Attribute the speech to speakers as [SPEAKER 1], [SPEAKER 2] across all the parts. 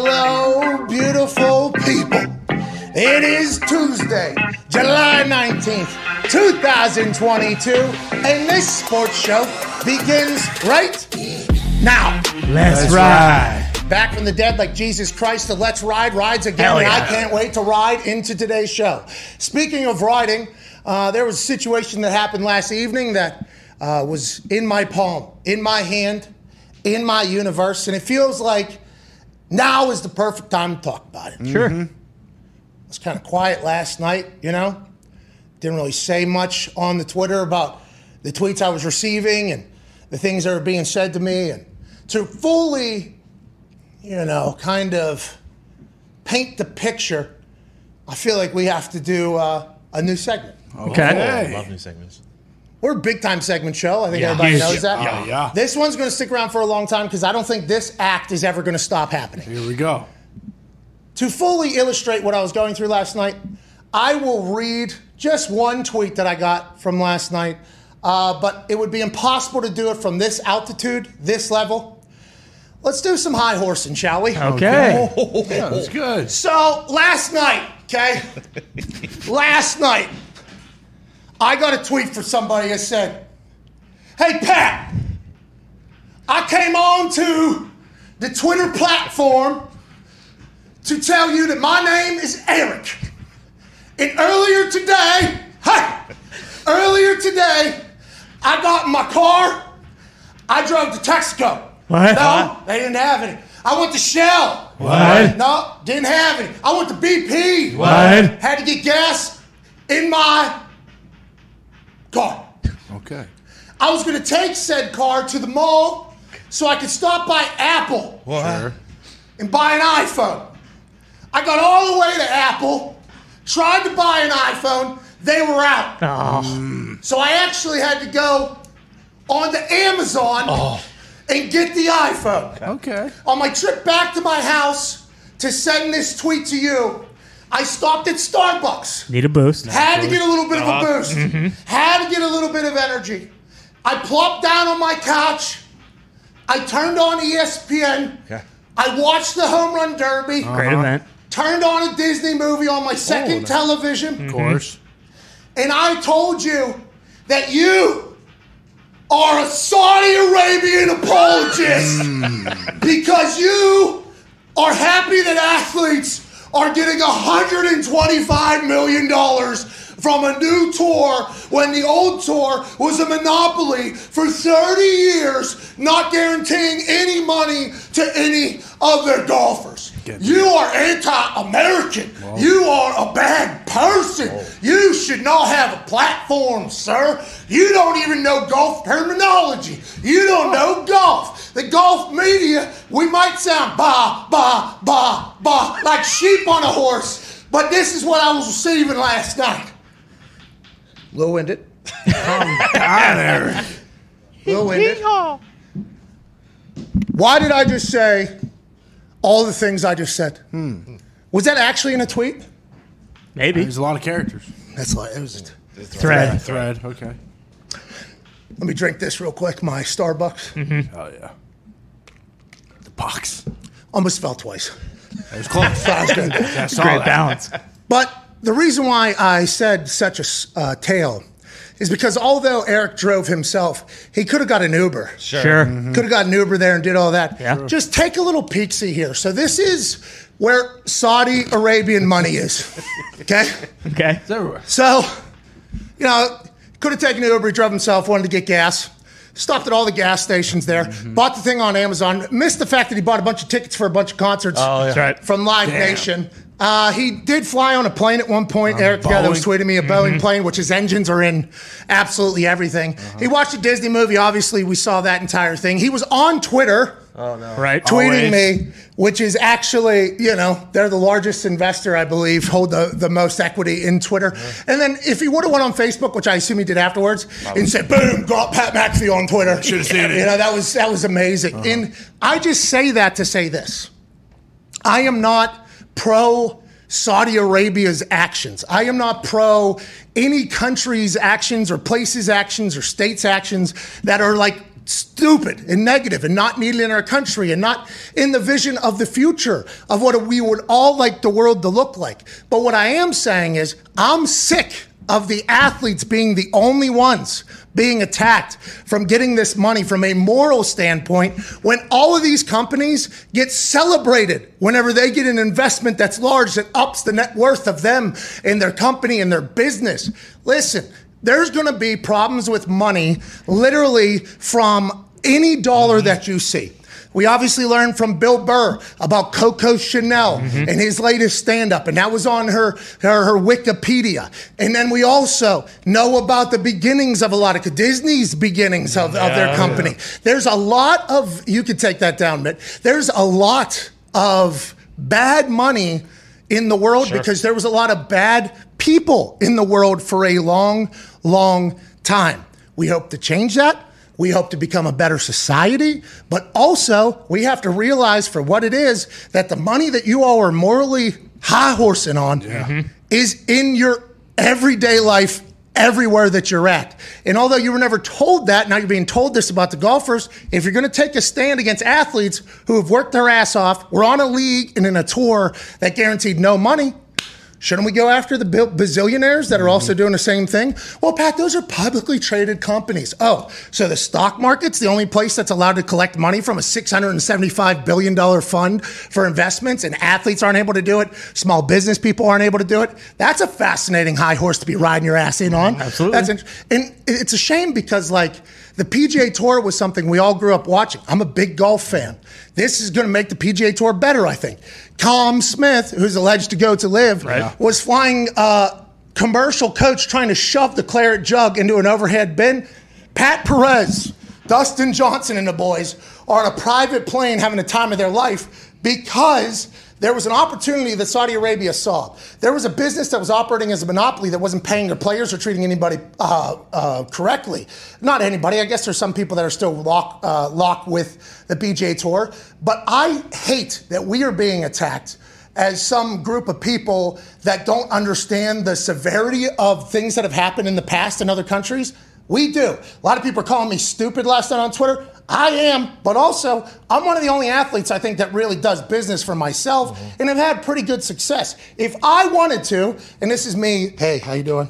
[SPEAKER 1] Hello, beautiful people. It is Tuesday, July 19th, 2022, and this sports show begins right now.
[SPEAKER 2] Let's ride.
[SPEAKER 1] Back from the dead, like Jesus Christ, the Let's Ride rides again.
[SPEAKER 2] Hell
[SPEAKER 1] and I
[SPEAKER 2] yeah.
[SPEAKER 1] can't wait to ride into today's show. Speaking of riding, uh, there was a situation that happened last evening that uh, was in my palm, in my hand, in my universe, and it feels like now is the perfect time to talk about it. Mm-hmm.
[SPEAKER 2] Sure.
[SPEAKER 1] It was kind of quiet last night, you know? Didn't really say much on the Twitter about the tweets I was receiving and the things that were being said to me. And to fully, you know, kind of paint the picture, I feel like we have to do uh, a new segment.
[SPEAKER 3] Oh,
[SPEAKER 4] I
[SPEAKER 2] Okay.
[SPEAKER 4] love new segments.
[SPEAKER 1] We're a big time segment show. I think
[SPEAKER 4] Yeah.
[SPEAKER 1] everybody
[SPEAKER 2] Huge.
[SPEAKER 1] knows that.
[SPEAKER 4] Yeah.
[SPEAKER 3] Yeah.
[SPEAKER 1] This one's going to stick around for a long time because I don't think this act is ever going to stop happening.
[SPEAKER 3] Here we go.
[SPEAKER 1] to fully illustrate what I was going through last night, I will read just one tweet that I got from last night. Uh, but it would be impossible to do it from this altitude, this level. Let's do some high horsing, shall we?
[SPEAKER 2] Okay.
[SPEAKER 3] That's good.
[SPEAKER 1] So last night, okay? last night, I got a tweet from somebody that said, Hey, Pat, I came on to the Twitter platform to tell you that my name is Eric. And earlier today, hey, earlier today, I got in my car, I drove to Texaco.
[SPEAKER 2] What?
[SPEAKER 1] No, they didn't have any. I went to Shell.
[SPEAKER 2] What?
[SPEAKER 1] No, didn't have any. I went to BP.
[SPEAKER 2] What?
[SPEAKER 1] Had to get gas in my car.
[SPEAKER 3] Okay.
[SPEAKER 1] I was going to take said car to the mall so I could stop by Apple
[SPEAKER 3] Sure.
[SPEAKER 1] and buy an iPhone. I got all the way to Apple, tried to buy an iPhone, they were out.
[SPEAKER 4] Oh.
[SPEAKER 1] So I actually had to go onto Amazon and get the iPhone.
[SPEAKER 3] Okay.
[SPEAKER 1] On my trip back to my house to send this tweet to you, I stopped at Starbucks.
[SPEAKER 2] Need a boost. Mm-hmm.
[SPEAKER 1] Had to get a little bit of a
[SPEAKER 4] Uh-huh.
[SPEAKER 1] boost. Had to get a little bit of energy. I plopped down on my couch. I turned on E ESPN. I watched the home run derby.
[SPEAKER 2] Great
[SPEAKER 4] Uh-huh.
[SPEAKER 2] event.
[SPEAKER 1] Turned on a Disney movie on my second
[SPEAKER 3] Oh, nice.
[SPEAKER 1] television.
[SPEAKER 3] Of course.
[SPEAKER 1] And I told you that you are a Saudi Arabian apologist because you are happy that athletes are getting $125 million from a new tour when the old tour was a monopoly for 30 years, not guaranteeing any money to any of their golfers.
[SPEAKER 3] Get
[SPEAKER 1] You are anti-American. You are a bad person. You should not have a platform, sir. You don't even know golf terminology. You don't know golf. The golf media, we might sound bah, bah, bah, bah, like sheep on a horse, but this is what I was receiving last night. Low winded. Low winded. Why did I just say all the things I just said? Was that actually in a tweet?
[SPEAKER 2] Maybe.
[SPEAKER 3] Hmm. There's a lot of characters.
[SPEAKER 1] That's like it was.
[SPEAKER 2] Thread.
[SPEAKER 3] Thread. Okay.
[SPEAKER 1] Let me drink this real quick. My Starbucks
[SPEAKER 3] Oh yeah. The box.
[SPEAKER 1] almost fell twice.
[SPEAKER 3] That was close.
[SPEAKER 1] That was good.
[SPEAKER 3] I saw
[SPEAKER 2] Great
[SPEAKER 3] that.
[SPEAKER 2] balance.
[SPEAKER 1] But the reason why I said such a s- uh, tale is because although Eric drove himself, he could have got an Uber.
[SPEAKER 2] Sure. Mm-hmm.
[SPEAKER 1] Could have gotten Uber there and did all that.
[SPEAKER 2] Yeah. Sure.
[SPEAKER 1] Just take a little peek see here. So this is where Saudi Arabian money is. Okay.
[SPEAKER 2] Okay.
[SPEAKER 3] It's everywhere.
[SPEAKER 1] So, you know, could have taken an Uber, he drove himself, wanted to get gas. Stopped at all the gas stations there. Bought the thing on Amazon. Missed the fact that he bought a bunch of tickets for a bunch of concerts.
[SPEAKER 2] That's right.
[SPEAKER 1] from Live Nation. Uh, he did fly on a plane at one point. Eric, the guy that was
[SPEAKER 3] Boeing.
[SPEAKER 1] tweeting me a Boeing plane, which his engines are in absolutely everything. He watched a Disney movie. Obviously, we saw that entire thing. He was on Twitter
[SPEAKER 4] Oh,
[SPEAKER 2] Right.
[SPEAKER 1] tweeting me, which is actually, you know, they're the largest investor, I believe, hold the, the most equity in Twitter. And then if he would have went on Facebook, which I assume he did afterwards, and said, boom, got Pat McAfee on Twitter. Should have
[SPEAKER 3] seen it. Uh-huh.
[SPEAKER 1] You know, that was that was amazing. And I just say that to say this. I am not pro Saudi Arabia's actions. I am not pro any country's actions or places' actions or states' actions that are like stupid and negative and not needed in our country and not in the vision of the future of what we would all like the world to look like. But what I am saying is, I'm sick of the athletes being the only ones being attacked from getting this money from a moral standpoint when all of these companies get celebrated whenever they get an investment that's large that ups the net worth of them and their company and their business. Listen, there's going to be problems with money literally from any dollar that you see. We obviously learned from Bill Burr about Coco Chanel and his latest stand up, and that was on her, her her Wikipedia. And then we also know about the beginnings of a lot of Disney's beginnings of, of their
[SPEAKER 2] Yeah.
[SPEAKER 1] company. There's a lot of, you could take that down, but there's a lot of bad money in the world because there was a lot of bad people in the world for a long, long time. We hope to change that. We hope to become a better society, but also we have to realize for what it is that the money that you all are morally high horsing on
[SPEAKER 2] Mm-hmm.
[SPEAKER 1] Mm-hmm. is in your everyday life everywhere that you're at. And although you were never told that, now you're being told this about the golfers. If you're going to take a stand against athletes who have worked their ass off, we're on a league and in a tour that guaranteed no money. Shouldn't we go after the bil- bazillionaires that are also doing the same thing? Well, Pat, those are publicly traded companies. Oh, so the stock market's the only place that's allowed to collect money from a $675 billion fund for investments, and athletes aren't able to do it. Small business people aren't able to do it. That's a fascinating high horse to be riding your ass in on.
[SPEAKER 2] Absolutely.
[SPEAKER 1] That's int- and it's a shame because, like, the PGA Tour was something we all grew up watching. I'm a big golf fan. This is going to make the PGA Tour better, I think. Tom Smith, who's alleged to go to live,
[SPEAKER 2] Right.
[SPEAKER 1] was flying uh, commercial coach trying to shove the claret jug into an overhead bin. Pat Perez, Dustin Johnson, and the boys are on a private plane having the time of their life because there was an opportunity that Saudi Arabia saw. There was a business that was operating as a monopoly that wasn't paying their players or treating anybody uh, uh, correctly. Not anybody. I guess there's some people that are still lock, uh, locked with the PGA Tour. But I hate that we are being attacked as some group of people that don't understand the severity of things that have happened in the past in other countries. We do. A lot of people are calling me stupid last night on Twitter. I am, but also I'm one of the only athletes I think that really does business for myself and have had pretty good success. If I wanted to, and this is me, hey, how you doing?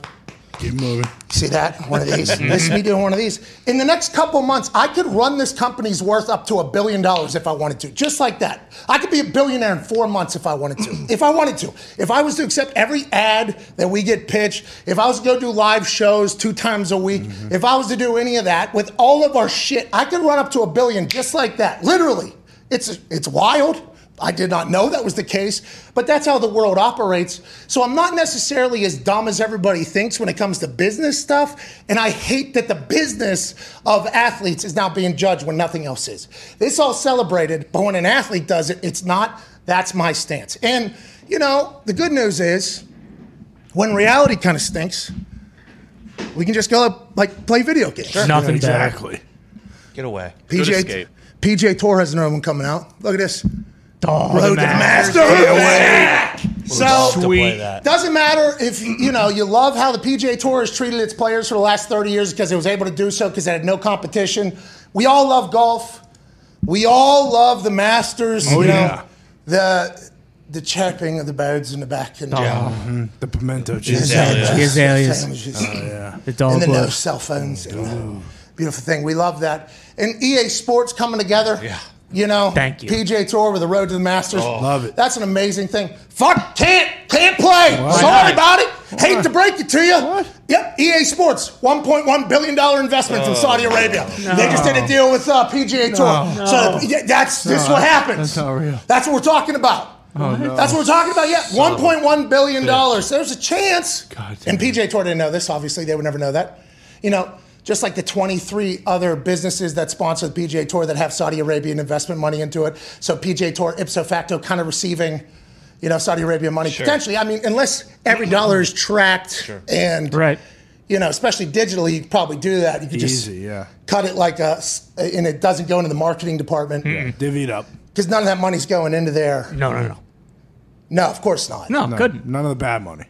[SPEAKER 3] Keep moving.
[SPEAKER 1] See that? One of these. this is me doing one of these. In the next couple months, I could run this company's worth up to a billion dollars if I wanted to, just like that. I could be a billionaire in four months if I wanted to. if I wanted to. If I was to accept every ad that we get pitched, if I was to go do live shows two times a week,
[SPEAKER 3] Mm-hmm.
[SPEAKER 1] if I was to do any of that with all of our shit, I could run up to a billion just like that. Literally. It's, it's wild. I did not know that was the case, but that's how the world operates. So I'm not necessarily as dumb as everybody thinks when it comes to business stuff. And I hate that the business of athletes is now being judged when nothing else is. It's all celebrated, but when an athlete does it, it's not. That's my stance. And, you know, the good news is when reality kind of stinks, we can just go like play video games.
[SPEAKER 2] Nothing better.
[SPEAKER 3] Exactly.
[SPEAKER 4] Get away. Good
[SPEAKER 1] PJ,
[SPEAKER 4] escape.
[SPEAKER 1] PJ Tour has another one coming out. Look at this.
[SPEAKER 2] Dog
[SPEAKER 1] Road to the Master. So
[SPEAKER 4] To play
[SPEAKER 2] Sweet.
[SPEAKER 4] that.
[SPEAKER 1] Doesn't matter if you know you love how the PGA Tour has treated its players for the last 30 years because it was able to do so because they had no competition. We all love golf. We all love the Masters.
[SPEAKER 3] Oh,
[SPEAKER 1] you
[SPEAKER 3] yeah.
[SPEAKER 1] know, the the chirping of the birds in the back and
[SPEAKER 2] Oh,
[SPEAKER 3] The pimento cheese.
[SPEAKER 4] Azalea.
[SPEAKER 1] sandwiches,
[SPEAKER 2] The azaleas.
[SPEAKER 1] sandwiches,
[SPEAKER 2] Oh, the dog
[SPEAKER 1] and the no
[SPEAKER 2] was.
[SPEAKER 1] cell phones. And, uh, beautiful thing. We love that. And EA Sports coming together.
[SPEAKER 4] Yeah.
[SPEAKER 1] You know,
[SPEAKER 2] Thank you.
[SPEAKER 1] PJ Tour with the Road to the Masters.
[SPEAKER 3] Love it.
[SPEAKER 1] That's an amazing thing. Fuck, can't can't play. Sorry
[SPEAKER 2] not?
[SPEAKER 1] about it. Hate to break it to you.
[SPEAKER 3] What?
[SPEAKER 1] Yep, EA Sports, 1.1 billion dollar investment from Saudi Arabia. They just did a deal with uh, PGA Tour. So yeah, that's this is what happens.
[SPEAKER 3] that's not real. Oh,
[SPEAKER 1] That's what we're talking about. That's what we're talking about. Yeah, 1.1 billion dollars. There's a chance.
[SPEAKER 3] God damn
[SPEAKER 1] and PJ Tour didn't know this. Obviously, they would never know that. You know, just like the 23 other businesses that sponsor the PJ Tour that have Saudi Arabian investment money into it. So PJ Tour ipso facto kind of receiving, you know, Saudi Arabia money potentially. I mean, unless every dollar is tracked and
[SPEAKER 2] Right.
[SPEAKER 1] you know, especially digitally, you could probably do that. You could just
[SPEAKER 3] Easy, yeah.
[SPEAKER 1] cut it like a, s- and it doesn't go into the marketing department because
[SPEAKER 3] Divvy it up.
[SPEAKER 1] none of that money's going into there.
[SPEAKER 2] Hmm. No, no, no.
[SPEAKER 1] No, of course not.
[SPEAKER 2] No,
[SPEAKER 3] No,
[SPEAKER 2] couldn't.
[SPEAKER 3] None of the bad money.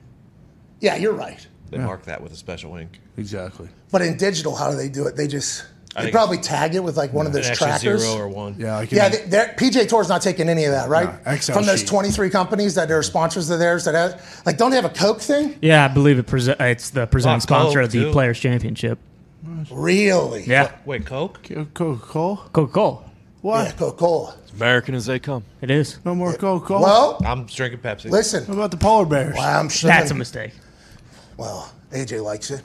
[SPEAKER 1] Yeah, you're right.
[SPEAKER 4] They mark that with a special ink.
[SPEAKER 3] Exactly.
[SPEAKER 1] But in digital, how do they do it? They just They
[SPEAKER 4] think
[SPEAKER 1] probably tagged it with like one of those
[SPEAKER 4] an extra
[SPEAKER 1] trackers.
[SPEAKER 4] zero or one.
[SPEAKER 3] Yeah, I can.
[SPEAKER 1] Yeah, they- they're, PJ Tour's not taking any of that, right?
[SPEAKER 3] No, Excel
[SPEAKER 1] From those
[SPEAKER 3] sheet.
[SPEAKER 1] 23 companies that are sponsors of theirs that have, like, don't they have a Coke thing?
[SPEAKER 2] Yeah, I believe it. Prese- uh, it's the presenting
[SPEAKER 4] Oh,
[SPEAKER 2] sponsor of the
[SPEAKER 4] Coke, too.
[SPEAKER 2] Players Championship.
[SPEAKER 1] Really?
[SPEAKER 2] Yeah,
[SPEAKER 4] Wait, Coke?
[SPEAKER 3] Coca Cola.
[SPEAKER 2] Coca Cola.
[SPEAKER 3] What?
[SPEAKER 1] Yeah, Coca-Cola.
[SPEAKER 5] American as they come.
[SPEAKER 2] It is.
[SPEAKER 3] No more Coca Cola.
[SPEAKER 1] Well,
[SPEAKER 4] I'm drinking Pepsi.
[SPEAKER 3] what
[SPEAKER 1] listen,
[SPEAKER 3] about the polar bears?
[SPEAKER 1] I'm sure
[SPEAKER 2] That's a
[SPEAKER 1] they-
[SPEAKER 2] mistake.
[SPEAKER 1] Well, AJ likes it.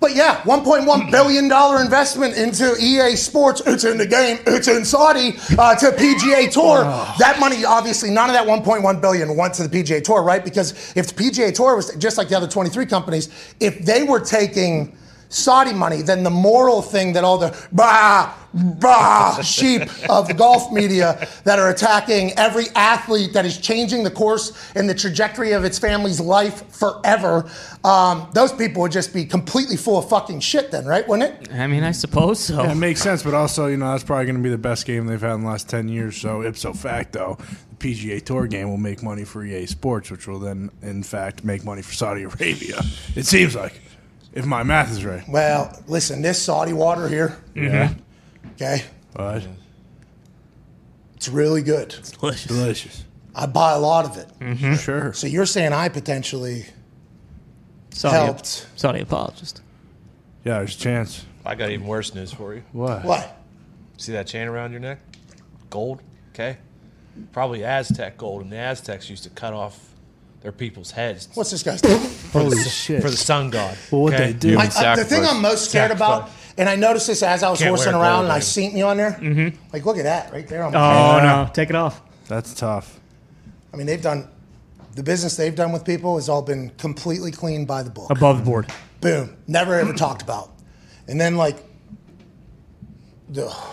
[SPEAKER 1] But yeah, $1.1 billion dollar investment into EA Sports. It's in the game. It's in Saudi uh, to PGA Tour. That money, obviously, none of that $1.1 billion went to the PGA Tour, right? Because if the PGA Tour was just like the other 23 companies, if they were taking Saudi money, then the moral thing that all the bah, bah sheep of the golf media that are attacking every athlete that is changing the course and the trajectory of its family's life forever, um, those people would just be completely full of fucking shit, then, right? Wouldn't it?
[SPEAKER 2] I mean, I suppose so.
[SPEAKER 3] That makes sense, but also, you know, that's probably going to be the best game they've had in the last 10 years. So, ipso facto, the PGA Tour game will make money for EA Sports, which will then, in fact, make money for Saudi Arabia. It seems like, if my math is right.
[SPEAKER 1] Well, listen, this Saudi water here,
[SPEAKER 2] Mm-hmm.
[SPEAKER 3] Yeah.
[SPEAKER 1] okay,
[SPEAKER 3] But
[SPEAKER 1] it's really good.
[SPEAKER 2] Delicious.
[SPEAKER 3] delicious.
[SPEAKER 1] I buy a lot of it.
[SPEAKER 2] Mm-hmm.
[SPEAKER 3] Sure.
[SPEAKER 1] So you're saying I potentially
[SPEAKER 2] Saudi,
[SPEAKER 1] helped.
[SPEAKER 2] Saudi apologist.
[SPEAKER 3] Yeah, there's a chance.
[SPEAKER 4] I got even worse news for you.
[SPEAKER 3] What?
[SPEAKER 1] What?
[SPEAKER 4] See that chain around your neck? Gold. Okay. Probably Aztec gold, and the Aztecs used to cut off their people's heads
[SPEAKER 1] What's this guy's
[SPEAKER 3] Holy shit.
[SPEAKER 4] for the sun god.
[SPEAKER 3] well, what they
[SPEAKER 4] okay?
[SPEAKER 3] do.
[SPEAKER 5] You-
[SPEAKER 1] I- I- Uh, the
[SPEAKER 5] Sacrifice.
[SPEAKER 1] thing I'm most scared about,
[SPEAKER 4] Sacrifice.
[SPEAKER 1] and I noticed this as I was
[SPEAKER 4] Can't wear
[SPEAKER 1] horsing
[SPEAKER 4] a
[SPEAKER 1] around,
[SPEAKER 4] gold
[SPEAKER 1] and I
[SPEAKER 4] ring.
[SPEAKER 1] seen you on there. Mm-hmm. Like, look at that right there. On my
[SPEAKER 2] Oh
[SPEAKER 3] Yeah.
[SPEAKER 2] no, take it off.
[SPEAKER 3] That's tough.
[SPEAKER 1] I mean, they've done the business they've done with people has all been completely cleaned by the book.
[SPEAKER 2] Above board.
[SPEAKER 1] Boom, never ever talked about. And then like, ugh,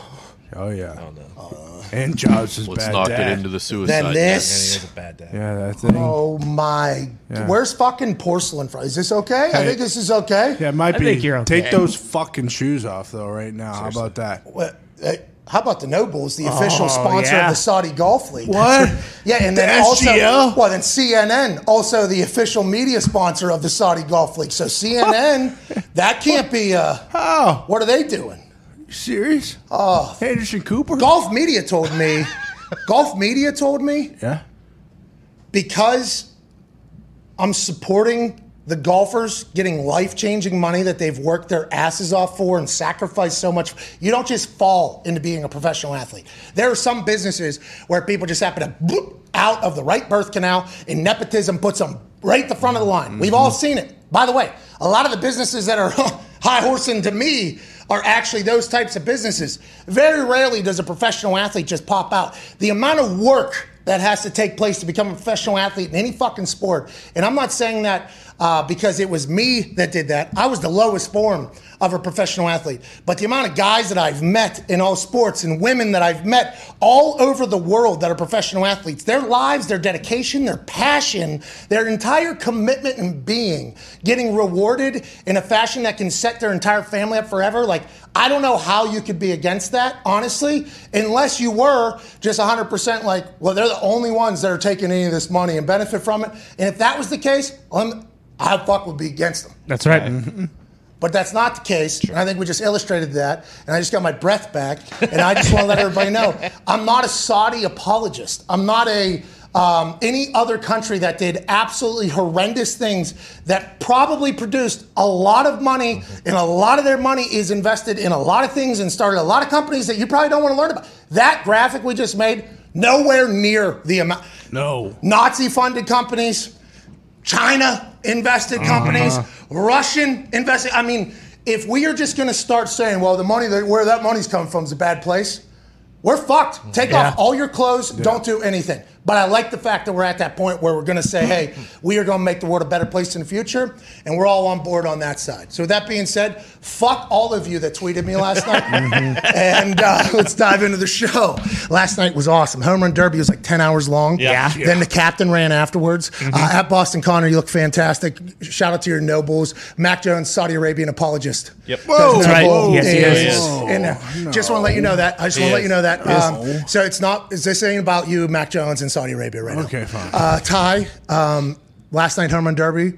[SPEAKER 3] Oh, yeah.
[SPEAKER 4] Oh, no.
[SPEAKER 3] And Jobs is
[SPEAKER 5] Let's
[SPEAKER 3] bad.
[SPEAKER 5] not
[SPEAKER 3] dad.
[SPEAKER 5] get into the suicide.
[SPEAKER 1] then
[SPEAKER 4] Yeah, he
[SPEAKER 1] this.
[SPEAKER 4] was a bad dad.
[SPEAKER 3] Yeah, that thing.
[SPEAKER 1] Oh my!
[SPEAKER 3] Yeah.
[SPEAKER 1] Where's fucking porcelain fry? Is this okay? I
[SPEAKER 3] Hey.
[SPEAKER 1] think this is okay.
[SPEAKER 3] Yeah, it might
[SPEAKER 2] I
[SPEAKER 3] be.
[SPEAKER 2] think you're okay.
[SPEAKER 3] Take those fucking shoes off, though, right now. How about that?
[SPEAKER 1] Well, uh, how about the Nobles, the official
[SPEAKER 2] Oh,
[SPEAKER 1] sponsor
[SPEAKER 2] yeah.
[SPEAKER 1] of the Saudi Golf League?
[SPEAKER 3] What?
[SPEAKER 1] Yeah, and
[SPEAKER 3] The
[SPEAKER 1] then
[SPEAKER 3] SGL?
[SPEAKER 1] also, well, then CNN, also the official media sponsor of the Saudi Golf League. So CNN, that can't be. Uh,
[SPEAKER 3] Oh,
[SPEAKER 1] what are they doing?
[SPEAKER 3] serious? Oh, Anderson Cooper.
[SPEAKER 1] Golf media told me. golf media told me
[SPEAKER 3] Yeah.
[SPEAKER 1] because I'm supporting the golfers getting life changing money that they've worked their asses off for and sacrificed so much. You don't just fall into being a professional athlete. There are some businesses where people just happen to boop out of the right birth canal and nepotism puts them right at the front of the line. We've all seen it. By the way, a lot of the businesses that are high horsing to me are actually those types of businesses. Very rarely does a professional athlete just pop out. The amount of work that has to take place to become a professional athlete in any fucking sport. And I'm not saying that uh, because it was me that did that. I was the lowest form of a professional athlete. But the amount of guys that I've met in all sports and women that I've met all over the world that are professional athletes, their lives, their dedication, their passion, their entire commitment and being getting rewarded in a fashion that can set their entire family up forever. Like, I don't know how you could be against that, honestly, unless you were just 100% like, well, they're the only ones that are taking any of this money and benefit from it. And if that was the case, I'm, I fuck would be against them.
[SPEAKER 2] That's right. Mm-hmm.
[SPEAKER 1] But that's not the case. And I think we just illustrated that. And I just got my breath back. And I just want to let everybody know I'm not a Saudi apologist. I'm not a. Um, any other country that did absolutely horrendous things that probably produced a lot of money and a lot of their money is invested in a lot of things and started a lot of companies that you probably don't want to learn about. That graphic we just made, nowhere near the amount.
[SPEAKER 3] No.
[SPEAKER 1] Nazi funded companies, China invested companies,
[SPEAKER 2] Uh-huh.
[SPEAKER 1] Russian invested. I mean, if we are just going to start saying, well, the money that, where that money's coming from is a bad place, we're fucked. Take
[SPEAKER 2] Yeah.
[SPEAKER 1] off all your clothes. Don't do anything. But I like the fact that we're at that point where we're going to say, hey, we are going to make the world a better place in the future. And we're all on board on that side. So, with that being said, fuck all of you that tweeted me last night. And uh, let's dive into the show. Last night was awesome. Home Run Derby was like 10 hours long.
[SPEAKER 2] Yeah.
[SPEAKER 1] Then the captain ran afterwards. Uh, at Boston Connor, you look fantastic. Shout out to your nobles. Mac Jones, Nobles, Saudi Arabian apologist.
[SPEAKER 4] Yep.
[SPEAKER 1] Whoa,
[SPEAKER 2] That's right. Yes, he is.
[SPEAKER 1] in there. uh, Just want to let you know that. I just want to let you know that. Um, so it's not. Is this saying about you, Mac Jones, in Saudi Arabia right now?
[SPEAKER 3] Okay, fine.
[SPEAKER 1] Uh, Ty, um, last night home run derby,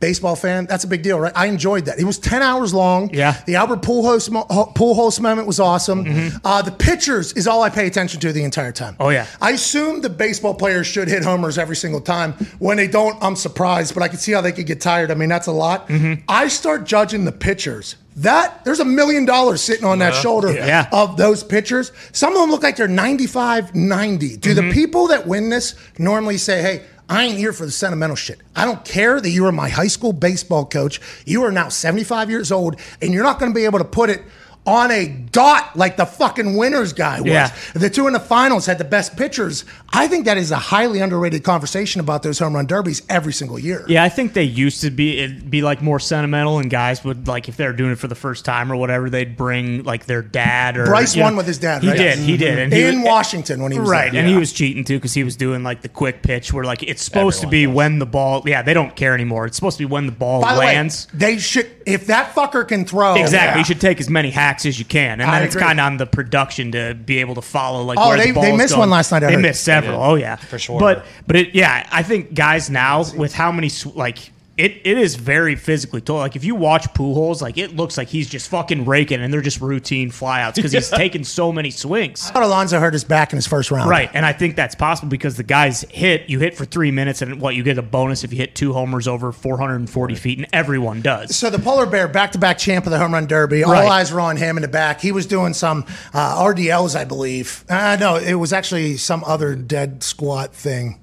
[SPEAKER 1] baseball fan. That's a big deal, right? I enjoyed that. It was 10 hours long.
[SPEAKER 2] Yeah.
[SPEAKER 1] The Albert Pujols, mo- ho- Pujols moment was awesome. Uh, the pitchers is all I pay attention to the entire time.
[SPEAKER 2] Oh, yeah.
[SPEAKER 1] I assume the baseball players should hit homers every single time. When they don't, I'm surprised, but I can see how they could get tired. I mean, that's a lot. I start judging the pitchers. That there's a million dollars sitting on that shoulder
[SPEAKER 2] Yeah.
[SPEAKER 1] of those pitchers. Some of them look like they're 95 90. Do
[SPEAKER 2] Mm-hmm.
[SPEAKER 1] the people that win this normally say, hey, I ain't here for the sentimental shit. I don't care that you were my high school baseball coach. You are now 75 years old and you're not going to be able to put it on a dot like the fucking winners guy was.
[SPEAKER 2] Yeah.
[SPEAKER 1] The two in the finals had the best pitchers. I think that is a highly underrated conversation about those home run derbies every single year.
[SPEAKER 2] Yeah, I think they used to be it'd be like more sentimental, and guys would like if they were doing it for the first time or whatever, they'd bring like their dad or
[SPEAKER 1] Bryce
[SPEAKER 2] you
[SPEAKER 1] won
[SPEAKER 2] know-
[SPEAKER 1] with his dad,
[SPEAKER 2] He
[SPEAKER 1] right?
[SPEAKER 2] did, he did, and he
[SPEAKER 1] In
[SPEAKER 2] was-
[SPEAKER 1] Washington when he was
[SPEAKER 2] right,
[SPEAKER 1] there.
[SPEAKER 2] and he
[SPEAKER 1] Yeah.
[SPEAKER 2] was cheating too because he was doing like the quick pitch where like it's supposed to
[SPEAKER 4] Everyone
[SPEAKER 2] be
[SPEAKER 4] does.
[SPEAKER 2] when the ball. Yeah, they don't care anymore. It's supposed to be when the ball
[SPEAKER 1] By the
[SPEAKER 2] lands.
[SPEAKER 1] way, they should if that fucker can throw
[SPEAKER 2] Exactly. You should take as many hacks as you can, and
[SPEAKER 1] Oh, I
[SPEAKER 2] then it's
[SPEAKER 1] agree.
[SPEAKER 2] kind of on the production to be able to follow like.
[SPEAKER 1] Oh,
[SPEAKER 2] where
[SPEAKER 1] they-
[SPEAKER 2] the ball
[SPEAKER 1] they
[SPEAKER 2] is
[SPEAKER 1] missed
[SPEAKER 2] going.
[SPEAKER 1] one last night, I
[SPEAKER 2] They
[SPEAKER 1] heard.
[SPEAKER 2] missed several. Oh yeah,
[SPEAKER 4] For sure.
[SPEAKER 2] But but it, yeah, I think guys now with how many sw- like. It, it is very physically tough. Like if you watch Pujols, like it looks like he's just fucking raking, and they're just routine flyouts because he's taking so many swings.
[SPEAKER 1] But Alonzo hurt his back in his first round.
[SPEAKER 2] Right, and I think that's possible because the guys hit. You hit for three minutes, and what you get a bonus if you hit two homers over 440 feet, and everyone does.
[SPEAKER 1] So the polar bear, back-to-back champ of the home run derby,
[SPEAKER 2] Right.
[SPEAKER 1] all eyes were on him in the back. He was doing some uh, RDLs, I believe. Uh, no, it was actually some other dead squat thing.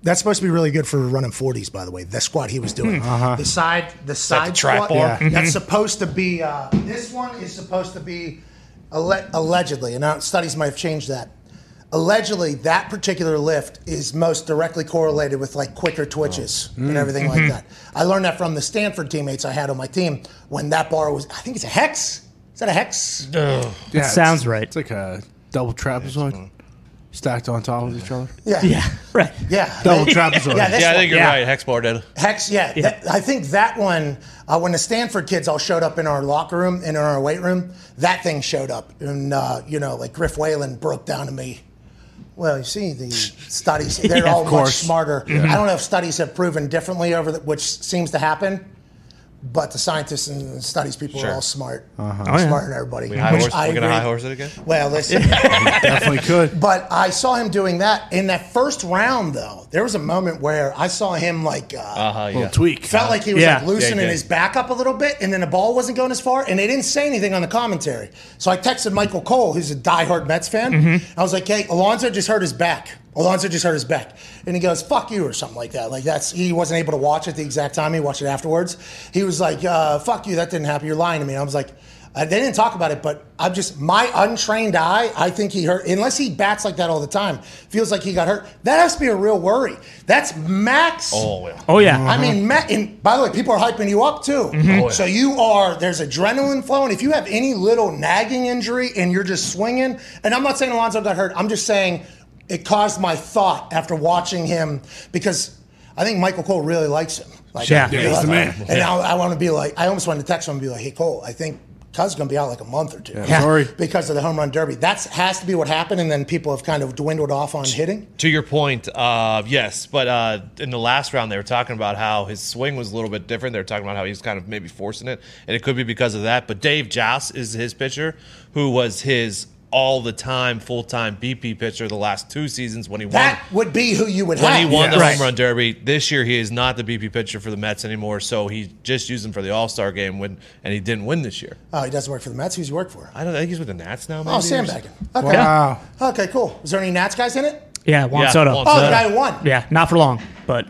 [SPEAKER 1] That's supposed to be really good for running forties, by the way. The squat he was
[SPEAKER 2] Hmm.
[SPEAKER 1] doing,
[SPEAKER 2] Uh-huh.
[SPEAKER 1] the side, the side
[SPEAKER 4] trap
[SPEAKER 1] squat.
[SPEAKER 4] bar?
[SPEAKER 2] Mm-hmm.
[SPEAKER 1] That's supposed to be. Uh, this one is supposed to be alle- allegedly, and now studies might have changed that. Allegedly, that particular lift is most directly correlated with like quicker twitches
[SPEAKER 3] Oh.
[SPEAKER 1] and everything
[SPEAKER 3] Mm-hmm.
[SPEAKER 1] like that. I learned that from the Stanford teammates I had on my team when that bar was. I think it's a hex. Is that a hex?
[SPEAKER 3] Yeah, it's-
[SPEAKER 2] sounds right.
[SPEAKER 3] It's like a double trapezoid stacked on top of each other.
[SPEAKER 1] Yeah.
[SPEAKER 2] Yeah, right.
[SPEAKER 1] Yeah.
[SPEAKER 3] Double
[SPEAKER 1] They-
[SPEAKER 3] trapezoid.
[SPEAKER 1] Oh, Yeah, this
[SPEAKER 4] Yeah, I
[SPEAKER 1] one.
[SPEAKER 4] think you're
[SPEAKER 2] Yeah.
[SPEAKER 4] right. Hex bar did.
[SPEAKER 1] Hex, yeah. that- I think that one, uh, when the Stanford kids all showed up in our locker room and in our weight room, that thing showed up. And, uh, you know, like Griff Whalen broke down to me. Well, you see, the studies, they're all much
[SPEAKER 3] course.
[SPEAKER 1] smarter. I don't know if studies have proven differently over the, which seems to happen, but the scientists and studies people are all smart.
[SPEAKER 2] yeah.
[SPEAKER 1] Smarter than everybody.
[SPEAKER 4] Uh-huh. High
[SPEAKER 1] which
[SPEAKER 4] horse.
[SPEAKER 1] I
[SPEAKER 4] We're gonna high
[SPEAKER 1] agree.
[SPEAKER 4] horse it again.
[SPEAKER 1] Well, listen.
[SPEAKER 3] Definitely could.
[SPEAKER 1] But I saw him doing that in that first round, though. There was a moment where I saw him like uh,
[SPEAKER 4] Uh huh.
[SPEAKER 3] Little
[SPEAKER 4] Yeah.
[SPEAKER 3] tweak.
[SPEAKER 1] felt like he was
[SPEAKER 2] Yeah.
[SPEAKER 1] like loosening
[SPEAKER 4] Yeah, yeah.
[SPEAKER 1] his back up a little bit, and then the ball wasn't going as far, and they didn't say anything on the commentary. So I texted Michael Cole, who's a diehard Mets fan. I was like, "Hey, Alonzo just hurt his back. Alonzo just hurt his back," and he goes, "Fuck you" or something like that. Like that's he wasn't able to watch it the exact time. He watched it afterwards. He was like, uh, "Fuck you, that didn't happen. You're lying to me." I was like. Uh, they didn't talk about it, but I'm just my untrained eye. I think he hurt unless he bats like that all the time. Feels like he got hurt. That has to be a real worry. That's max.
[SPEAKER 4] Oh, yeah.
[SPEAKER 2] Oh yeah.
[SPEAKER 1] I mean, Matt, and by the way, people are hyping you up too.
[SPEAKER 4] Oh, yeah.
[SPEAKER 1] So you are, there's adrenaline flowing. If you have any little nagging injury and you're just swinging, and I'm not saying Alonzo got hurt, I'm just saying it caused my thought after watching him because I think Michael Cole really likes him. Like,
[SPEAKER 2] Yeah.
[SPEAKER 3] Yeah, he's the man.
[SPEAKER 1] And now I, want to be like, I almost wanted to text him and be like, hey, Cole, I think Cuz going to be out like a month or two
[SPEAKER 3] Yeah. Sorry.
[SPEAKER 1] because of the home run derby. That has to be what happened. And then people have kind of dwindled off on hitting.
[SPEAKER 4] To your point, uh, yes, but uh, in the last round, they were talking about how his swing was a little bit different. They were talking about how he was kind of maybe forcing it, and it could be because of that. But Dave Joss is his pitcher, who was his all the time, full time BP pitcher the last two seasons when he
[SPEAKER 1] That
[SPEAKER 4] won
[SPEAKER 1] would be who you would
[SPEAKER 4] when he
[SPEAKER 1] have.
[SPEAKER 4] won the
[SPEAKER 2] Right.
[SPEAKER 4] home run derby this year, he is not the BP pitcher for the Mets anymore. So he just used him for the All Star game when, and he didn't win this year.
[SPEAKER 1] Oh, he doesn't work for the Mets. Who's he work for?
[SPEAKER 4] I don't. I think he's with the Nats now. Maybe
[SPEAKER 1] Oh,
[SPEAKER 4] or something.
[SPEAKER 1] sandbagging. Okay.
[SPEAKER 3] Wow.
[SPEAKER 1] Okay, cool. Is there any Nats guys in it?
[SPEAKER 2] yeah, Juan
[SPEAKER 4] Yeah,
[SPEAKER 2] Soto.
[SPEAKER 4] Juan
[SPEAKER 1] Oh, the
[SPEAKER 4] Uh,
[SPEAKER 1] guy who won.
[SPEAKER 2] Yeah, not for long, but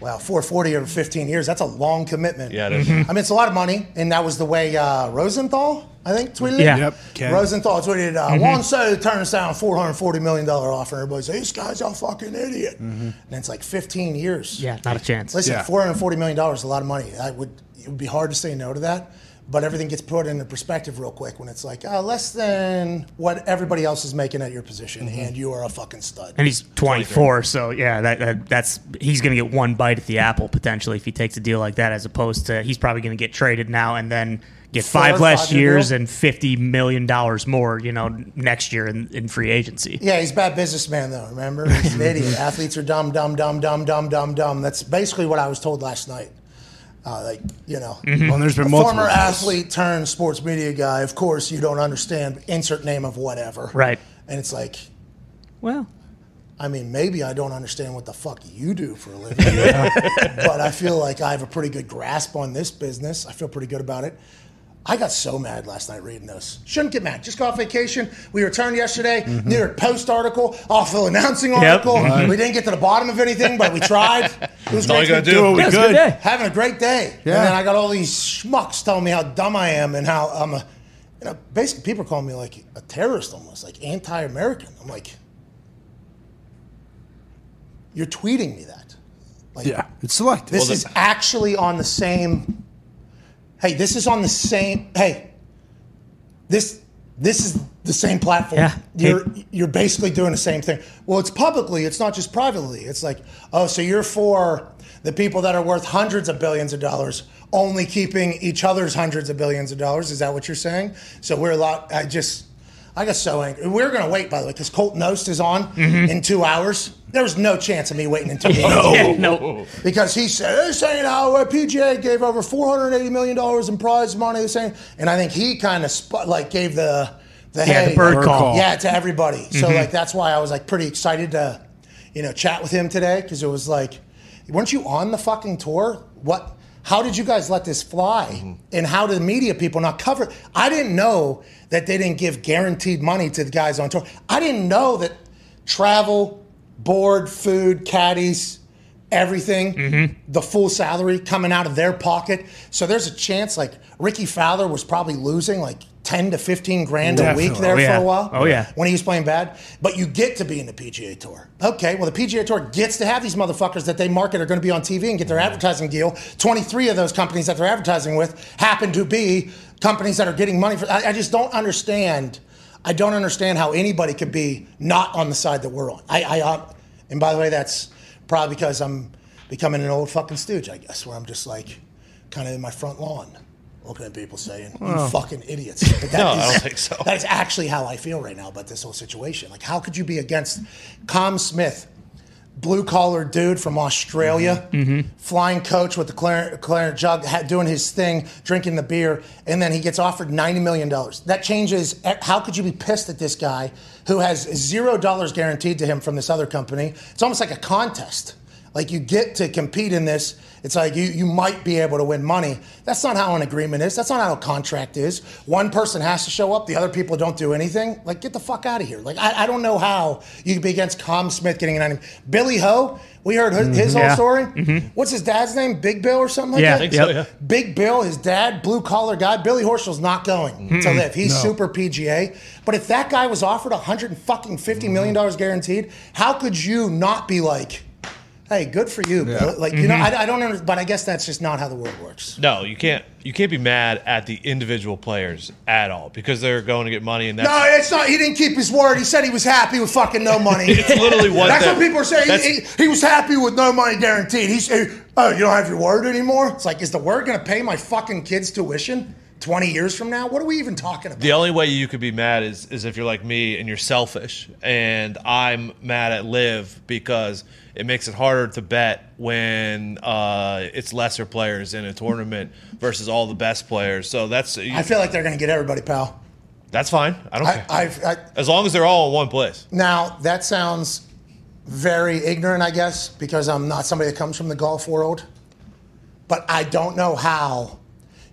[SPEAKER 1] Wow, 440 over 15 years. That's a long commitment. Mm-hmm.
[SPEAKER 4] Yeah, it
[SPEAKER 1] I
[SPEAKER 4] is.
[SPEAKER 1] mean, it's a lot of money, and that was the way uh, Rosenthal, I think, tweeted
[SPEAKER 2] Yeah. Mm-hmm.
[SPEAKER 1] it.
[SPEAKER 3] Yep, Ken.
[SPEAKER 1] Rosenthal tweeted, uh, Juan Soto turns down $440 million offer. Everybody's like, this guy's a fucking idiot. And it's like 15 years.
[SPEAKER 2] yeah, not a chance.
[SPEAKER 1] Listen,
[SPEAKER 3] Yeah.
[SPEAKER 1] four hundred forty million dollars is a lot of money. I would it would be hard to say no to that, but everything gets put into perspective real quick when it's like uh, less than what everybody else is making at your position,
[SPEAKER 2] Mm-hmm.
[SPEAKER 1] and you are a fucking stud.
[SPEAKER 2] and he's 24, so yeah, that, that that's he's going to get one bite at the apple potentially if he takes a deal like that, as opposed to he's probably going to get traded now and then get
[SPEAKER 1] Four
[SPEAKER 2] five
[SPEAKER 1] or
[SPEAKER 2] less
[SPEAKER 1] five-year
[SPEAKER 2] years
[SPEAKER 1] deal?
[SPEAKER 2] and 50 million dollars more, you know, next year in, in free agency.
[SPEAKER 1] yeah, he's a bad businessman though. Remember, he's an idiot. Athletes are dumb, dumb, dumb, dumb, dumb, dumb, dumb. That's basically what I was told last night. Uh, like you know,
[SPEAKER 2] Mm-hmm.
[SPEAKER 3] Well, and there's been
[SPEAKER 1] a
[SPEAKER 3] multiple
[SPEAKER 1] former
[SPEAKER 3] of those.
[SPEAKER 1] athlete turned sports media guy. Of course, you don't understand insert name of whatever.
[SPEAKER 2] Right.
[SPEAKER 1] And it's like,
[SPEAKER 2] Well,
[SPEAKER 1] I mean, maybe I don't understand what the fuck you do for a living, but I feel like I have a pretty good grasp on this business. I feel pretty good about it. I got so mad last night reading this. Shouldn't get mad. Just got off vacation. We returned yesterday.
[SPEAKER 4] Mm-hmm.
[SPEAKER 1] New York Post article, awful announcing article. We didn't get to the bottom of anything, but we tried. It was
[SPEAKER 4] all
[SPEAKER 1] great
[SPEAKER 4] you gotta
[SPEAKER 1] to-
[SPEAKER 4] do.
[SPEAKER 3] Do what we
[SPEAKER 2] yeah, it's a
[SPEAKER 3] could.
[SPEAKER 2] good day.
[SPEAKER 1] having a great day.
[SPEAKER 3] Yeah.
[SPEAKER 1] And then I got all these schmucks telling me how dumb I am and how I'm a, you know, basically people are calling me like a terrorist almost, like anti American. I'm like, you're tweeting me that. Like,
[SPEAKER 3] Yeah, it's selective.
[SPEAKER 1] this
[SPEAKER 4] Well, the-
[SPEAKER 1] is actually on the same. Hey, this is on the same. Hey, this this is the same platform.
[SPEAKER 2] Yeah.
[SPEAKER 1] You're you're basically doing the same thing. Well, it's publicly. It's not just privately. It's like, oh, so you're for the people that are worth hundreds of billions of dollars, only keeping each other's hundreds of billions of dollars. Is that what you're saying? So we're a lot. I just. I got so angry. We're gonna wait, by the way, because Colton Oast is on in two hours. There was no chance of me waiting in two hours
[SPEAKER 2] Yeah, no.
[SPEAKER 1] because he said they're saying how uh, PGA gave over 480 million dollars in prize money. They're saying, and I think he kind of spot, like gave the the
[SPEAKER 2] Yeah, the
[SPEAKER 1] hey,
[SPEAKER 2] bird
[SPEAKER 1] like,
[SPEAKER 2] call. Mm-hmm.
[SPEAKER 1] yeah to everybody. So like that's why I was like pretty excited to you know chat with him today because it was like, weren't you on the fucking tour? What? How did you guys let this fly? And how did the media people not cover? it? I didn't know that they didn't give guaranteed money to the guys on tour. I didn't know that travel, board, food, caddies, everything, the full salary coming out of their pocket. So there's a chance like Ricky Fowler was probably losing like 10 to 15 grand a week
[SPEAKER 3] Definitely.
[SPEAKER 1] there
[SPEAKER 2] Oh, yeah.
[SPEAKER 1] for a while.
[SPEAKER 2] Oh, yeah.
[SPEAKER 1] When he was playing bad. But you get to be in the PGA Tour. Okay, well, the PGA Tour gets to have these motherfuckers that they market are going to be on TV and get
[SPEAKER 2] Mm-hmm.
[SPEAKER 1] their advertising deal. 23 of those companies that they're advertising with happen to be companies that are getting money for. I, I just don't understand. I don't understand how anybody could be not on the side that we're on. I, I, uh, and by the way, that's probably because I'm becoming an old fucking stooge, I guess, where I'm just like kind of in my front lawn looking at people saying, you fucking idiots. But that
[SPEAKER 4] No, I
[SPEAKER 1] is-
[SPEAKER 4] don't think so.
[SPEAKER 1] That is actually how I feel right now about this whole situation. Like, how could you be against Com Smith, blue collar dude from Australia,
[SPEAKER 2] Mm-hmm.
[SPEAKER 1] flying coach with the Clarence, Clarence Jug, ha- doing his thing, drinking the beer, and then he gets offered $90 million. That changes. e-, How could you be pissed at this guy who has zero dollars guaranteed to him from this other company? It's almost like a contest. Like you get to compete in this. It's like you, you might be able to win money. That's not how an agreement is. That's not how a contract is. One person has to show up, the other people don't do anything. Like, get the fuck out of here. Like, I, I don't know how you could be against Com Smith getting an item. Billy Ho, we heard his, his whole
[SPEAKER 2] yeah.
[SPEAKER 1] story. What's his dad's name? Big Bill or something like
[SPEAKER 2] Yeah,
[SPEAKER 1] that?
[SPEAKER 2] I think so,
[SPEAKER 4] Yep. yeah.
[SPEAKER 1] Big Bill, his dad, blue collar guy, Billy Horschel's not going to live. He's super PGA. But if that guy was offered a hundred fucking fifty million dollars guaranteed, how could you not be like, "Hey, good for you"? Bill. Like you know,
[SPEAKER 2] Mm-hmm.
[SPEAKER 1] I, I don't. Under, but I guess that's just not how the world works.
[SPEAKER 4] No, you can't. You can't be mad at the individual players at all because they're going to get money, and that's
[SPEAKER 1] No, it's not. He didn't keep his word. He said he was happy with fucking no money.
[SPEAKER 4] It's literally what
[SPEAKER 1] That's
[SPEAKER 4] the-
[SPEAKER 1] what people are saying.
[SPEAKER 4] that's-
[SPEAKER 1] He, he, he was happy with no money guaranteed. He's, he, oh, you don't have your word anymore. It's like, is the word going to pay my fucking kids' tuition twenty years from now? What are we even talking about?
[SPEAKER 4] The only way you could be mad is, is if you're like me and you're selfish. And I'm mad at Live because it makes it harder to bet when uh, it's lesser players in a tournament versus all the best players. So that's
[SPEAKER 1] I feel like they're going to get everybody, pal.
[SPEAKER 4] that's fine. I don't
[SPEAKER 1] I,
[SPEAKER 4] care.
[SPEAKER 1] I've, I,
[SPEAKER 4] as long as they're all in one place.
[SPEAKER 1] now that sounds very ignorant, I guess, because I'm not somebody that comes from the golf world. But I don't know how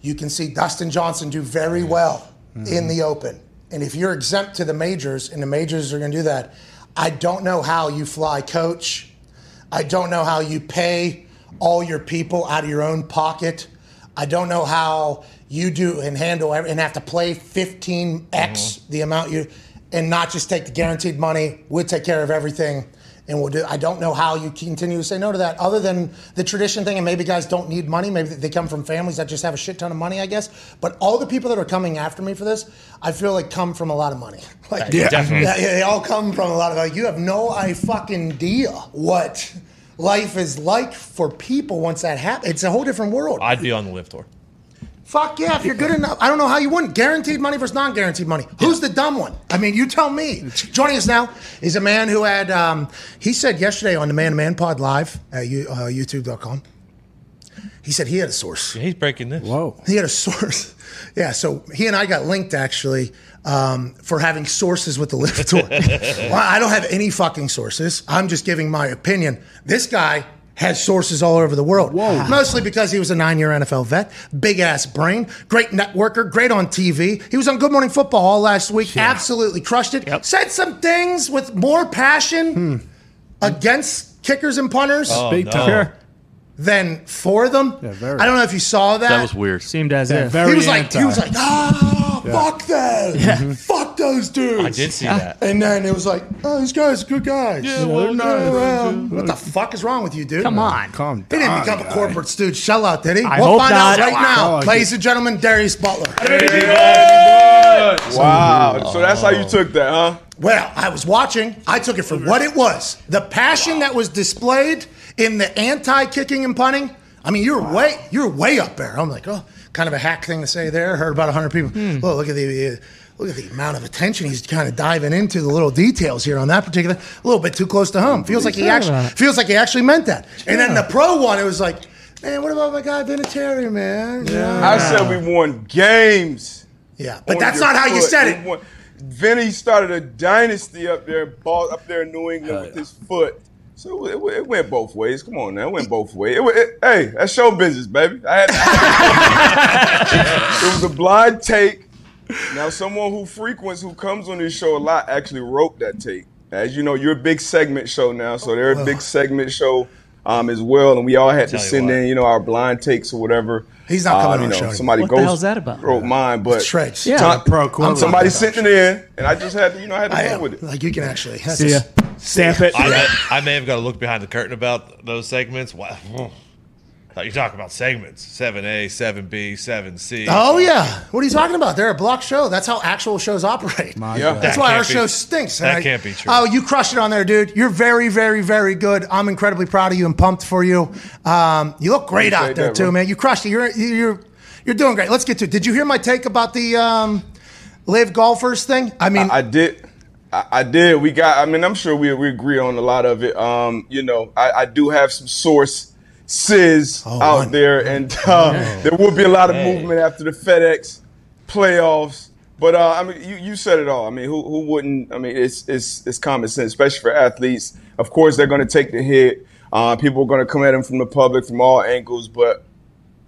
[SPEAKER 1] you can see Dustin Johnson do very well in the Open, and if you're exempt to the majors, and the majors are going to do that, I don't know how you fly coach. I don't know how you pay all your people out of your own pocket. I don't know how you do and handle every, and have to play 15x the amount you and not just take the guaranteed money. We'll take care of everything and we'll do. I don't know how you continue to say no to that other than the tradition thing. And maybe guys don't need money. Maybe they come from families that just have a shit ton of money, I guess. But all the people that are coming after me for this, I feel like come from a lot of money. Like,
[SPEAKER 3] Yeah.
[SPEAKER 4] Definitely.
[SPEAKER 1] yeah, yeah, they all come from a lot of like you have no I fucking idea what life is like for people once that happens. It's a whole different world.
[SPEAKER 4] I'd be on the Live tour.
[SPEAKER 1] Fuck yeah, if you're good enough. I don't know how you wouldn't. Guaranteed money versus non guaranteed money. Who's the dumb one? I mean, you tell me. Joining us now is a man who had, um, he said yesterday on the Man to Man Pod Live at you, uh, youtube.com, He said he had a source.
[SPEAKER 4] He's breaking this.
[SPEAKER 3] Whoa.
[SPEAKER 1] He had a source. Yeah, so he and I got linked actually um, for having sources with the live tour. well, I don't have any fucking sources. I'm just giving my opinion. This guy has sources all over the world. Whoa. Mostly because he was a nine year NFL vet, big ass brain, great networker, great on TV. He was on Good Morning Football all last week, absolutely crushed it. Said some things with more passion against kickers and punters
[SPEAKER 3] Hmm. Big
[SPEAKER 4] Oh, no.
[SPEAKER 3] time.
[SPEAKER 4] Sure.
[SPEAKER 1] than for them.
[SPEAKER 3] very.
[SPEAKER 1] I don't know if you saw that
[SPEAKER 5] That was weird.
[SPEAKER 2] Seemed as
[SPEAKER 3] Yeah,
[SPEAKER 2] if.
[SPEAKER 3] very
[SPEAKER 1] he was like,
[SPEAKER 3] anti. Mm-hmm.
[SPEAKER 1] he was like, ah, fuck them, fuck those dudes.
[SPEAKER 4] I did see
[SPEAKER 2] Ah.
[SPEAKER 4] that.
[SPEAKER 1] And then it was like, oh, these guys are good guys. Yeah,
[SPEAKER 3] well, they're not.
[SPEAKER 1] What the fuck is wrong with you, dude?
[SPEAKER 2] Come on.
[SPEAKER 3] Calm
[SPEAKER 1] He
[SPEAKER 3] down.
[SPEAKER 1] didn't become a
[SPEAKER 3] guy. Oh,
[SPEAKER 1] corporate stooge sellout, did he?
[SPEAKER 2] I
[SPEAKER 1] we'll
[SPEAKER 2] hope
[SPEAKER 1] find
[SPEAKER 2] not.
[SPEAKER 1] out right now,
[SPEAKER 3] Sellout.
[SPEAKER 1] ladies and gentlemen, Darius Butler.
[SPEAKER 6] Wow. So that's how you took that, huh?
[SPEAKER 1] Well, I was watching. I took it for what it was. The passion that was displayed in the anti-kicking and punting. I mean, you're way you're way up there. I'm like, oh, kind of a hack thing to say there. Heard about 100 people. Well, look at the uh, look at the amount of attention he's kind of diving into the little details here on that particular. A little bit too close to home. Feels like he actually feels like he actually meant that. And then the pro one, it was like, man, what about my guy Vinatieri, man? Yeah,
[SPEAKER 6] I said we won games.
[SPEAKER 1] yeah. But
[SPEAKER 6] on
[SPEAKER 1] that's
[SPEAKER 6] your
[SPEAKER 1] not how you
[SPEAKER 6] foot.
[SPEAKER 1] said
[SPEAKER 6] We
[SPEAKER 1] it.
[SPEAKER 6] won- Vinny started a dynasty up there, ball up there in New England with his foot. So it, it, it went both ways. Come on, now it went both ways. It, wa- it, hey, that's show business, baby. I had, it was a blind take. Now, someone who frequents, who comes on this show a lot, actually wrote that take. As you know, you're a big segment show now, so they're a big segment show um, as well, and we all had to
[SPEAKER 4] you
[SPEAKER 6] send
[SPEAKER 4] what.
[SPEAKER 6] in, you know, our blind takes or whatever. Uh,
[SPEAKER 1] He's not coming
[SPEAKER 6] you
[SPEAKER 1] on the show anymore.
[SPEAKER 6] Somebody
[SPEAKER 2] What the
[SPEAKER 6] goes,
[SPEAKER 2] hell's that about?
[SPEAKER 6] Wrote mine, but
[SPEAKER 1] Shreds.
[SPEAKER 2] Yeah.
[SPEAKER 6] Tom-
[SPEAKER 3] Pro quo.
[SPEAKER 6] I'm somebody sitting in, and I just had to, you know, I had to
[SPEAKER 1] I,
[SPEAKER 6] deal with it.
[SPEAKER 1] like you can actually. that's
[SPEAKER 2] See ya.
[SPEAKER 1] just-
[SPEAKER 2] Stamp it.
[SPEAKER 4] I may, I may have got to look behind the curtain about those segments. Wow. You're talking about segments 7A, 7B, 7C.
[SPEAKER 1] Oh yeah, what are you talking about? They're a block show. That's how actual shows operate.
[SPEAKER 6] Yeah.
[SPEAKER 1] That's
[SPEAKER 4] That
[SPEAKER 1] why
[SPEAKER 4] can't
[SPEAKER 1] our
[SPEAKER 4] be-
[SPEAKER 1] show stinks. and
[SPEAKER 4] that
[SPEAKER 1] I-
[SPEAKER 4] can't be true.
[SPEAKER 1] Oh, you crushed it on there, dude. You're very, very, very good. I'm incredibly proud of you and pumped for you. Um, you look great out
[SPEAKER 6] Appreciate
[SPEAKER 1] there
[SPEAKER 6] that,
[SPEAKER 1] too,
[SPEAKER 6] bro.
[SPEAKER 1] man. You crushed it. You're you're you're doing great. Let's get to it. Did you hear my take about the um, live golfers thing? I mean,
[SPEAKER 6] I did. I I did. We got. I mean, I'm sure we, we agree on a lot of it. Um, you know, I, I do have some sources out
[SPEAKER 1] one.
[SPEAKER 6] there, and uh,
[SPEAKER 1] Oh.
[SPEAKER 6] there will be a lot of movement after the FedEx playoffs. But uh, I mean, you, you said it all. I mean, who, who wouldn't? I mean, it's it's it's common sense, especially for athletes. Of course, they're going to take the hit. Uh, people are going to come at them from the public from all angles. But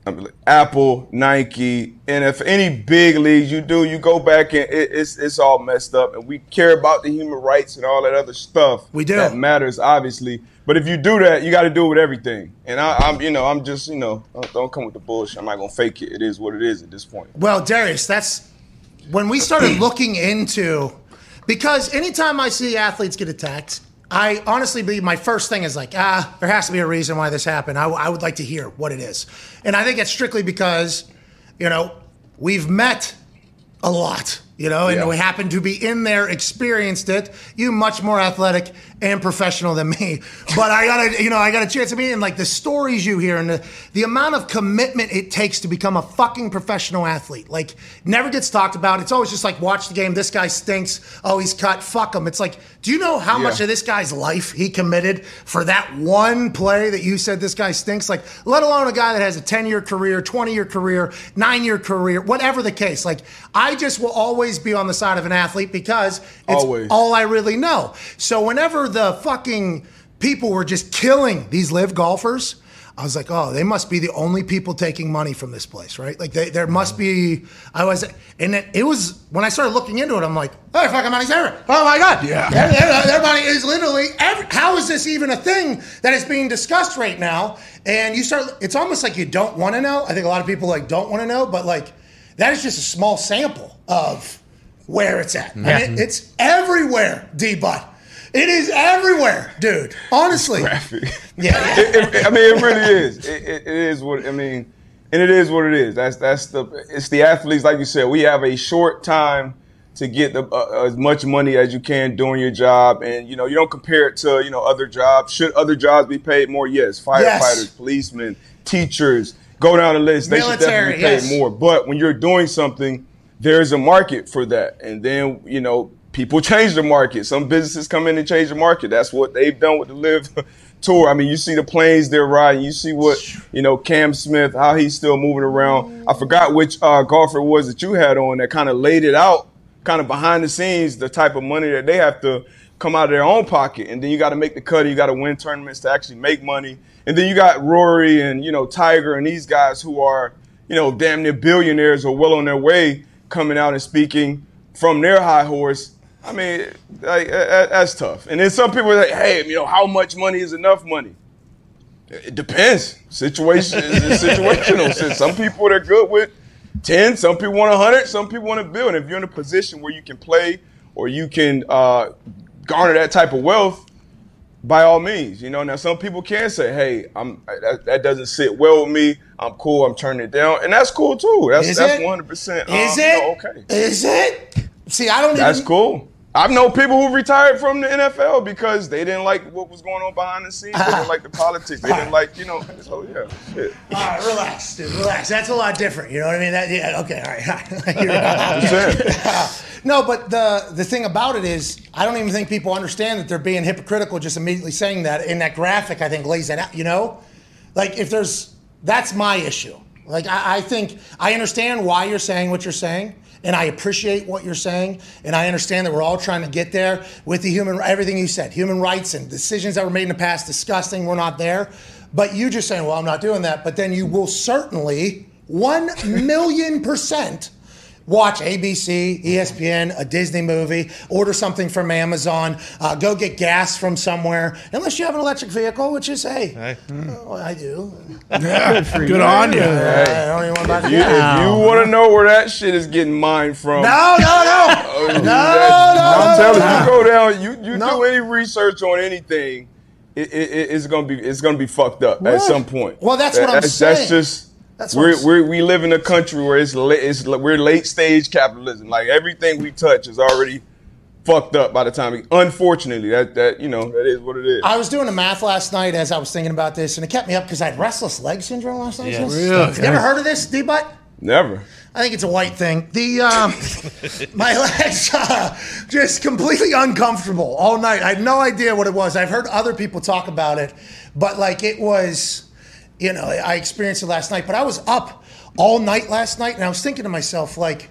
[SPEAKER 6] I mean, Apple, Nike, NFL, any big leagues you do, you go back and it, it's it's all messed up. And we care about the human rights and all that other uh, stuff.
[SPEAKER 1] We do.
[SPEAKER 6] that matters, obviously. But if you do that, you got to do it with everything. And I, I'm, you know, I'm just, you know, don't, don't come with the bullshit. I'm not gonna fake it. It is what it is at this point.
[SPEAKER 1] Well, Darius, that's when we started looking into because anytime I see athletes get attacked, I honestly believe my first thing is like, ah, there has to be a reason why this happened. I, w- I would like to hear what it is. And I think it's strictly because, you know, we've met a lot, you know, and
[SPEAKER 6] Yeah.
[SPEAKER 1] we happen to be in there, experienced it. You much more athletic and professional than me, but I got a, you know, I got a chance to meet and like the stories you hear and the, the amount of commitment it takes to become a fucking professional athlete, like never gets talked about. It's always just like watch the game. This guy stinks. Oh, he's cut. Fuck him. It's like, do you know how much
[SPEAKER 6] Yeah.
[SPEAKER 1] of this guy's life he committed for that one play that you said this guy stinks? Like, let alone a guy that has a 10 year career, 20 year career, nine year career, whatever the case. Like, I just will always be on the side of an athlete because it's
[SPEAKER 6] Always.
[SPEAKER 1] all I really know. So, whenever the fucking people were just killing these live golfers, I was like, oh, they must be the only people taking money from this place, right? Like, they, there must be. I was, and it, it was when I started looking into it, I'm like, oh, fucking money's everywhere. Oh my god,
[SPEAKER 3] Yeah.
[SPEAKER 1] Their- their- their money is literally. Every, how is this even a thing that is being discussed right now? And you start, it's almost like you don't want to know. I think a lot of people like don't want to know, but like that is just a small sample of where it's at. And it- it's everywhere, D Bud. It is everywhere, dude. Honestly, yeah. yeah.
[SPEAKER 6] it, it- I mean, it really is. It, it, it is what I mean, and it is what it is. That's that's the it's the athletes, like you said. We have a short time to get the, uh, as much money as you can doing your job, and you know you don't compare it to you know other jobs. Should other jobs be paid more? Yes, firefighters,
[SPEAKER 1] Yes.
[SPEAKER 6] policemen, teachers. Go down the list. They should
[SPEAKER 1] Military,
[SPEAKER 6] definitely be paid
[SPEAKER 1] yes.
[SPEAKER 6] more. But when you're doing something, there's a market for that. And then, you know, people change the market. Some businesses come in and change the market. That's what they've done with the live tour. I mean, you see the planes they're riding. You see what you know Cam Smith, how he's still moving around. I forgot which uh, golfer it was that you had on that kind of laid it out, kind of behind the scenes, the type of money that they have to come out of their own pocket, and then you got to make the cut. You got to win tournaments to actually make money, and then you got Rory and you know Tiger and these guys who are you know damn near billionaires or well on their way coming out and speaking from their high horse. I mean, like, uh, uh, that's tough. And then some people are like, hey, you know, how much money is enough money? It depends. Situation is situational. So some people they're good with ten, some people want hundred, some people want a billion. If you're in a position where you can play or you can uh, garner that type of wealth, by all means, you know. Now some people can say, hey, I'm that, that doesn't sit well with me. I'm cool. I'm turning it down, and that's cool too. That's
[SPEAKER 1] Is
[SPEAKER 6] that's
[SPEAKER 1] it?
[SPEAKER 6] 100. percent um,
[SPEAKER 1] Is it?
[SPEAKER 6] okay?
[SPEAKER 1] Is it? See, I don't
[SPEAKER 6] That's
[SPEAKER 1] even.
[SPEAKER 6] cool. I've known people who retired from the NFL because they didn't like what was going on behind the scenes. They didn't like the politics. They didn't like, you know. So yeah, shit.
[SPEAKER 1] All right, relax, dude. Relax. That's a lot different. You know what I mean? That, yeah. Okay. All right. You're right.
[SPEAKER 6] I'm saying.
[SPEAKER 1] No, but the the thing about it is, I don't even think people understand that they're being hypocritical just immediately saying that. And that graphic, I think, lays that out. You know, like if there's that's my issue. Like I, I think I understand why you're saying what you're saying, and I appreciate what you're saying, and I understand that we're all trying to get there with the human everything you said, human rights and decisions that were made in the past, disgusting. We're not there, but you just saying, well, I'm not doing that. But then you will certainly one million percent watch ABC, ESPN, a Disney movie, order something from Amazon, uh, go get gas from somewhere, unless you have an electric vehicle, which is, hey, oh, I do.
[SPEAKER 3] Good on you.
[SPEAKER 1] I don't even want to buy the
[SPEAKER 6] You-
[SPEAKER 1] gas.
[SPEAKER 6] If you want to know where that shit is getting mine from,
[SPEAKER 1] No, no,
[SPEAKER 6] oh,
[SPEAKER 1] no. no,
[SPEAKER 6] I'm
[SPEAKER 1] no,
[SPEAKER 6] telling
[SPEAKER 1] no.
[SPEAKER 6] you, you go down. You you
[SPEAKER 1] No.
[SPEAKER 6] do any research on anything, it, it, it- it's gonna be it's gonna be fucked up at some point.
[SPEAKER 1] Well, that's what I'm
[SPEAKER 6] that's,
[SPEAKER 1] saying.
[SPEAKER 6] That's just.
[SPEAKER 1] That's what
[SPEAKER 6] we're,
[SPEAKER 1] I'm s-
[SPEAKER 6] we're, we live in a country where it's, la- it's la- we're late stage capitalism. Like everything we touch is already fucked up by the time. unfortunately, that that you know that is what it is.
[SPEAKER 1] I was doing the math last night as I was thinking about this, and it kept me up because I had restless leg syndrome last night.
[SPEAKER 4] Yes.
[SPEAKER 1] You ever heard of this, D-Butt?
[SPEAKER 6] Never.
[SPEAKER 1] I think it's a white thing. The um, my legs uh, just completely uncomfortable all night. I had no idea what it was. I've heard other people talk about it, but like it was, you know, I experienced it last night. But I was up all night last night, and I was thinking to myself, like,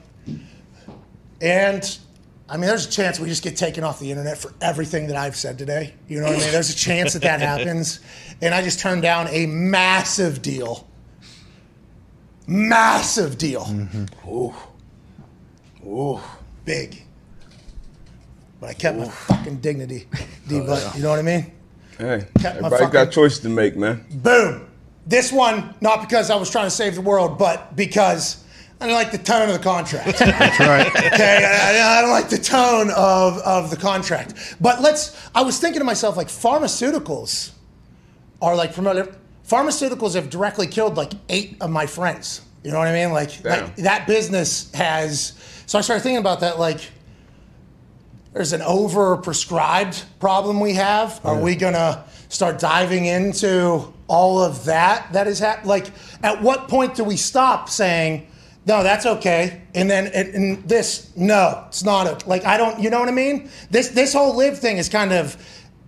[SPEAKER 1] and I mean, there's a chance we just get taken off the internet for everything that I've said today. You know what I mean? There's a chance that that happens, and I just turned down a massive deal. Massive deal.
[SPEAKER 4] Mm-hmm.
[SPEAKER 1] Big. But I kept my fucking dignity, D butt. You know what I mean?
[SPEAKER 6] Hey,
[SPEAKER 1] Kept my
[SPEAKER 6] everybody
[SPEAKER 1] fucking-
[SPEAKER 6] got choices to make, man.
[SPEAKER 1] Boom. This one, not because I was trying to save the world, but because I didn't like the tone of the contract.
[SPEAKER 3] That's right.
[SPEAKER 1] okay, I, I don't like the tone of, of the contract. But let's, I was thinking to myself, like, pharmaceuticals are like promoted, pharmaceuticals have directly killed like eight of my friends. You know what I mean? Like, like
[SPEAKER 6] Damn.
[SPEAKER 1] that business has, so I started thinking about that, like, there's an overprescribed problem we have. Are we gonna start diving into all of that that is hap- like? At what point do we stop saying, "No, that's okay," and then and, and this, "No, it's not." A, like I don't, you know what I mean? This this whole live thing has kind of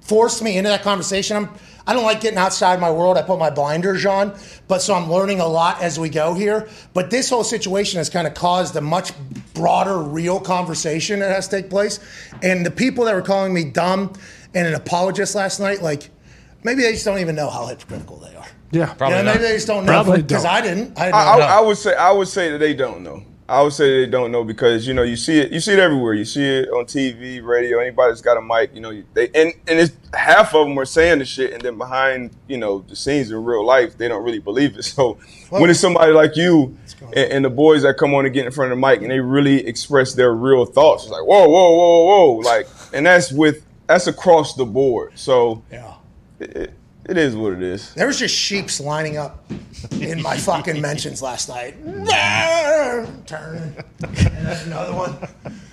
[SPEAKER 1] forced me into that conversation. I'm I don't like getting outside my world. I put my blinders on, but so I'm learning a lot as we go here. But this whole situation has kind of caused a much broader, real conversation that has to take place. And the people that were calling me dumb and an apologist last night, like maybe they just don't even know how hypocritical they are.
[SPEAKER 3] Yeah.
[SPEAKER 1] You
[SPEAKER 4] Probably
[SPEAKER 1] know, maybe
[SPEAKER 4] not.
[SPEAKER 1] they just don't know
[SPEAKER 3] Probably
[SPEAKER 1] because
[SPEAKER 3] don't.
[SPEAKER 1] I didn't. I didn't
[SPEAKER 6] I,
[SPEAKER 1] know.
[SPEAKER 6] I, I would say I would say that they don't know. I would say they don't know because you know you see it you see it everywhere. You see it on TV, radio. Anybody that's got a mic, you know you- they and and it's half of them are saying the shit, and then behind you know the scenes in real life, they don't really believe it. So when it's somebody like you and, and the boys that come on and get in front of the mic and they really express their real thoughts, it's like whoa, whoa, whoa, whoa, like, and that's with that's across the board. So
[SPEAKER 1] yeah.
[SPEAKER 6] it, it is what it is.
[SPEAKER 1] There was just sheeps lining up in my fucking mentions last night. Turn. And then another one.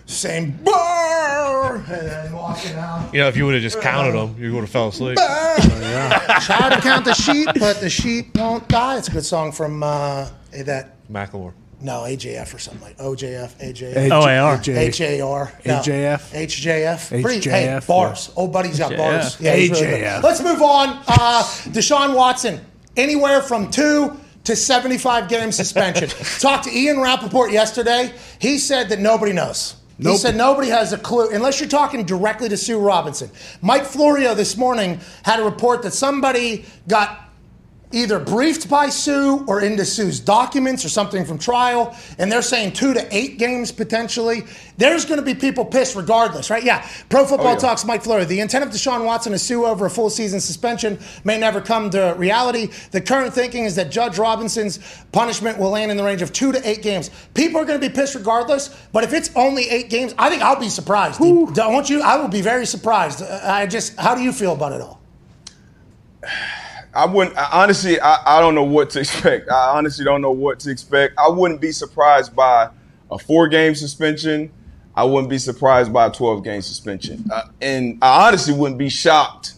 [SPEAKER 1] Same. Burr, and then walking out.
[SPEAKER 4] You know, if you would have just counted them, you would have fell asleep.
[SPEAKER 1] Try to count the sheep, but the sheep won't die. It's a good song from uh, that
[SPEAKER 4] Macklemore.
[SPEAKER 1] No, AJF or something like OJF, AJF.
[SPEAKER 3] H-
[SPEAKER 2] OAR.
[SPEAKER 3] H-
[SPEAKER 1] H-A-R. No.
[SPEAKER 3] AJF?
[SPEAKER 1] HJF. Pretty, hey,
[SPEAKER 3] HJF,
[SPEAKER 1] bars. Old buddies got bars. Yeah, he's really good.
[SPEAKER 3] HJF.
[SPEAKER 1] Let's move on. Uh, Deshaun Watson, anywhere from two to 75 game suspension. Talked to Ian Rappaport yesterday. He said that nobody knows. He
[SPEAKER 3] Nope.
[SPEAKER 1] said nobody has a clue, unless you're talking directly to Sue Robinson. Mike Florio this morning had a report that somebody got either briefed by Sue or into Sue's documents or something from trial, and they're saying two to eight games potentially. There's going to be people pissed regardless, right? Yeah. Pro Football Talks, Mike Fleury. The intent of Deshaun Watson to sue over a full season suspension may never come to reality. The current thinking is that Judge Robinson's punishment will land in the range of two to eight games. People are going to be pissed regardless, but if it's only eight games, I think I'll be surprised. Don't you? I will be very surprised. Uh, I just, how do you feel about it all?
[SPEAKER 6] I wouldn't I, honestly. I, I don't know what to expect. I honestly don't know what to expect. I wouldn't be surprised by a four-game suspension. I wouldn't be surprised by a twelve-game suspension, uh, and I honestly wouldn't be shocked.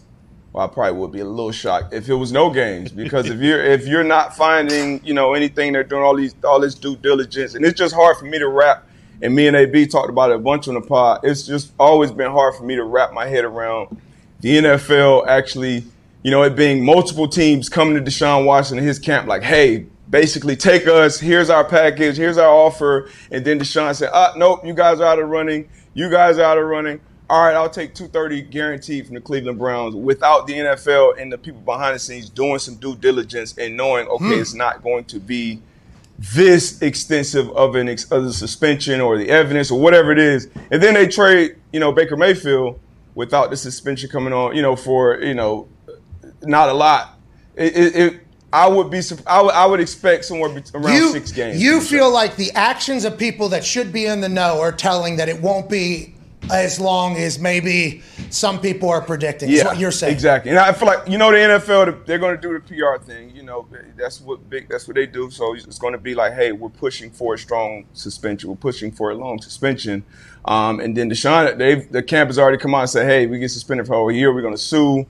[SPEAKER 6] Well, I probably would be a little shocked if it was no games because if you're if you're not finding you know anything, they're doing all these all this due diligence, and it's just hard for me to wrap. And me and AB talked about it a bunch on the pod. It's just always been hard for me to wrap my head around the NFL actually, you know, it being multiple teams coming to Deshaun Watson and his camp, like, hey, basically take us, here's our package, here's our offer. And then Deshaun said, ah, nope, you guys are out of running, you guys are out of running. All right, I'll take 230 guaranteed from the Cleveland Browns without the NFL and the people behind the scenes doing some due diligence and knowing, okay, it's not going to be this extensive of an ex- of the suspension or the evidence or whatever it is, and then they trade, you know, Baker Mayfield without the suspension coming on, you know, for you know, not a lot. It, it, it I would be, surp- I would, I would expect somewhere bet- around
[SPEAKER 1] you,
[SPEAKER 6] six games.
[SPEAKER 1] You feel like the actions of people that should be in the know are telling that it won't be as long as maybe some people are predicting. is what you're saying.
[SPEAKER 6] Exactly. And I feel like you know the NFL they're going to do the PR thing, you know, that's what big that's what they do. So it's going to be like, "Hey, we're pushing for a strong suspension. We're pushing for a long suspension." Um, and then Deshaun they the camp has already come out and said, "Hey, we get suspended for a whole year. We're going to sue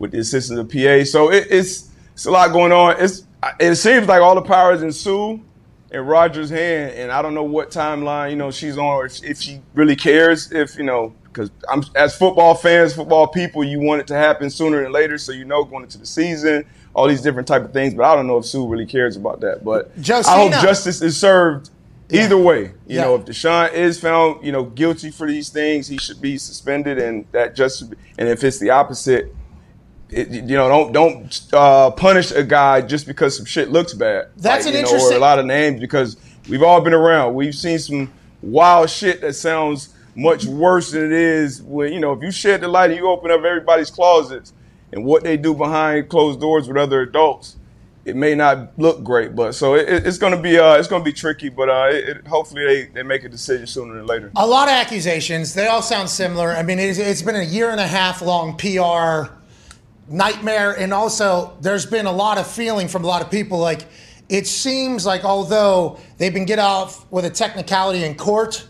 [SPEAKER 6] with the assistance of PA." So it, it's it's a lot going on. It's it seems like all the power is in Sue in Roger's hand, and I don't know what timeline you know she's on, or if, if she really cares. If you know, because I'm as football fans, football people, you want it to happen sooner than later, so you know going into the season, all these different type of things. But I don't know if Sue really cares about that. But I hope
[SPEAKER 1] Josina.
[SPEAKER 6] justice is served either way. You
[SPEAKER 1] Yeah.
[SPEAKER 6] know, if Deshaun is found you know guilty for these things, he should be suspended, and that just and if it's the opposite. It, you know, don't don't uh, punish a guy just because some shit looks bad.
[SPEAKER 1] That's
[SPEAKER 6] Like,
[SPEAKER 1] an
[SPEAKER 6] you know, Or
[SPEAKER 1] interesting-
[SPEAKER 6] a lot of names because we've all been around. We've seen some wild shit that sounds much worse than it is when you know if you shed the light and you open up everybody's closets and what they do behind closed doors with other adults. It may not look great, but so it, it- it's gonna be uh, it's gonna be tricky. But uh, it, it, hopefully they, they make a decision sooner than later.
[SPEAKER 1] A lot of accusations. They all sound similar. I mean, it's, it's been a year and a half long PR nightmare, and also there's been a lot of feeling from a lot of people. Like, it seems like although they've been get off with a technicality in court,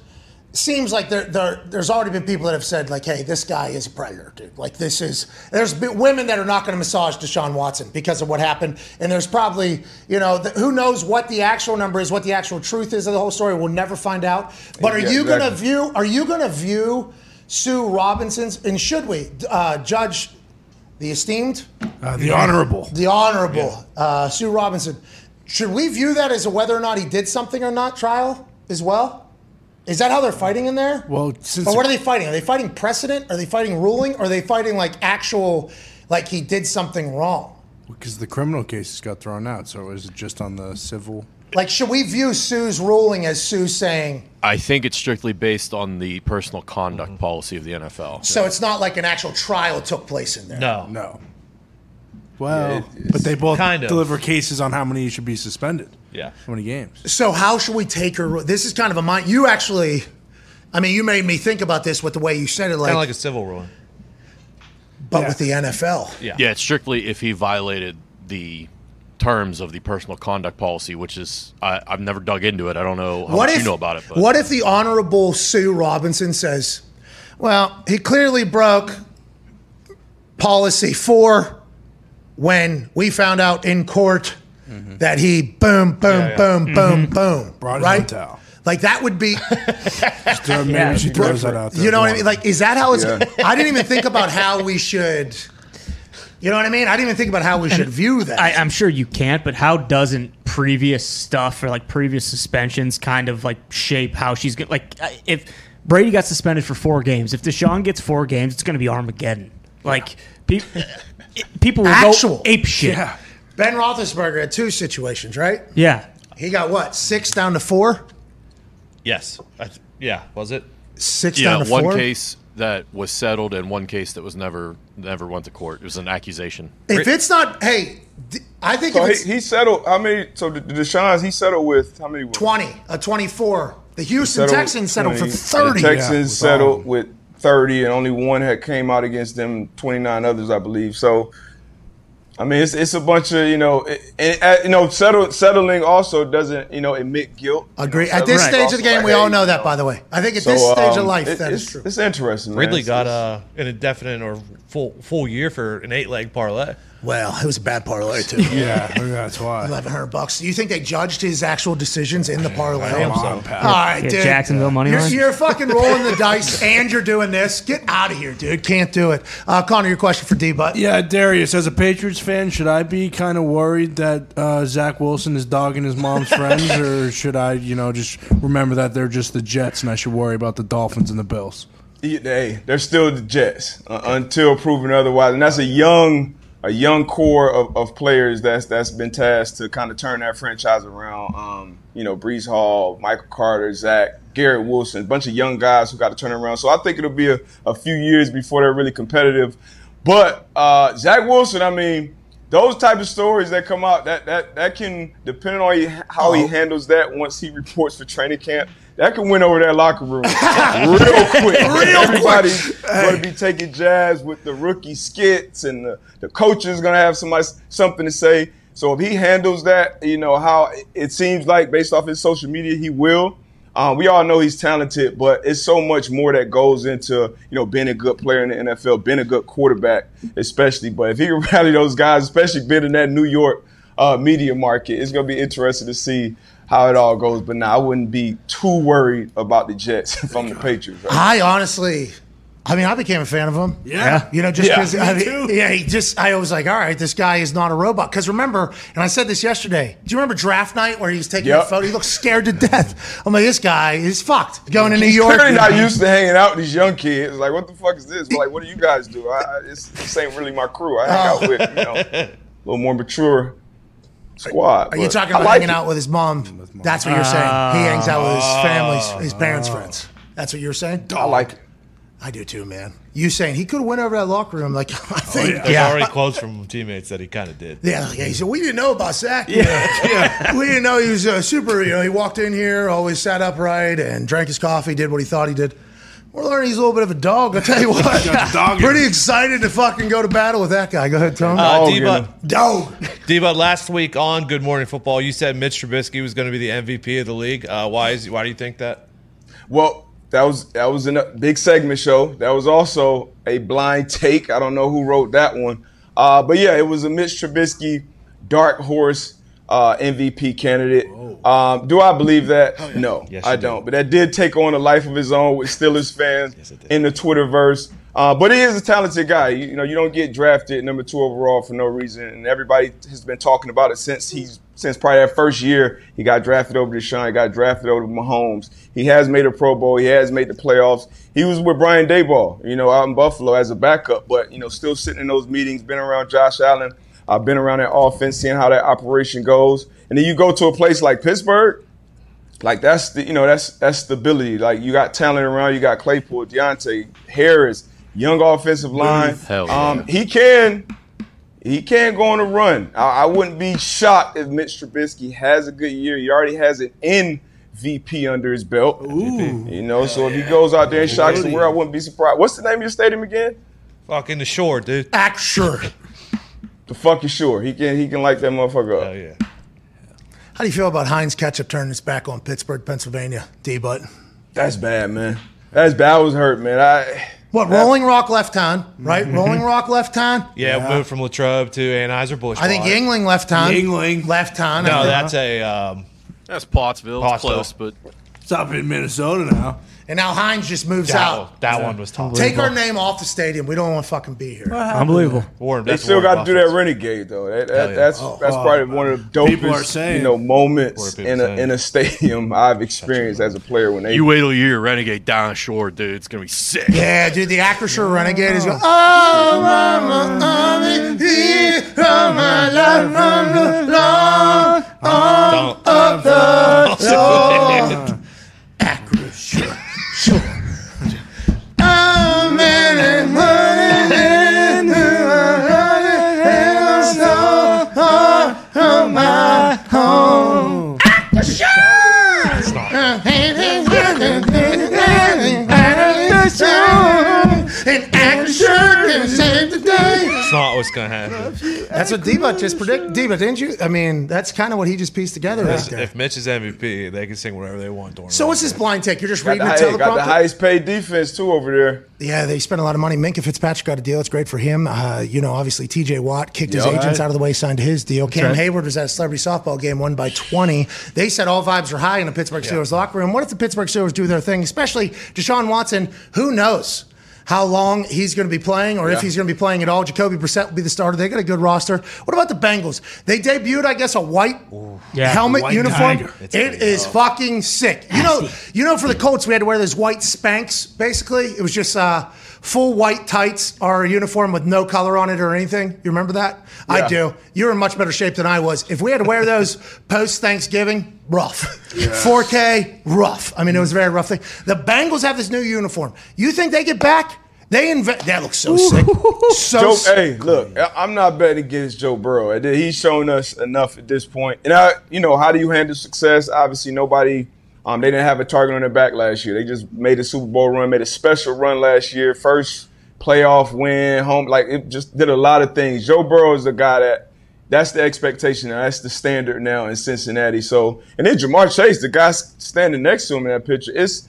[SPEAKER 1] seems like there, there there's already been people that have said like, hey, this guy is a predator, dude. Like, this is there's been women that are not going to massage Deshaun Watson because of what happened, and there's probably you know th- who knows what the actual number is, what the actual truth is of the whole story. We'll never find out. But are
[SPEAKER 6] Yeah,
[SPEAKER 1] you going to
[SPEAKER 6] exactly.
[SPEAKER 1] view? Are you going to view Sue Robinson's? And should we uh, judge the esteemed,
[SPEAKER 3] Uh, the Honorable.
[SPEAKER 1] the honorable uh, Sue Robinson? Should we view that as a whether or not he did something or not trial as well? Is that how they're fighting in there?
[SPEAKER 3] Well, since
[SPEAKER 1] But what are they fighting? Are they fighting precedent? Are they fighting ruling? Or are they fighting like actual, like he did something wrong?
[SPEAKER 3] because the criminal cases got thrown out, so is it just on the civil?
[SPEAKER 1] Like, should we view Sue's ruling as Sue saying,
[SPEAKER 5] I think it's strictly based on the personal
[SPEAKER 4] Mm-hmm.
[SPEAKER 5] conduct policy of the NFL.
[SPEAKER 1] so it's not like an actual trial took place in there?
[SPEAKER 4] No.
[SPEAKER 3] No. Well,
[SPEAKER 6] it's
[SPEAKER 3] but they both
[SPEAKER 4] kind of.
[SPEAKER 3] deliver cases on how many you should be suspended.
[SPEAKER 4] Yeah.
[SPEAKER 3] How many games?
[SPEAKER 1] So how should we take her? This is kind of a mind. You actually, I mean, you made me think about this with the way you said it, like,
[SPEAKER 4] Kind of like a civil ruling.
[SPEAKER 1] but
[SPEAKER 3] Yeah.
[SPEAKER 1] with the NFL.
[SPEAKER 4] Yeah.
[SPEAKER 5] Yeah, it's strictly if he violated the terms of the personal conduct policy, which is I, I've never dug into it. I don't know how
[SPEAKER 1] what
[SPEAKER 5] much
[SPEAKER 1] if
[SPEAKER 5] you know about it. But
[SPEAKER 1] what if the honorable Sue Robinson says, "Well, he clearly broke policy four when we found out in court
[SPEAKER 5] Mm-hmm.
[SPEAKER 1] that he boom, boom,
[SPEAKER 4] Yeah, yeah.
[SPEAKER 1] boom, boom, boom.
[SPEAKER 3] Brought his
[SPEAKER 1] right?
[SPEAKER 3] own towel.
[SPEAKER 1] Like that would be,
[SPEAKER 3] So maybe she throws that out there.
[SPEAKER 1] you know what I mean? Like, is that how it's?
[SPEAKER 6] Yeah.
[SPEAKER 1] I didn't even think about how we should. You know what I mean? I didn't even think about how we should view that.
[SPEAKER 2] I, I'm sure you can't, but how doesn't previous stuff or like previous suspensions kind of like shape how she's going? Like I- if Brady got suspended for four games, if Deshaun gets four games, it's going to be Armageddon. Like peop people will
[SPEAKER 1] Actual.
[SPEAKER 2] go ape shit.
[SPEAKER 3] yeah.
[SPEAKER 1] ben Roethlisberger had two situations, right?
[SPEAKER 2] Yeah.
[SPEAKER 1] He got what six down to four,
[SPEAKER 4] Yes. I th- yeah. Was it?
[SPEAKER 1] six
[SPEAKER 5] Yeah,
[SPEAKER 1] down to
[SPEAKER 5] one
[SPEAKER 1] four.
[SPEAKER 5] case that was settled and one case that was never never went to court. It was an accusation.
[SPEAKER 1] If it's not, hey, d- I think
[SPEAKER 6] So
[SPEAKER 1] if
[SPEAKER 6] he,
[SPEAKER 1] it's
[SPEAKER 6] he settled. How many? So the the Deshaun's he settled with how many?
[SPEAKER 1] 20, a 24, the Houston
[SPEAKER 6] settled with
[SPEAKER 1] Texans settled for 30.
[SPEAKER 6] 20. The
[SPEAKER 3] Yeah, with
[SPEAKER 6] Texans
[SPEAKER 3] all of
[SPEAKER 6] settled
[SPEAKER 3] them.
[SPEAKER 6] with 30, and only one had came out against them. 29 others, I believe. So, I mean, it's it's a bunch of you know, it, and, uh, you know, settle, settling also doesn't you know admit guilt. You know,
[SPEAKER 1] Agree. At this
[SPEAKER 2] Right.
[SPEAKER 6] settling's
[SPEAKER 1] stage of the game,
[SPEAKER 6] also like,
[SPEAKER 1] we
[SPEAKER 6] hey,
[SPEAKER 1] all know
[SPEAKER 6] you
[SPEAKER 1] that. By the way, I think at
[SPEAKER 6] So,
[SPEAKER 1] this stage
[SPEAKER 6] um,
[SPEAKER 1] of life,
[SPEAKER 6] it-
[SPEAKER 1] that is
[SPEAKER 6] it's-
[SPEAKER 1] true.
[SPEAKER 6] It's interesting. Man.
[SPEAKER 4] Ridley
[SPEAKER 6] It's-
[SPEAKER 4] got
[SPEAKER 6] it's-
[SPEAKER 4] uh, an indefinite or full full year for an eight leg parlay.
[SPEAKER 1] Well, it was a bad parlay too.
[SPEAKER 3] Yeah, maybe that's why.
[SPEAKER 1] Eleven hundred bucks. Do you think they judged his actual decisions in the parlay?
[SPEAKER 3] Come
[SPEAKER 1] All
[SPEAKER 3] on, pal.
[SPEAKER 1] right,
[SPEAKER 2] Yeah,
[SPEAKER 1] dude.
[SPEAKER 2] Jacksonville money
[SPEAKER 1] You're,
[SPEAKER 2] line.
[SPEAKER 1] you're fucking rolling the dice, and you're doing this. Get out of here, dude. Can't do it. Uh, Connor, your question for D. But
[SPEAKER 3] Yeah, Darius, as a Patriots fan, should I be kind of worried that uh, Zach Wilson is dogging his mom's friends, or should I, you know, just remember that they're just the Jets and I should worry about the Dolphins and the Bills?
[SPEAKER 6] Hey, they're still the Jets uh, until proven otherwise, and that's a young, a young core of, of players that's that's been tasked to kind of turn that franchise around. Um, you know, Brees Hall, Michael Carter, Zach, Garrett Wilson, a bunch of young guys who got to turn it around. So I think it'll be a, a few years before they're really competitive. But uh, Zach Wilson, I mean, those type of stories that come out, that that that can depending on he- how he handles that once he reports for training camp. That can win over that locker room real quick. Real Everybody's going to be taking jabs with the rookie skits, and the, the coach is going to have somebody something to say. So if he handles that, you know how it seems like based off his social media, he will. Um, we all know he's talented, but it's so much more that goes into you know being a good player in the NFL, being a good quarterback, especially. But if he can rally those guys, especially being in that New York uh, media market, it's going to be interesting to see how it all goes. But now I wouldn't be too worried about the Jets if I'm the Patriots. right?
[SPEAKER 1] I honestly, I mean, I became a fan of him.
[SPEAKER 3] Yeah.
[SPEAKER 1] You know, just
[SPEAKER 6] Yeah,
[SPEAKER 1] because,
[SPEAKER 6] me
[SPEAKER 1] I mean, yeah, he just, I was like, all right, this guy is not a robot. Because remember, and I said this yesterday, do you remember draft night where he was taking
[SPEAKER 6] Yep.
[SPEAKER 1] a photo? He looked scared to death. I'm like, this guy is fucked. Going to New York.
[SPEAKER 6] Clearly not used to hanging out with these young kids. Like, what the fuck is this? Like, what do you guys do? I, I, it's, this ain't really my crew. I hang out with, you know, a little more mature squad.
[SPEAKER 1] Are you talking about hanging out with his mom? That's what you're saying. He hangs out with his family's, his parents' friends. That's what you're saying?
[SPEAKER 6] I like it.
[SPEAKER 1] I do too, man. You saying he could have went over that locker room? Like I think,
[SPEAKER 4] There's already quotes from teammates that he kind of did.
[SPEAKER 1] Yeah, yeah. He said, We didn't know about Zach. Yeah. we didn't know he was a super, you know, he walked in here, always sat upright and drank his coffee, did what he thought he did. We're learning he's a little bit of a dog. I'll tell you what.
[SPEAKER 3] Got the dog in
[SPEAKER 1] Pretty
[SPEAKER 3] him.
[SPEAKER 1] excited to fucking go to battle with that guy. Go ahead, Tony.
[SPEAKER 4] Uh,
[SPEAKER 6] Oh,
[SPEAKER 4] D-Bud,
[SPEAKER 1] dog.
[SPEAKER 4] D-Bud, last week on Good Morning Football, you said Mitch Trubisky was going to be the MVP of the league. Uh, why is why do you think that?
[SPEAKER 6] Well, that was that was in a big segment show. That was also a blind take. I don't know who wrote that one, uh, but yeah, it was a Mitch Trubisky dark horse uh, MVP candidate. Um, do I believe that? No,
[SPEAKER 4] Yes,
[SPEAKER 6] I
[SPEAKER 4] you do.
[SPEAKER 6] don't. But that did take on a life of his own with Steelers fans in the Twitterverse. Uh, but he is a talented guy. You, you know, you don't get drafted number two overall for no reason, and everybody has been talking about it since he's since probably that first year, he got drafted over Deshaun, he got drafted over Mahomes. He has made a Pro Bowl, he has made the playoffs. He was with Brian Dayball, you know, out in Buffalo as a backup, but you know, still sitting in those meetings, been around Josh Allen, I've been around that offense, seeing how that operation goes. And then you go to a place like Pittsburgh, like that's the you know that's that's stability. Like you got talent around, you got Claypool, Deontay Harris, young offensive line.
[SPEAKER 5] Hell yeah.
[SPEAKER 6] um, he can he can go on a run. I, I wouldn't be shocked if Mitch Trubisky has a good year. He already has an MVP under his belt. You know, so if he goes out there and shocks the world, I wouldn't be surprised. What's the name of your stadium again?
[SPEAKER 4] Fucking the shore, dude.
[SPEAKER 1] Act sure.
[SPEAKER 6] The fuck you sure he can he can light that motherfucker up.
[SPEAKER 4] Oh yeah.
[SPEAKER 1] How do you feel about Heinz Ketchup turning his back on Pittsburgh, Pennsylvania? D butt.
[SPEAKER 6] That's bad, man. That's bad. I was hurt, man. I
[SPEAKER 1] What Rolling Rock left hand, right? Rolling Rock left hand.
[SPEAKER 4] Mm-hmm. Yeah, moved from Latrobe to Anheuser-Busch.
[SPEAKER 1] I think Yingling left hand. Yingling left hand. I
[SPEAKER 4] No,
[SPEAKER 1] think.
[SPEAKER 4] that's a. Um,
[SPEAKER 5] That's Pottsville. It's
[SPEAKER 4] Pottsville.
[SPEAKER 5] close, but
[SPEAKER 3] It's up in Minnesota now.
[SPEAKER 1] and now Hines just moves out.
[SPEAKER 4] that, that one was top.
[SPEAKER 1] Take our name off the stadium. We don't want to fucking be here.
[SPEAKER 2] Unbelievable.
[SPEAKER 4] Warren,
[SPEAKER 6] They
[SPEAKER 4] that's
[SPEAKER 6] still
[SPEAKER 4] Warren
[SPEAKER 6] got to do
[SPEAKER 4] Buffett.
[SPEAKER 6] that renegade though. That, that,
[SPEAKER 4] yeah.
[SPEAKER 6] That's that's
[SPEAKER 3] oh,
[SPEAKER 6] probably one of the
[SPEAKER 3] people are
[SPEAKER 6] dopest
[SPEAKER 3] saying-
[SPEAKER 6] you know
[SPEAKER 4] What are
[SPEAKER 6] moments
[SPEAKER 4] people
[SPEAKER 6] in a
[SPEAKER 4] saying?
[SPEAKER 6] in a stadium I've experienced as a player when they
[SPEAKER 5] you wait till you hear Renegade down shore, dude. It's gonna be sick.
[SPEAKER 1] Yeah, dude, the Acrisure Renegade is going. Oh, mama, I'm here, all my life, I'm alone."
[SPEAKER 4] Don't-
[SPEAKER 1] Acrisure, sure. I'm in it, running in it, running in the snow, oh, oh, my home. Acrisure! And Acrisure can save the day.
[SPEAKER 4] It's not what's gonna happen.
[SPEAKER 1] That's what Deba just predicted. Deba, didn't you? I mean, that's kind of what he just pieced together right there.
[SPEAKER 4] If Mitch is MVP, they can sing whatever they want. During
[SPEAKER 1] So what's this blind take? You're just
[SPEAKER 6] got,
[SPEAKER 1] reading
[SPEAKER 6] the,
[SPEAKER 1] the
[SPEAKER 6] high- got the
[SPEAKER 1] teleprompter.
[SPEAKER 6] highest paid defense too over there.
[SPEAKER 1] Yeah, they spent a lot of money. Minka Fitzpatrick got a deal. It's great for him. Uh, you know, obviously T.J. Watt kicked his
[SPEAKER 6] Yeah.
[SPEAKER 1] agents out of the way, signed his deal. Cam
[SPEAKER 2] right.
[SPEAKER 1] Hayward was at a celebrity softball game, won by 20. They said all vibes are high in the Pittsburgh Steelers locker room. What if the Pittsburgh Steelers do their thing? Especially Deshaun Watson. Who knows? How long he's going to be playing, or if he's going to be playing at all. Jacoby Brissett will be the starter. They got a good roster. What about the Bengals? They debuted, I guess, a white
[SPEAKER 2] Yeah.
[SPEAKER 1] helmet
[SPEAKER 3] White
[SPEAKER 1] uniform.
[SPEAKER 3] tiger.
[SPEAKER 1] It is fucking sick. You know, you know, for the Colts, we had to wear those white Spanx. Basically, it was just uh, full white tights or a uniform with no color on it or anything. You remember that? I
[SPEAKER 6] Yeah.
[SPEAKER 1] do. You were in much better shape than I was. If we had to wear those post Thanksgiving, rough. 4K, rough. I mean, it was a very rough thing. The Bengals have this new uniform. You think they get back? They invent. That looks so sick. So
[SPEAKER 6] Joe,
[SPEAKER 1] sick.
[SPEAKER 6] hey, look, I- I'm not betting against Joe Burrow. I- He's shown us enough at this point. And I, you know, how do you handle success? Obviously, nobody. Um, they didn't have a target on their back last year. They just made a Super Bowl run, made a special run last year, first playoff win, home. Like it just did a lot of things. Joe Burrow is the guy that that's the expectation. and That's the standard now in Cincinnati. So, and then Jamar Chase, the guy s- standing next to him in that picture, it's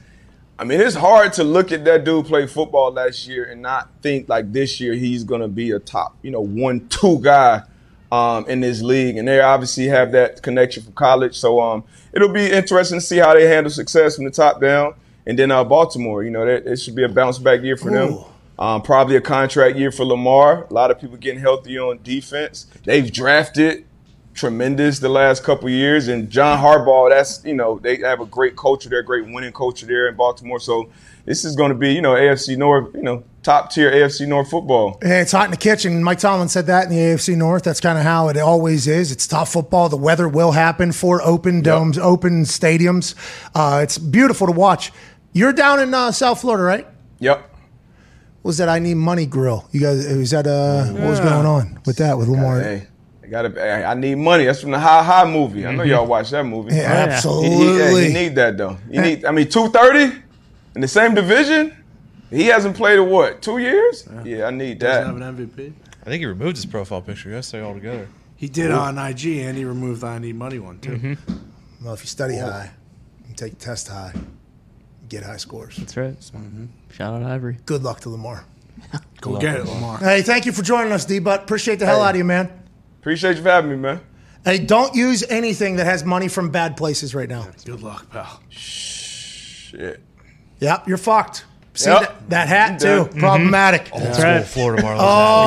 [SPEAKER 6] I mean, it's hard to look at that dude play football last year and not think like this year he's going to be a top, you know, one, two guy um, in this league. And they obviously have that connection from college. So um, it'll be interesting to see how they handle success from the top down. And then uh, Baltimore, you know, that, it should be a bounce back year for them. Um, probably a contract year for Lamar. A lot of people getting healthy on defense. They've drafted tremendous the last couple years. And John Harbaugh, that's you know they have a great culture there, great winning culture there in Baltimore. So this is going to be you know AFC North, you know top tier AFC North football.
[SPEAKER 1] Hey, it's hot in the kitchen. Mike Tomlin said that in the AFC North. That's kind of how it always is. It's top football. The weather will happen for open domes, open stadiums. Uh, it's beautiful to watch. You're down in uh, South Florida, right?
[SPEAKER 6] Yep.
[SPEAKER 1] What was that I Need Money Grill? You guys, it was that uh, what was going on with that with Lamar?
[SPEAKER 6] Hey, I got to. I need money. That's from the High High movie. I know y'all watch that movie.
[SPEAKER 1] Mm-hmm. Yeah,
[SPEAKER 6] He-
[SPEAKER 1] absolutely.
[SPEAKER 6] He, yeah, he need that though. He need. I mean, two thirty in the same division. He hasn't played in what two years? Yeah, I need that.
[SPEAKER 3] Doesn't have an MVP.
[SPEAKER 4] I think he removed his profile picture yesterday altogether.
[SPEAKER 3] He did on IG, and he removed the I Need Money one too.
[SPEAKER 1] well, if you study high, you take test high, you get high scores.
[SPEAKER 7] That's right. Shout out Ivory.
[SPEAKER 1] Good luck to Lamar.
[SPEAKER 3] mm-hmm. Go get it, Lamar.
[SPEAKER 1] Hey, thank you for joining us, D. But appreciate the hell
[SPEAKER 6] Hey.
[SPEAKER 1] out of you, man.
[SPEAKER 6] Appreciate you for having me, man.
[SPEAKER 1] Hey, don't use anything that has money from bad places right now.
[SPEAKER 3] Good luck, pal.
[SPEAKER 6] Shit.
[SPEAKER 1] Yep, you're fucked. See
[SPEAKER 6] Yep.
[SPEAKER 1] that, that hat too.
[SPEAKER 3] Mm-hmm.
[SPEAKER 6] Done.
[SPEAKER 1] Problematic.
[SPEAKER 4] That's right. Florida Marlins.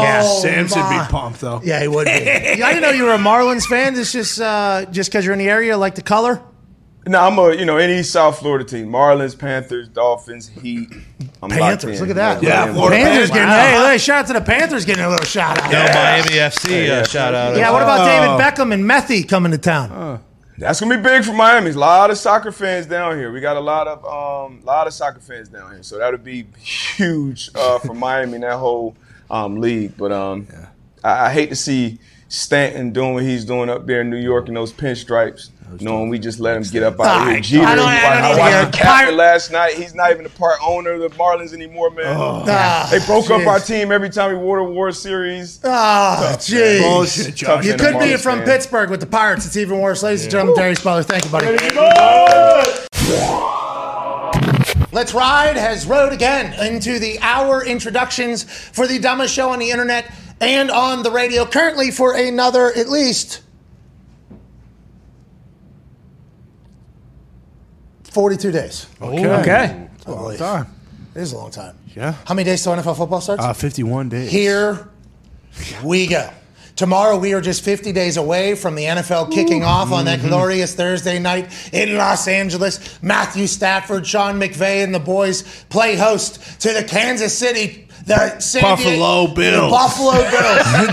[SPEAKER 3] Yeah,
[SPEAKER 1] Oh,
[SPEAKER 3] Sam should be
[SPEAKER 1] my.
[SPEAKER 3] pumped though.
[SPEAKER 1] Yeah, he would be. Yeah, I didn't know you were a Marlins fan. This just uh, just because you're in the area, like the color.
[SPEAKER 6] No, I'm a you know any South Florida team: Marlins, Panthers, Dolphins, Heat. I'm locked
[SPEAKER 1] Panthers.
[SPEAKER 6] in.
[SPEAKER 1] Look at that.
[SPEAKER 3] Yeah,
[SPEAKER 6] locked in.
[SPEAKER 3] Florida
[SPEAKER 1] Panthers
[SPEAKER 3] Pan-
[SPEAKER 1] getting
[SPEAKER 3] wow.
[SPEAKER 1] hey, hey, shout out to the Panthers getting a little shout out.
[SPEAKER 4] No
[SPEAKER 1] Yeah,
[SPEAKER 4] Miami FC uh, shout out.
[SPEAKER 1] uh, what about
[SPEAKER 6] Oh.
[SPEAKER 4] Oh.
[SPEAKER 1] David Beckham and Methy coming to town?
[SPEAKER 6] That's gonna be big for Miami. A lot of soccer fans down here. We got a lot of um, lot of soccer fans down here, so that'll be huge uh, for Miami and that whole um, league. But um, I, I hate to see Stanton doing what he's doing up there in New York in those pinstripes. Knowing we just let him get up out of
[SPEAKER 1] I-
[SPEAKER 6] here. Jeter,
[SPEAKER 1] I don't- I don't need to
[SPEAKER 6] I
[SPEAKER 1] hear
[SPEAKER 6] watched the captain
[SPEAKER 1] pirate-
[SPEAKER 6] last night. He's not even the part owner of the Marlins anymore, man.
[SPEAKER 1] Ah,
[SPEAKER 6] They broke up
[SPEAKER 1] jeez.
[SPEAKER 6] our team every time we won a World Series.
[SPEAKER 1] Ah, jeez.
[SPEAKER 3] Bullshit, Josh.
[SPEAKER 1] You
[SPEAKER 6] Being a
[SPEAKER 1] could be
[SPEAKER 6] Marlins
[SPEAKER 1] from
[SPEAKER 6] fan.
[SPEAKER 1] Pittsburgh with the Pirates. It's even worse. Ladies and gentlemen, Darius Butler, thank you, buddy. Let's Ride has rode again into the hour introductions for the dumbest show on the internet and on the radio currently for another at least 42 days. Oh,
[SPEAKER 3] Okay.
[SPEAKER 2] Okay.
[SPEAKER 3] It's a long time.
[SPEAKER 1] It is a long time.
[SPEAKER 3] Yeah.
[SPEAKER 1] How many days till NFL football starts?
[SPEAKER 3] Uh, 51 days.
[SPEAKER 1] Here we go. Tomorrow we are just 50 days away from the NFL kicking off on
[SPEAKER 3] Mm-hmm.
[SPEAKER 1] that glorious Thursday night in Los Angeles. Matthew Stafford, Sean McVay, and the boys play host to the Kansas City. The San
[SPEAKER 3] Buffalo
[SPEAKER 1] Diego,
[SPEAKER 3] Bills.
[SPEAKER 1] The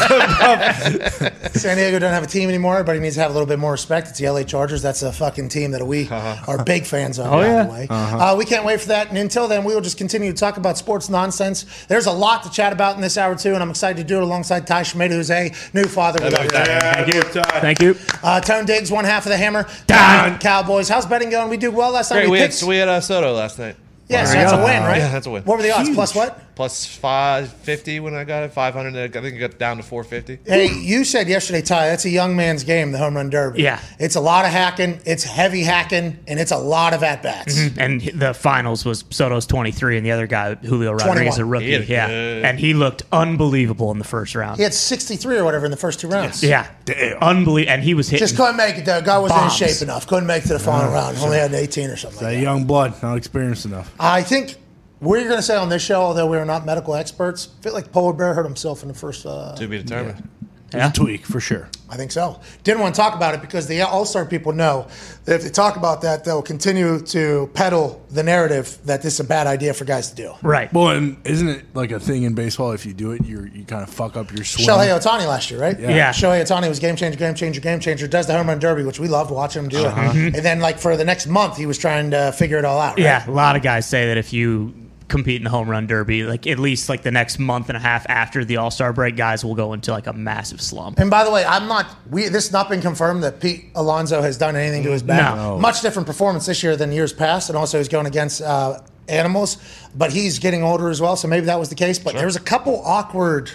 [SPEAKER 1] Buffalo Bills. San Diego doesn't have a team anymore. Everybody needs to have a little bit more respect. It's the LA Chargers. That's a fucking team that we are big fans of.
[SPEAKER 3] Oh,
[SPEAKER 1] by
[SPEAKER 2] yeah.
[SPEAKER 1] the way.
[SPEAKER 3] Uh-huh.
[SPEAKER 1] Uh, we can't wait for that. And until then, we will just continue to talk about sports nonsense. There's a lot to chat about in this hour, too, and I'm excited to do it alongside Ty Schmidt, who's a new father. We love you.
[SPEAKER 2] Thank you. Thank you.
[SPEAKER 1] Uh, Tone Diggs, one half of the hammer.
[SPEAKER 2] Don.
[SPEAKER 1] Cowboys. How's betting going? We did well last time.
[SPEAKER 4] Great.
[SPEAKER 1] we
[SPEAKER 4] We had,
[SPEAKER 1] picked.
[SPEAKER 4] we had uh, Soto last night.
[SPEAKER 1] yeah, so
[SPEAKER 2] There you
[SPEAKER 1] that's a
[SPEAKER 2] go.
[SPEAKER 1] win, right?
[SPEAKER 4] Yeah, that's a win.
[SPEAKER 1] What were the odds? Plus what?
[SPEAKER 4] Plus 550 when I got it, 500. I think it got down to 450.
[SPEAKER 1] Hey, you said yesterday, Ty, that's a young man's game, the home run derby.
[SPEAKER 2] Yeah.
[SPEAKER 1] It's a lot of hacking, it's heavy hacking, and it's a lot of at bats.
[SPEAKER 2] Mm-hmm. And the finals was Soto's 23, and the other guy, Julio Rodriguez,
[SPEAKER 1] 21.
[SPEAKER 2] a rookie.
[SPEAKER 4] He had a
[SPEAKER 2] yeah.
[SPEAKER 4] good-
[SPEAKER 2] And he looked unbelievable in the first round.
[SPEAKER 1] He had 63 or whatever in the first two rounds.
[SPEAKER 2] Yeah.
[SPEAKER 3] Damn.
[SPEAKER 2] Unbelievable. And he was hitting.
[SPEAKER 1] Just couldn't make it, though. Guy wasn't
[SPEAKER 2] Bombs. Oh,
[SPEAKER 1] in shape enough. Couldn't make it to the final round. Only had an 18 or something.
[SPEAKER 3] That
[SPEAKER 1] Like that.
[SPEAKER 3] young blood, not experienced enough.
[SPEAKER 1] I think we're going to say on this show, although we are not medical experts, feel like Polar Bear hurt himself in the first. Uh,
[SPEAKER 4] To be determined.
[SPEAKER 2] yeah.
[SPEAKER 3] Tweak, for sure.
[SPEAKER 1] I think so. Didn't want to talk about it because the All Star people know that if they talk about that, they'll continue to peddle the narrative that this is a bad idea for guys to do.
[SPEAKER 2] Right.
[SPEAKER 3] Well, and isn't it like a thing in baseball? If you do it, you're, you kind of fuck up your swing.
[SPEAKER 1] Shohei Otani last year, right?
[SPEAKER 2] Yeah.
[SPEAKER 1] Shohei Otani was game changer, game changer, game changer. Does the home run derby, which we loved watching him do
[SPEAKER 2] Uh-huh.
[SPEAKER 1] it. And then, like for the next month, he was trying to figure it all out. right?
[SPEAKER 2] Yeah, a lot of guys say that if you compete in the home run derby, like at least like the next month and a half after the All Star break, guys will go into like a massive slump.
[SPEAKER 1] And by the way, I'm not. We this has not been confirmed that Pete Alonso has done anything to his back.
[SPEAKER 2] No.
[SPEAKER 1] Much different performance this year than years past, and also he's going against uh, animals. But he's getting older as well, so maybe that was the case. But there was a couple awkward.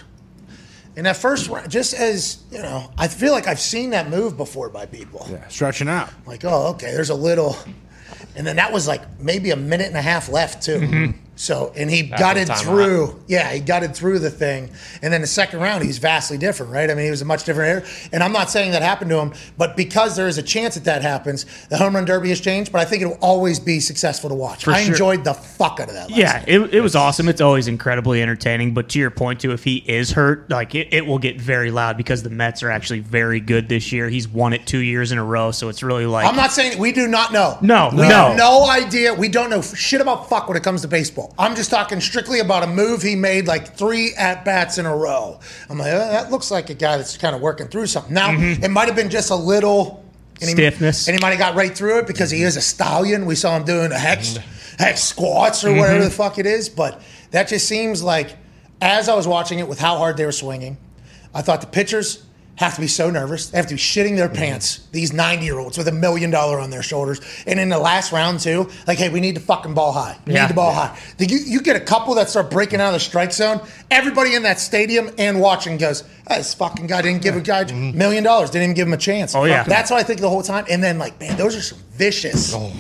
[SPEAKER 1] In that first round, just as you know, I feel like I've seen that move before by people.
[SPEAKER 3] Yeah, stretching out.
[SPEAKER 1] Like, oh, okay, there's a little, and then that was like maybe a minute and a half left too. So, and he gutted
[SPEAKER 4] time
[SPEAKER 1] through. Yeah, he gutted through the thing, and then the second round, he's vastly different, right? I mean, he was a much different hitter. And I'm not saying that happened to him, but because there is a chance that that happens, the home run derby has changed. But I think it'll always be successful to watch. I
[SPEAKER 2] sure.
[SPEAKER 1] enjoyed the fuck out of that. Last
[SPEAKER 2] Yeah, it, it was awesome. It's always incredibly entertaining. But to your point, too, if he is hurt, like it, it will get very loud because the Mets are actually very good this year. He's won it two years in a row, so it's really like
[SPEAKER 1] I'm not saying we do not know.
[SPEAKER 2] No,
[SPEAKER 1] we
[SPEAKER 2] no.
[SPEAKER 1] have no idea. We don't know shit about fuck when it comes to baseball. I'm just talking strictly about a move he made like three at bats in a row. I'm like, oh, that looks like a guy that's kind of working through something. Now it might have been just a little and he-
[SPEAKER 2] Mm-hmm. Stiffness.
[SPEAKER 1] and he might have got right through it because he is a stallion. We saw him doing a hex, hex squats or whatever
[SPEAKER 2] Mm-hmm.
[SPEAKER 1] the fuck it is. But that just seems like, as I was watching it with how hard they were swinging, I thought the pitchers have to be so nervous. They have to be shitting their
[SPEAKER 2] Mm-hmm.
[SPEAKER 1] pants, these 90 year olds with a million dollar on their shoulders. And in the last round, too, like, hey, we need to fucking ball high. We
[SPEAKER 2] Yeah.
[SPEAKER 1] need to ball high. The- You, you get a couple that start breaking out of the strike zone. Everybody in that stadium and watching goes, "Ah, this fucking guy didn't give a guy a million dollars, didn't even give him a chance.
[SPEAKER 2] Mm-hmm. Oh, yeah.
[SPEAKER 1] That's what I think the whole time. And then, like, man, those are some vicious.
[SPEAKER 2] Oh,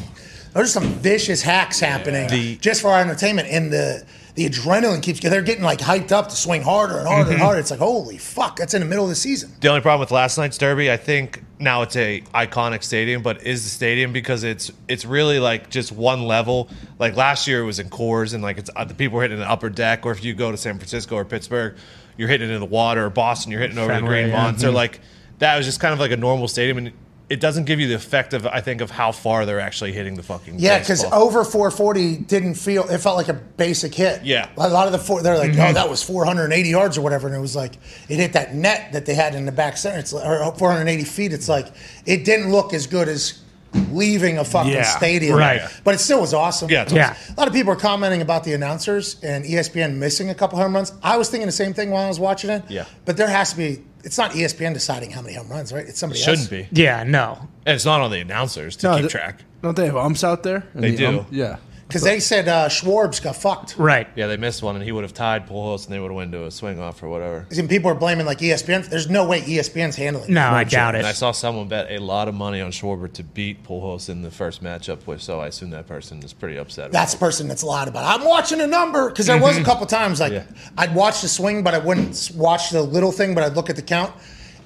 [SPEAKER 1] Those are some vicious hacks happening just for our entertainment. And the the adrenaline keeps they're getting like hyped up to swing harder and harder and harder. It's like holy fuck, that's in the middle of the season.
[SPEAKER 4] The only problem with last night's derby, I think now it's a iconic stadium, but is the stadium because it's it's really like just one level. Like last year, it was in cores, and like it's uh, the people were hitting the upper deck. Or if you go to San Francisco or Pittsburgh, you're hitting into the water. Or Boston, you're hitting over the
[SPEAKER 2] Fenway,
[SPEAKER 4] green
[SPEAKER 2] yeah.
[SPEAKER 4] monster. Like that was just kind of like a normal stadium, and it doesn't give you the effect of I think of how far they're actually hitting the fucking
[SPEAKER 1] Yeah, because
[SPEAKER 4] baseball.
[SPEAKER 1] over 440 didn't feel. It felt like a basic hit.
[SPEAKER 4] Yeah.
[SPEAKER 1] a lot of the four, they're like,
[SPEAKER 2] Mm-hmm.
[SPEAKER 1] oh, that was 480 yards or whatever, and it was like it hit that net that they had in the back center. It's like, or uh, 480 feet. It's like it didn't look as good as leaving a fucking
[SPEAKER 3] Yeah,
[SPEAKER 1] stadium,
[SPEAKER 2] right.
[SPEAKER 1] But it still was awesome.
[SPEAKER 4] Yeah, it's
[SPEAKER 2] Yeah. awesome.
[SPEAKER 1] A lot of people are commenting about the announcers and E ESPN missing a couple home runs. I was thinking the same thing while I was watching it.
[SPEAKER 4] Yeah.
[SPEAKER 1] but there has to be. It's not E ESPN deciding how many home runs, right? It's somebody else.
[SPEAKER 4] shouldn't be,
[SPEAKER 2] Yeah, no.
[SPEAKER 4] and it's not on the announcers to
[SPEAKER 3] No,
[SPEAKER 4] keep
[SPEAKER 3] th-
[SPEAKER 4] track.
[SPEAKER 3] Don't they have umps out there? And
[SPEAKER 4] They
[SPEAKER 3] the
[SPEAKER 4] do.
[SPEAKER 3] ump- um, yeah.
[SPEAKER 1] because they said uh, Schwarb's got fucked.
[SPEAKER 2] Right.
[SPEAKER 4] Yeah, they missed one, and he would have tied Pujols, and they would have went to a swing off or whatever.
[SPEAKER 1] And people are blaming like E ESPN. There's no way E ESPN's handling.
[SPEAKER 2] No, I doubt
[SPEAKER 4] And I
[SPEAKER 2] it.
[SPEAKER 4] saw someone bet a lot of money on Schwarber to beat Pujols in the first matchup, which so I assume that person is pretty upset.
[SPEAKER 1] That's the person that's lied about. it. I'm watching a number because there
[SPEAKER 2] Mm-hmm.
[SPEAKER 1] was a couple times like
[SPEAKER 4] Yeah.
[SPEAKER 1] I'd watch the swing, but I wouldn't s- watch the little thing, but I'd look at the count,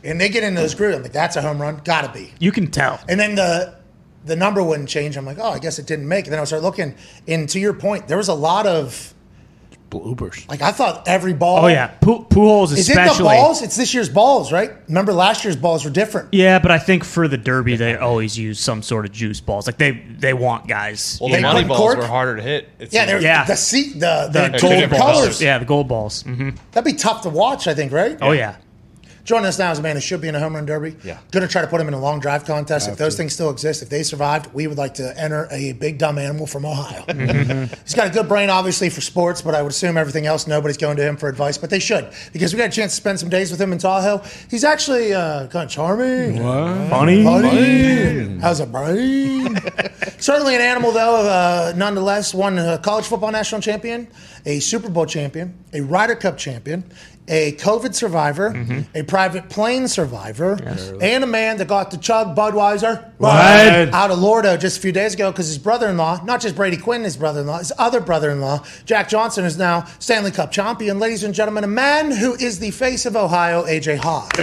[SPEAKER 1] and they get in those grooves. I'm like, that's a home run, gotta be.
[SPEAKER 2] You can tell.
[SPEAKER 1] And then the the number wouldn't change. I'm like, oh, I guess it didn't make. And then I started looking, and to your point, there was a lot of
[SPEAKER 3] Bloopers.
[SPEAKER 1] like I thought every ball.
[SPEAKER 2] Oh yeah, Pu- Pujols
[SPEAKER 1] Is it the
[SPEAKER 2] especially.
[SPEAKER 1] balls? It's this year's balls, right? Remember last year's balls were different.
[SPEAKER 2] Yeah, but I think for the Derby, they always use some sort of juice balls. Like they they want guys.
[SPEAKER 4] well,
[SPEAKER 2] you
[SPEAKER 4] the
[SPEAKER 1] They
[SPEAKER 2] know?
[SPEAKER 4] money
[SPEAKER 1] put
[SPEAKER 4] balls
[SPEAKER 1] cork-
[SPEAKER 4] were harder to hit. it
[SPEAKER 1] Yeah,
[SPEAKER 4] seemed
[SPEAKER 1] they were,
[SPEAKER 4] like.
[SPEAKER 2] Yeah.
[SPEAKER 1] the seat, the, the,
[SPEAKER 2] the
[SPEAKER 1] gold
[SPEAKER 4] different
[SPEAKER 1] colors.
[SPEAKER 4] colors.
[SPEAKER 2] Yeah, the gold balls. hmm
[SPEAKER 1] That'd be tough to watch, I think, right?
[SPEAKER 2] Oh yeah.
[SPEAKER 1] Joining us now is a man who should be in a home run derby.
[SPEAKER 4] Yeah.
[SPEAKER 1] Going to try to put him in a long drive contest. if those things still exist, if they survived, we would like to enter a big dumb animal from Ohio.
[SPEAKER 2] Mm-hmm.
[SPEAKER 1] He's got a good brain, obviously, for sports, but I would assume everything else, nobody's going to him for advice, but they should because we got a chance to spend some days with him in Tahoe. He's actually uh, kind of charming.
[SPEAKER 2] Funny.
[SPEAKER 1] Buddy. Mm-hmm. How's a brain? Certainly an animal, though. Uh, nonetheless, won a college football national champion, a Super Bowl champion, a Ryder Cup champion, a COVID survivor, a private plane survivor, and a man that got to chug Budweiser
[SPEAKER 3] Bud.
[SPEAKER 1] out of Lordo just a few days ago because his brother-in-law, not just Brady Quinn, his brother-in-law, his other brother-in-law, Jack Johnson, is now Stanley Cup champion. Ladies and gentlemen, a man who is the face of Ohio, AJ Hawk.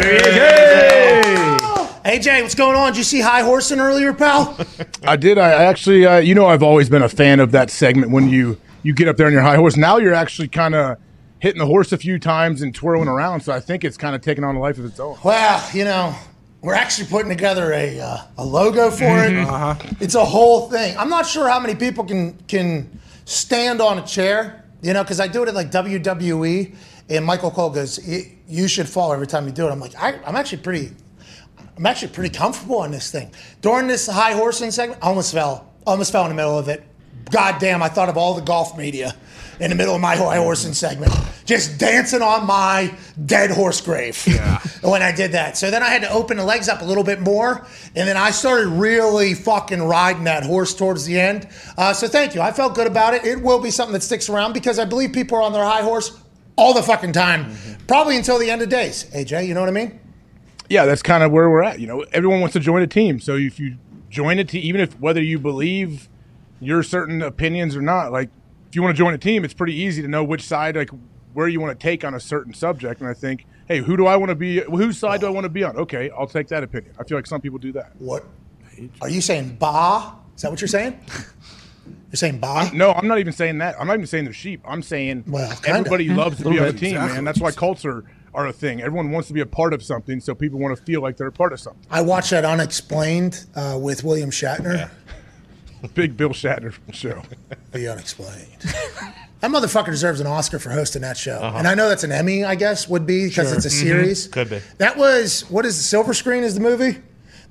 [SPEAKER 1] AJ, what's going on? Did you see High Horsing earlier, pal?
[SPEAKER 8] I did. I actually, uh, you know, I've always been a fan of that segment when you you get up there on your high horse. Now you're actually kind of hitting the horse a few times and twirling around. So I think it's kind of taking on a life of its own.
[SPEAKER 1] Well, you know, we're actually putting together a Uh-huh. uh, a logo for it.
[SPEAKER 8] Mm-hmm.
[SPEAKER 1] It's a whole thing. I'm not sure how many people can can stand on a chair, you know, because I do it at like WWE, and Michael Cole goes, "Y- "You should fall every time you do it." I'm like, I, I'm actually pretty, I'm actually pretty comfortable on this thing. During this high horsing segment, I almost fell, almost fell in the middle of it. God damn, I thought of all the golf media in the middle of my high horsing segment, just dancing on my dead horse grave. Yeah. when I did that, so then I had to open the legs up a little bit more, and then I started really fucking riding that horse towards the end. Uh, so thank you, I felt good about it. It will be something that sticks around because I believe people are on their high horse all the fucking time, probably until the end of days. AJ, you know what I mean?
[SPEAKER 8] Yeah, that's kind of where we're at. You know, everyone wants to join a team. So if you join a team, even if whether you believe your certain opinions or not, like if you want to join a team, it's pretty easy to know which side, like where you want to take on a certain subject. And I think, hey, who do I want to be? Whose side do I want to be on? Okay, I'll take that opinion. I feel like some people do that.
[SPEAKER 1] What are you saying? Ba? Is that what you're saying? You're saying ba?
[SPEAKER 8] No, I'm not even saying that. I'm not even saying they're sheep. I'm saying
[SPEAKER 1] Well, kinda.
[SPEAKER 8] everybody loves to be on a team,
[SPEAKER 3] Exactly.
[SPEAKER 8] man. That's why cults are, are a thing. Everyone wants to be a part of something, so people want to feel like they're a part of something.
[SPEAKER 1] I watched that Unexplained uh, with William Shatner.
[SPEAKER 8] Big Bill Shatner show.
[SPEAKER 1] The Unexplained. that motherfucker deserves an Oscar for hosting that show.
[SPEAKER 5] Uh-huh.
[SPEAKER 1] And I know that's an Emmy, I guess, would be because it's a
[SPEAKER 5] Mm-hmm.
[SPEAKER 3] Mm-hmm.
[SPEAKER 1] series.
[SPEAKER 4] Could be.
[SPEAKER 1] That was, what is it, Silver Screen is the movie?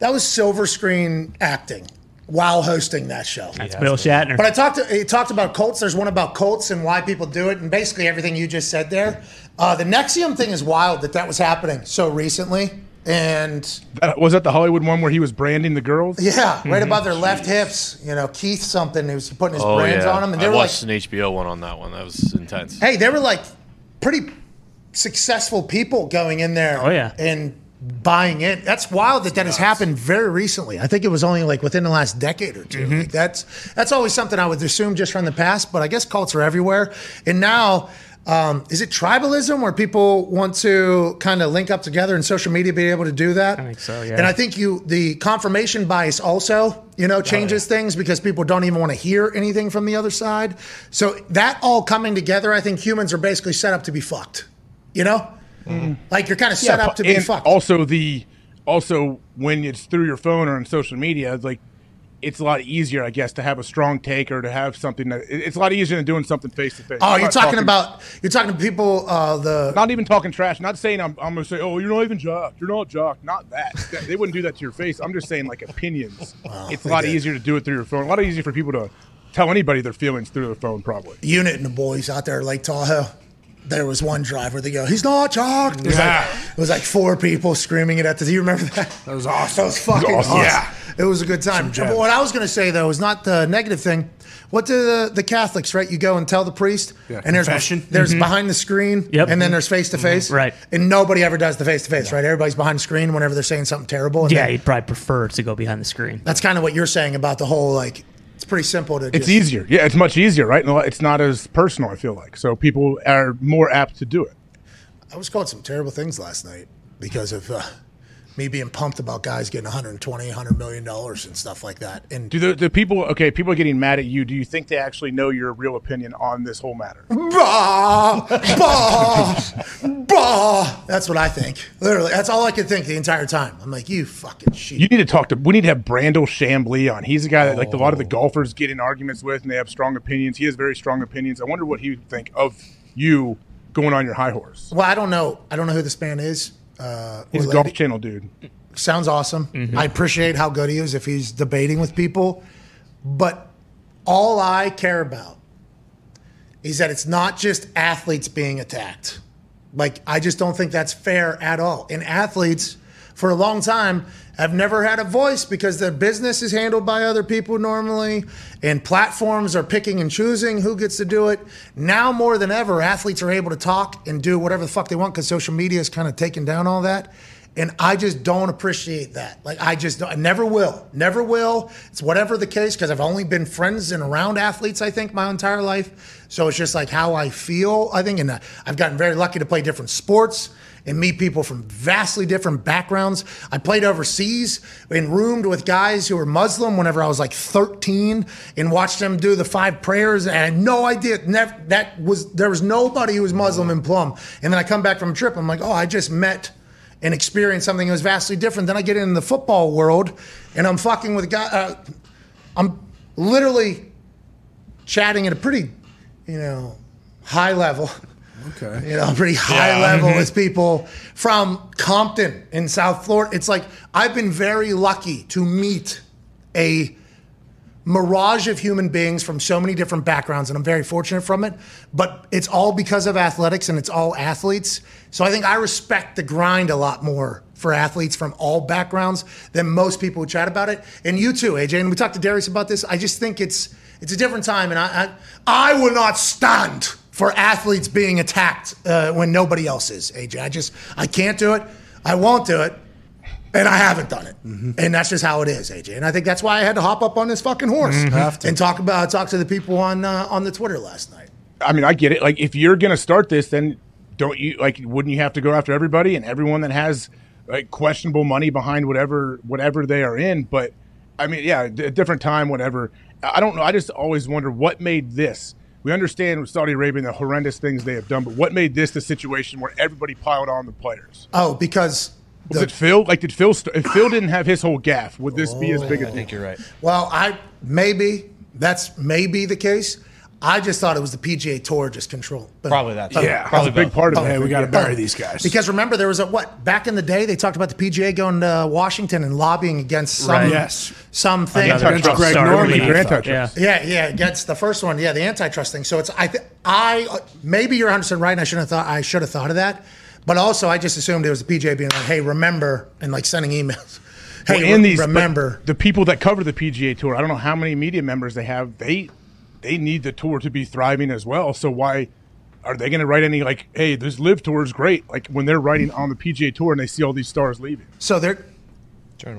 [SPEAKER 1] That was Silver Screen acting while hosting that show.
[SPEAKER 2] That's Bill Shatner.
[SPEAKER 1] But I talked. To, it talked about Colts. There's one about Colts and why people do it, and basically everything you just said there. Uh, the Nexium thing is wild that that was happening so recently, and
[SPEAKER 8] That, was that the Hollywood one where he was branding the girls?
[SPEAKER 1] yeah, right above their left hips. You know, Keith something. He was putting his
[SPEAKER 5] Mm-hmm. Oh
[SPEAKER 1] brands
[SPEAKER 5] yeah,
[SPEAKER 1] on them, and they
[SPEAKER 5] I
[SPEAKER 1] were like,
[SPEAKER 5] watched an HBO one on that one. That was intense.
[SPEAKER 1] hey, they were like pretty successful people going in there.
[SPEAKER 2] Oh, yeah.
[SPEAKER 1] and buying in. That's wild that that has happened very recently. I think it was only like within the last decade or 2 Like that's that's always something I would assume just from the past, but I guess cults are everywhere. And now. Um, is it tribalism where people want to kind of link up together and social media be able to do that? I
[SPEAKER 2] think so, yeah.
[SPEAKER 1] And I think you the confirmation bias also, you
[SPEAKER 8] Oh,
[SPEAKER 1] know, changes things because people don't even want to hear anything from the other side. So that all coming together, I think humans are basically set up to be fucked. You know? Like you're kind of set
[SPEAKER 8] Mm-hmm. Yeah,
[SPEAKER 1] up to be
[SPEAKER 8] and
[SPEAKER 1] fucked.
[SPEAKER 8] Also the also when it's through your phone or on social media, it's like it's a lot easier, I guess, to have a strong take or to have something that it- it's a lot easier than doing something face to face.
[SPEAKER 1] Oh, you're talking about you're talking to people. Uh, the
[SPEAKER 8] not even talking trash. Not saying I'm, I'm gonna say, oh, you're not even jocked. You're not jocked. Not that. That- they wouldn't do that to your face. I'm just saying like opinions. it's a lot
[SPEAKER 1] they did.
[SPEAKER 8] easier to do it through your phone. A lot easier for people to tell anybody their feelings through their phone, probably.
[SPEAKER 1] unit and the boys out there at Lake Tahoe. there was one drive where they go, "He's not chalked." It was, like, it was like four people screaming it at the. Do you remember that? That
[SPEAKER 9] was awesome.
[SPEAKER 1] That was fucking
[SPEAKER 9] Awesome.
[SPEAKER 1] awesome.
[SPEAKER 9] Yeah.
[SPEAKER 1] it was a good time.
[SPEAKER 9] Some
[SPEAKER 1] But what I was going to say though is not the negative thing. What do the, the Catholics right? You go and tell the priest,
[SPEAKER 9] Yeah,
[SPEAKER 1] and there's
[SPEAKER 9] confession.
[SPEAKER 1] there's
[SPEAKER 9] Mhm.
[SPEAKER 1] behind the screen,
[SPEAKER 9] Yep.
[SPEAKER 1] and then there's face to face, right? And nobody ever does the face to face, right? Everybody's behind the screen whenever they're saying something terrible. And
[SPEAKER 2] yeah,
[SPEAKER 1] then-
[SPEAKER 2] you'd probably prefer to go behind the screen.
[SPEAKER 1] that's kind of what you're saying about the whole like. It's pretty simple to.
[SPEAKER 8] It's
[SPEAKER 1] just,
[SPEAKER 8] easier. Yeah, it's much easier, right? And It's not as personal, I feel like. So people are more apt to do it.
[SPEAKER 1] I was called some terrible things last night because of uh, me being pumped about guys getting 120, 100 million dollars and stuff like that. And
[SPEAKER 8] Do the, the people, okay, people are getting mad at you. Do you think they actually know your real opinion on this whole matter?
[SPEAKER 1] bah, bah, bah. That's what I think. Literally, that's all I could think the entire time. I'm like, you fucking shit.
[SPEAKER 8] You need to talk to, we need to have Brandel Chambly on. He's a guy that, like, a lot of the golfers get in arguments with and they have strong opinions. He has very strong opinions. I wonder what he would think of you going on your high horse.
[SPEAKER 1] Well, I don't know. I don't know who this man is. Uh,
[SPEAKER 8] He's
[SPEAKER 1] or
[SPEAKER 8] a golf
[SPEAKER 1] lady.
[SPEAKER 8] channel dude.
[SPEAKER 1] Sounds awesome. I appreciate how good he is if he's debating with people. But all I care about is that it's not just athletes being attacked. Like, I just don't think that's fair at all. And athletes, for a long time, have never had a voice because their business is handled by other people normally, and platforms are picking and choosing who gets to do it. Now, more than ever, athletes are able to talk and do whatever the fuck they want because social media is kind of taking down all that. And I just don't appreciate that. Like, I just don't, I never will, never will. It's whatever the case, because I've only been friends and around athletes, I think, my entire life. So it's just like how I feel, I think. And uh, I've gotten very lucky to play different sports and meet people from vastly different backgrounds. I played overseas and roomed with guys who were Muslim whenever I was like 13 and watched them do the five prayers. And I had no idea. Never, that was, there was nobody who was Muslim in Plum. And then I come back from a trip, I'm like, oh, I just met and experience something that was vastly different. Then I get in the football world, and I'm fucking with guys. Uh, I'm literally chatting at a pretty, you know, high level.
[SPEAKER 9] Okay.
[SPEAKER 1] You know, pretty high
[SPEAKER 9] Yeah.
[SPEAKER 2] mm-hmm.
[SPEAKER 1] level
[SPEAKER 9] Mhm.
[SPEAKER 1] with people from Compton in South Florida. It's like I've been very lucky to meet a mirage of human beings from so many different backgrounds, and I'm very fortunate from it. But it's all because of athletics and it's all athletes. So I think I respect the grind a lot more for athletes from all backgrounds than most people who chat about it. And you too, AJ. And we talked to Darius about this. I just think it's it's a different time, and I I, I will not stand for athletes being attacked uh, when nobody else is. AJ, I just I can't do it. I won't do it. And I haven't done it.
[SPEAKER 2] Mm-hmm.
[SPEAKER 1] And that's just how it is, AJ. And I think that's why I had to hop up on this fucking horse
[SPEAKER 3] Mm-hmm.
[SPEAKER 8] Mhm. Have
[SPEAKER 1] and talk about talk to the people on uh, on the Twitter last night.
[SPEAKER 8] I mean, I get it. Like, if you're gonna start this, then don't you like? Wouldn't you have to go after everybody and everyone that has like questionable money behind whatever whatever they are in? But I mean, yeah, d- a different time, whatever. I I don't know. I just always wonder what made this. We understand with Saudi Arabia and the horrendous things they have done, but what made this the situation where everybody piled on the players?
[SPEAKER 1] Oh, because
[SPEAKER 8] Was it Phil? Like, did Phil? St- if Phil didn't have his whole gaff, would this be as big
[SPEAKER 1] I
[SPEAKER 8] a deal?
[SPEAKER 1] think
[SPEAKER 3] you're right.
[SPEAKER 1] Well, I maybe that's maybe the case. I just thought it was the PGA Tour just control. But- uh,
[SPEAKER 3] Probably that's
[SPEAKER 1] but-
[SPEAKER 3] Yeah, probably that's a big part of it. Hey, we gotta
[SPEAKER 1] Yeah.
[SPEAKER 3] bury these guys.
[SPEAKER 1] Because remember, there was a what back in the day they talked about the PGA going to Washington and lobbying against some
[SPEAKER 8] Right. Yes.
[SPEAKER 1] something.
[SPEAKER 8] Antitrust Against Greg started Norman, leading. antitrust.
[SPEAKER 1] Yeah, yeah, against the first one. Yeah, the antitrust thing. So it's I th- I uh, maybe you're 100 percent right. And I shouldn't have thought I should have thought of that, but also I just assumed it was the PGA being like, hey, remember, and like sending emails. Hey,
[SPEAKER 8] Well,
[SPEAKER 1] re-
[SPEAKER 8] and these but
[SPEAKER 1] remember.
[SPEAKER 8] the people that cover the PGA Tour. I don't know how many media members they have. They they need the tour to be thriving as well. So why are they going to write any like, hey, this live tour is great? Like when they're writing on the PGA Tour and they see all these stars leaving.
[SPEAKER 1] So they're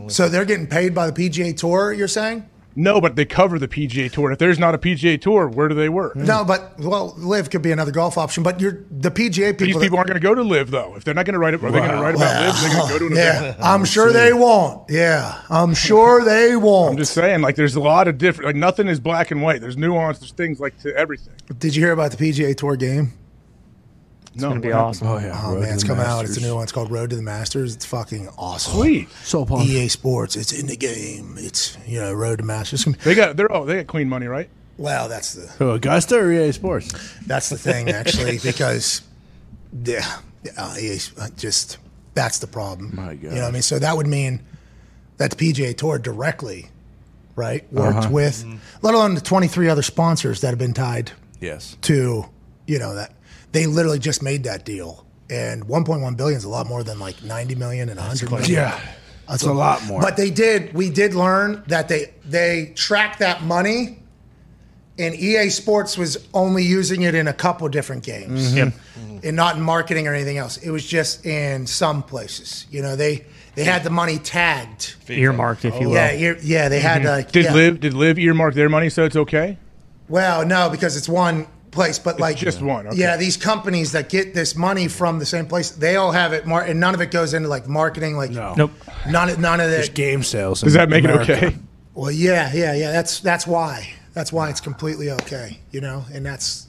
[SPEAKER 1] So they're getting paid by the PGA Tour. You're saying?
[SPEAKER 8] no, but they cover the PGA Tour. If there's not a PGA Tour, where do they work?
[SPEAKER 1] No, but well, live Oh, could be another golf option. But you're the PGA people.
[SPEAKER 8] These
[SPEAKER 1] that-
[SPEAKER 8] people aren't going to go to live though. If they're not going to write it, are they going to write about live? They're going to go to an
[SPEAKER 1] yeah,
[SPEAKER 8] event.
[SPEAKER 1] I'm sure they won't. Yeah, I'm sure they won't.
[SPEAKER 8] I'm just saying, like, there's a lot of different. Like, nothing is black and white. There's nuance. There's things like to everything.
[SPEAKER 1] Did you hear about the PGA Tour game?
[SPEAKER 8] It's no,
[SPEAKER 1] gonna be
[SPEAKER 8] what happened?
[SPEAKER 1] awesome. Oh man, it's coming out. It's a new one. It's called Road to the Masters. It's fucking awesome.
[SPEAKER 8] Sweet.
[SPEAKER 1] So EA E Sports. It's in the game. It's you know Road to Masters.
[SPEAKER 8] They got they're oh they got clean money right?
[SPEAKER 1] Wow, that's the
[SPEAKER 9] Who, Augusta or
[SPEAKER 3] E
[SPEAKER 9] EA Sports?
[SPEAKER 1] That's the thing, actually, because yeah, uh, EA's just that's the problem. My God, you know what I mean. So that would mean that the PGA Tour directly, right, worked
[SPEAKER 9] Uh-huh.
[SPEAKER 1] with, let alone the twenty-three other sponsors that have been tied
[SPEAKER 9] Yes.
[SPEAKER 1] to, you know that They literally just made that deal, and 1.1 billion is a lot more than like 90 million and 100 million.
[SPEAKER 8] yeah, that's a lot more.
[SPEAKER 1] But they did. We did learn that they they track that money, and EA Sports was only using it in a couple different games,
[SPEAKER 2] Mm-hmm.
[SPEAKER 1] Mm-hmm.
[SPEAKER 2] Yep.
[SPEAKER 1] and not in marketing or anything else. It was just in some places. You know, they they had the money tagged.
[SPEAKER 2] Earmarked, if you will. Mm-hmm.
[SPEAKER 1] Yeah, yeah, yeah. They had like
[SPEAKER 8] Oh, Mm-hmm. did
[SPEAKER 1] yeah.
[SPEAKER 8] live did live earmark their money so it's okay?
[SPEAKER 1] Well, no, because it's one place, but like
[SPEAKER 8] just one, okay.
[SPEAKER 1] Yeah, these companies that get this money from the same place, they all have it. Mar- and none of it goes into like marketing. Like
[SPEAKER 3] No.
[SPEAKER 2] Nope.
[SPEAKER 1] none, none of
[SPEAKER 3] There's
[SPEAKER 1] that.
[SPEAKER 3] game sales.
[SPEAKER 8] Does that make it okay?
[SPEAKER 1] Well, yeah, yeah, yeah. That's that's why. That's why it's completely okay. You know, and that's.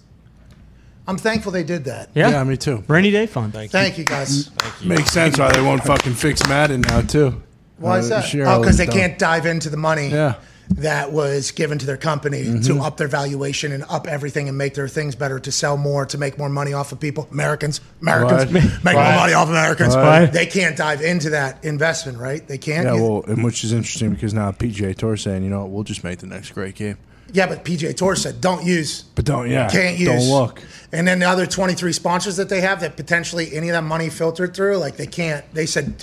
[SPEAKER 1] I'm thankful they did that.
[SPEAKER 2] Yeah.
[SPEAKER 3] Yeah, me too.
[SPEAKER 2] Rainy day fund.
[SPEAKER 1] Thank you guys.
[SPEAKER 3] Makes sense why they won't fucking fix Madden now too.
[SPEAKER 1] Why is
[SPEAKER 3] Uh,
[SPEAKER 1] that?
[SPEAKER 3] sure,
[SPEAKER 1] oh, because they
[SPEAKER 3] dumb.
[SPEAKER 1] can't dive into the money
[SPEAKER 3] Yeah. Mm-hmm.
[SPEAKER 1] that was given to their company to up their valuation and up everything and make their things better to sell more to make more money off of people Americans Americans
[SPEAKER 3] Right.
[SPEAKER 1] make
[SPEAKER 3] Right.
[SPEAKER 1] more money off Americans
[SPEAKER 3] Right.
[SPEAKER 1] they can't dive into that investment right they can't
[SPEAKER 3] Yeah,
[SPEAKER 1] You-
[SPEAKER 3] well, and which is interesting because now PGA Tour is saying, you know, what, we'll just make the next great game,
[SPEAKER 1] yeah but PJ Tour said don't use
[SPEAKER 3] but don't, yeah,
[SPEAKER 1] can't use
[SPEAKER 3] don't look.
[SPEAKER 1] and then the other 23 sponsors that they have that potentially any of that money filtered through like they can't they said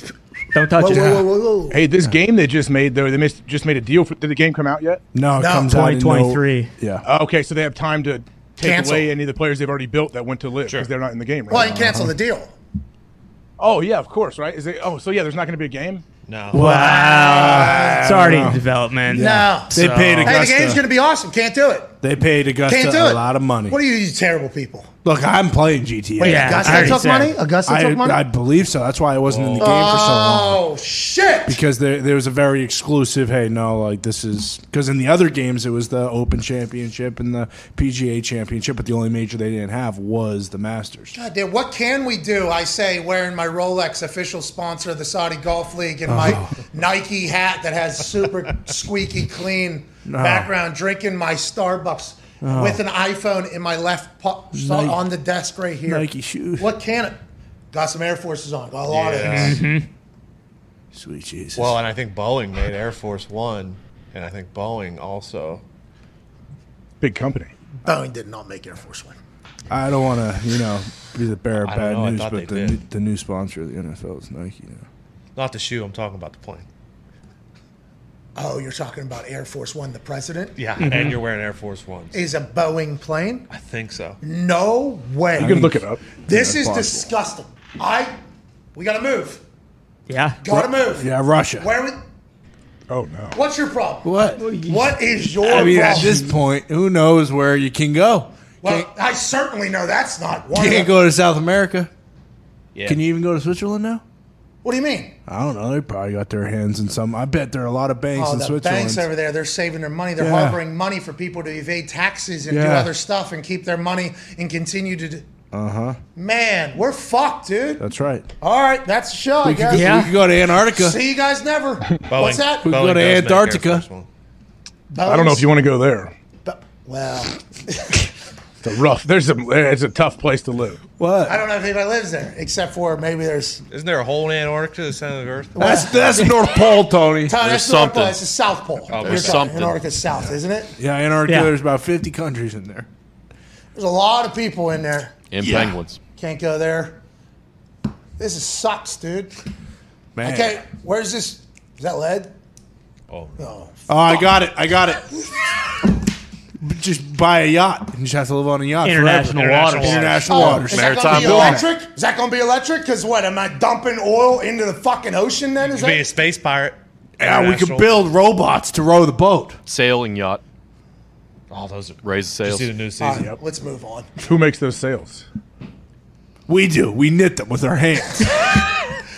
[SPEAKER 2] Don't touch
[SPEAKER 1] whoa,
[SPEAKER 2] it.
[SPEAKER 1] whoa, whoa, whoa, whoa.
[SPEAKER 8] Hey, this game they just made though, they mis- just made a deal for did the game come out yet?
[SPEAKER 3] No, it
[SPEAKER 1] No,
[SPEAKER 3] comes out in no-
[SPEAKER 2] 2023.
[SPEAKER 3] yeah,
[SPEAKER 8] Uh, okay, so they have time to take
[SPEAKER 1] Cancel.
[SPEAKER 8] away any of the players they've already built that went to live because they're not in the game right
[SPEAKER 1] well
[SPEAKER 8] now.
[SPEAKER 1] you cancel the deal
[SPEAKER 8] Oh yeah, of course, right? Is it oh so yeah, there's not gonna be a game?
[SPEAKER 4] No.
[SPEAKER 2] Wow. It's already in development.
[SPEAKER 1] no
[SPEAKER 3] they paid
[SPEAKER 1] hey the game's
[SPEAKER 3] Augusta.
[SPEAKER 1] gonna be awesome can't do it
[SPEAKER 3] they paid Augusta
[SPEAKER 1] Can't do
[SPEAKER 3] a
[SPEAKER 1] it.
[SPEAKER 3] lot of money.
[SPEAKER 1] What are you, you terrible people?
[SPEAKER 3] Look, I'm playing GTA.
[SPEAKER 1] Wait,
[SPEAKER 2] Yeah, I
[SPEAKER 1] Augusta
[SPEAKER 2] already
[SPEAKER 1] took
[SPEAKER 2] said.
[SPEAKER 1] money? Augusta
[SPEAKER 3] I,
[SPEAKER 1] took money?
[SPEAKER 3] I believe so. That's why I wasn't in the game for so long.
[SPEAKER 1] oh, shit.
[SPEAKER 3] because there there was a very exclusive. Hey, no, like this is because in the other games it was the Open Championship and the PGA Championship, but the only major they didn't have was the Masters.
[SPEAKER 1] God damn, what can we do? I say, wearing my Rolex official sponsor of the Saudi Golf League and
[SPEAKER 3] Oh.
[SPEAKER 1] my Nike hat that has super squeaky clean background, drinking my Starbucks with an iPhone in my left po- so-
[SPEAKER 3] Nike-
[SPEAKER 1] on the desk right here.
[SPEAKER 3] Nike shoes.
[SPEAKER 1] What can it? Got some Air Forces on. Got a lot
[SPEAKER 4] Yeah.
[SPEAKER 1] of
[SPEAKER 2] Mm-hmm.
[SPEAKER 1] these.
[SPEAKER 3] Sweet Jesus.
[SPEAKER 4] Well, and I think Boeing made Air Force One, and I think Boeing also.
[SPEAKER 8] Big company.
[SPEAKER 1] Boeing did not make Air Force One.
[SPEAKER 3] I don't want to, you know, be the bearer of
[SPEAKER 4] I don't
[SPEAKER 3] bad
[SPEAKER 4] know, I
[SPEAKER 3] news,
[SPEAKER 4] thought
[SPEAKER 3] but the,
[SPEAKER 4] they did.
[SPEAKER 3] new- the new sponsor of the NFL is Nike. Now.
[SPEAKER 4] Not the shoe. I'm talking about the plane.
[SPEAKER 1] Oh, you're talking about Air Force One. The president
[SPEAKER 4] Yeah,
[SPEAKER 2] Mm-hmm.
[SPEAKER 4] and you're wearing Air Force Ones.
[SPEAKER 1] is a Boeing plane.
[SPEAKER 4] I think so.
[SPEAKER 1] No way.
[SPEAKER 8] You can look it up.
[SPEAKER 1] This
[SPEAKER 3] Yeah,
[SPEAKER 1] is
[SPEAKER 3] possible.
[SPEAKER 1] disgusting. I, we gotta move.
[SPEAKER 2] Yeah.
[SPEAKER 1] Gotta move.
[SPEAKER 3] Yeah, Russia.
[SPEAKER 1] Where? We,
[SPEAKER 8] Oh no.
[SPEAKER 1] what's your problem?
[SPEAKER 3] What?
[SPEAKER 1] What is your
[SPEAKER 3] I mean, at
[SPEAKER 1] problem?
[SPEAKER 3] this point, who knows where you can go?
[SPEAKER 1] well, I certainly know that's not one.
[SPEAKER 3] You
[SPEAKER 1] of
[SPEAKER 3] can't
[SPEAKER 1] the-
[SPEAKER 3] go to South America.
[SPEAKER 4] Yeah.
[SPEAKER 3] Can you even go to Switzerland now?
[SPEAKER 1] What do you mean?
[SPEAKER 3] I don't know. They probably got their hands in some. I bet there are a lot of banks
[SPEAKER 1] Oh,
[SPEAKER 3] in
[SPEAKER 1] the
[SPEAKER 3] Switzerland.
[SPEAKER 1] banks over there, they're saving their money. They're
[SPEAKER 3] Yeah.
[SPEAKER 1] harboring money for people to evade taxes and do
[SPEAKER 3] Yeah.
[SPEAKER 1] other stuff and keep their money and continue to. d-
[SPEAKER 3] Uh huh.
[SPEAKER 1] Man, we're fucked, dude.
[SPEAKER 3] That's right.
[SPEAKER 1] All right, that's the show, I
[SPEAKER 3] We could,
[SPEAKER 1] guess.
[SPEAKER 3] go,
[SPEAKER 2] Yeah.
[SPEAKER 3] we could go to Antarctica.
[SPEAKER 1] See you guys never.
[SPEAKER 4] Boeing.
[SPEAKER 1] What's that?
[SPEAKER 3] We go to
[SPEAKER 4] does make Air
[SPEAKER 3] Antarctica.
[SPEAKER 4] Force One.
[SPEAKER 8] I don't know if you want to go there.
[SPEAKER 1] Bo- Well,
[SPEAKER 8] It's a rough. There's a it's a tough place to live.
[SPEAKER 1] I
[SPEAKER 3] What?
[SPEAKER 1] don't know if anybody lives there except for maybe there's
[SPEAKER 4] Isn't there a hole in Antarctica the center of the Earth?
[SPEAKER 3] That's that's North Pole, Tony.
[SPEAKER 1] Tom, that's
[SPEAKER 5] There's
[SPEAKER 1] North Pole.
[SPEAKER 5] something.
[SPEAKER 1] It's the South Pole. Oh,
[SPEAKER 5] there's something.
[SPEAKER 1] Antarctica's south, isn't it?
[SPEAKER 3] Yeah, Antarctica.
[SPEAKER 2] Yeah.
[SPEAKER 3] There's about 50 countries in there.
[SPEAKER 1] There's a lot of people in there.
[SPEAKER 5] And
[SPEAKER 3] Yeah.
[SPEAKER 5] penguins.
[SPEAKER 1] Can't go there. This is sucks, dude.
[SPEAKER 3] Man.
[SPEAKER 1] Okay, where's this? Is that lead?
[SPEAKER 4] Oh,
[SPEAKER 1] Oh,
[SPEAKER 3] Oh, I got it. I got it. just buy a yacht and just have to live on a yacht. forever.
[SPEAKER 2] International,
[SPEAKER 4] International
[SPEAKER 2] waters.
[SPEAKER 3] International Oh, waters.
[SPEAKER 1] Oh, is that gonna
[SPEAKER 5] Maritime
[SPEAKER 1] be
[SPEAKER 5] waters.
[SPEAKER 1] electric? Is that gonna be electric? Because what? Am I dumping oil into the fucking ocean? Then is
[SPEAKER 4] to be a
[SPEAKER 1] that?
[SPEAKER 4] space pirate.
[SPEAKER 3] Yeah, we
[SPEAKER 4] International.
[SPEAKER 3] could build robots to row the boat.
[SPEAKER 5] Sailing yacht.
[SPEAKER 4] Oh, those are.
[SPEAKER 5] Raise the
[SPEAKER 4] You
[SPEAKER 5] sails.
[SPEAKER 4] see the new
[SPEAKER 1] All
[SPEAKER 4] season?
[SPEAKER 1] right, let's move on.
[SPEAKER 8] Who makes those sales?
[SPEAKER 3] We do. We knit them with our hands.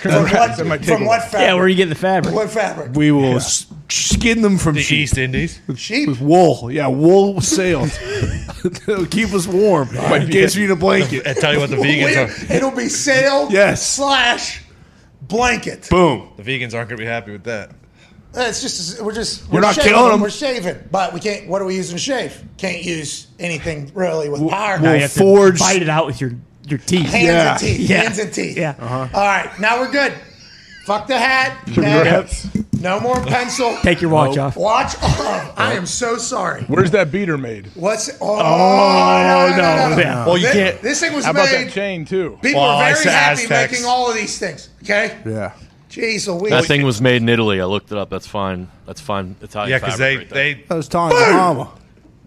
[SPEAKER 1] From
[SPEAKER 8] That might
[SPEAKER 1] what,
[SPEAKER 8] take
[SPEAKER 1] from
[SPEAKER 8] a
[SPEAKER 1] what
[SPEAKER 8] while.
[SPEAKER 2] Yeah, where are
[SPEAKER 1] fabric?
[SPEAKER 2] you getting the fabric?
[SPEAKER 1] What fabric?
[SPEAKER 3] we will s- skin them from
[SPEAKER 4] The
[SPEAKER 3] sheep.
[SPEAKER 4] East Indies.
[SPEAKER 1] Sheep.
[SPEAKER 3] With wool. Yeah, wool sails. It'll keep us warm. in case you need a blanket.
[SPEAKER 4] I tell you what, the vegans are.
[SPEAKER 1] Wait, It'll be sail
[SPEAKER 3] Yes.
[SPEAKER 1] slash blanket.
[SPEAKER 3] Boom.
[SPEAKER 4] The vegans aren't gonna be happy with that.
[SPEAKER 1] It's just we're just
[SPEAKER 3] We're not
[SPEAKER 1] shaving
[SPEAKER 3] killing
[SPEAKER 1] them,
[SPEAKER 3] them.
[SPEAKER 1] We're shaving, but we can't. What are we using to shave? Can't use anything really with power.
[SPEAKER 2] Now
[SPEAKER 3] we'll
[SPEAKER 2] you have to
[SPEAKER 3] forge-
[SPEAKER 2] Bite it out with your, your teeth.
[SPEAKER 1] hands
[SPEAKER 3] yeah,
[SPEAKER 1] and Uh-huh. teeth.
[SPEAKER 2] yeah, Uh-huh.
[SPEAKER 1] Hands and teeth.
[SPEAKER 2] yeah.
[SPEAKER 1] All right, now we're good. Fuck the hat. okay?
[SPEAKER 8] Congrats.
[SPEAKER 1] No more pencil.
[SPEAKER 2] Take your watch off.
[SPEAKER 1] Watch off. I am so sorry.
[SPEAKER 8] Where's that beater made?
[SPEAKER 1] What's oh,
[SPEAKER 2] Oh,
[SPEAKER 1] no, no, no,
[SPEAKER 2] no,
[SPEAKER 1] no.
[SPEAKER 2] no.
[SPEAKER 4] Well, you
[SPEAKER 1] Thi-
[SPEAKER 4] can't-
[SPEAKER 1] This thing was
[SPEAKER 8] How about that
[SPEAKER 1] made.
[SPEAKER 8] chain too?
[SPEAKER 1] People
[SPEAKER 4] Well,
[SPEAKER 1] are
[SPEAKER 4] I
[SPEAKER 1] very
[SPEAKER 4] said
[SPEAKER 1] happy
[SPEAKER 4] Aztecs.
[SPEAKER 1] making all of these things. Okay,
[SPEAKER 8] Yeah.
[SPEAKER 1] jeez, Louise.
[SPEAKER 5] That thing was made in Italy. I looked it up. That's fine. That's fine. Italian
[SPEAKER 4] Yeah, because
[SPEAKER 5] fabric
[SPEAKER 4] they,
[SPEAKER 5] right there.
[SPEAKER 4] they
[SPEAKER 3] I was talking to Mama.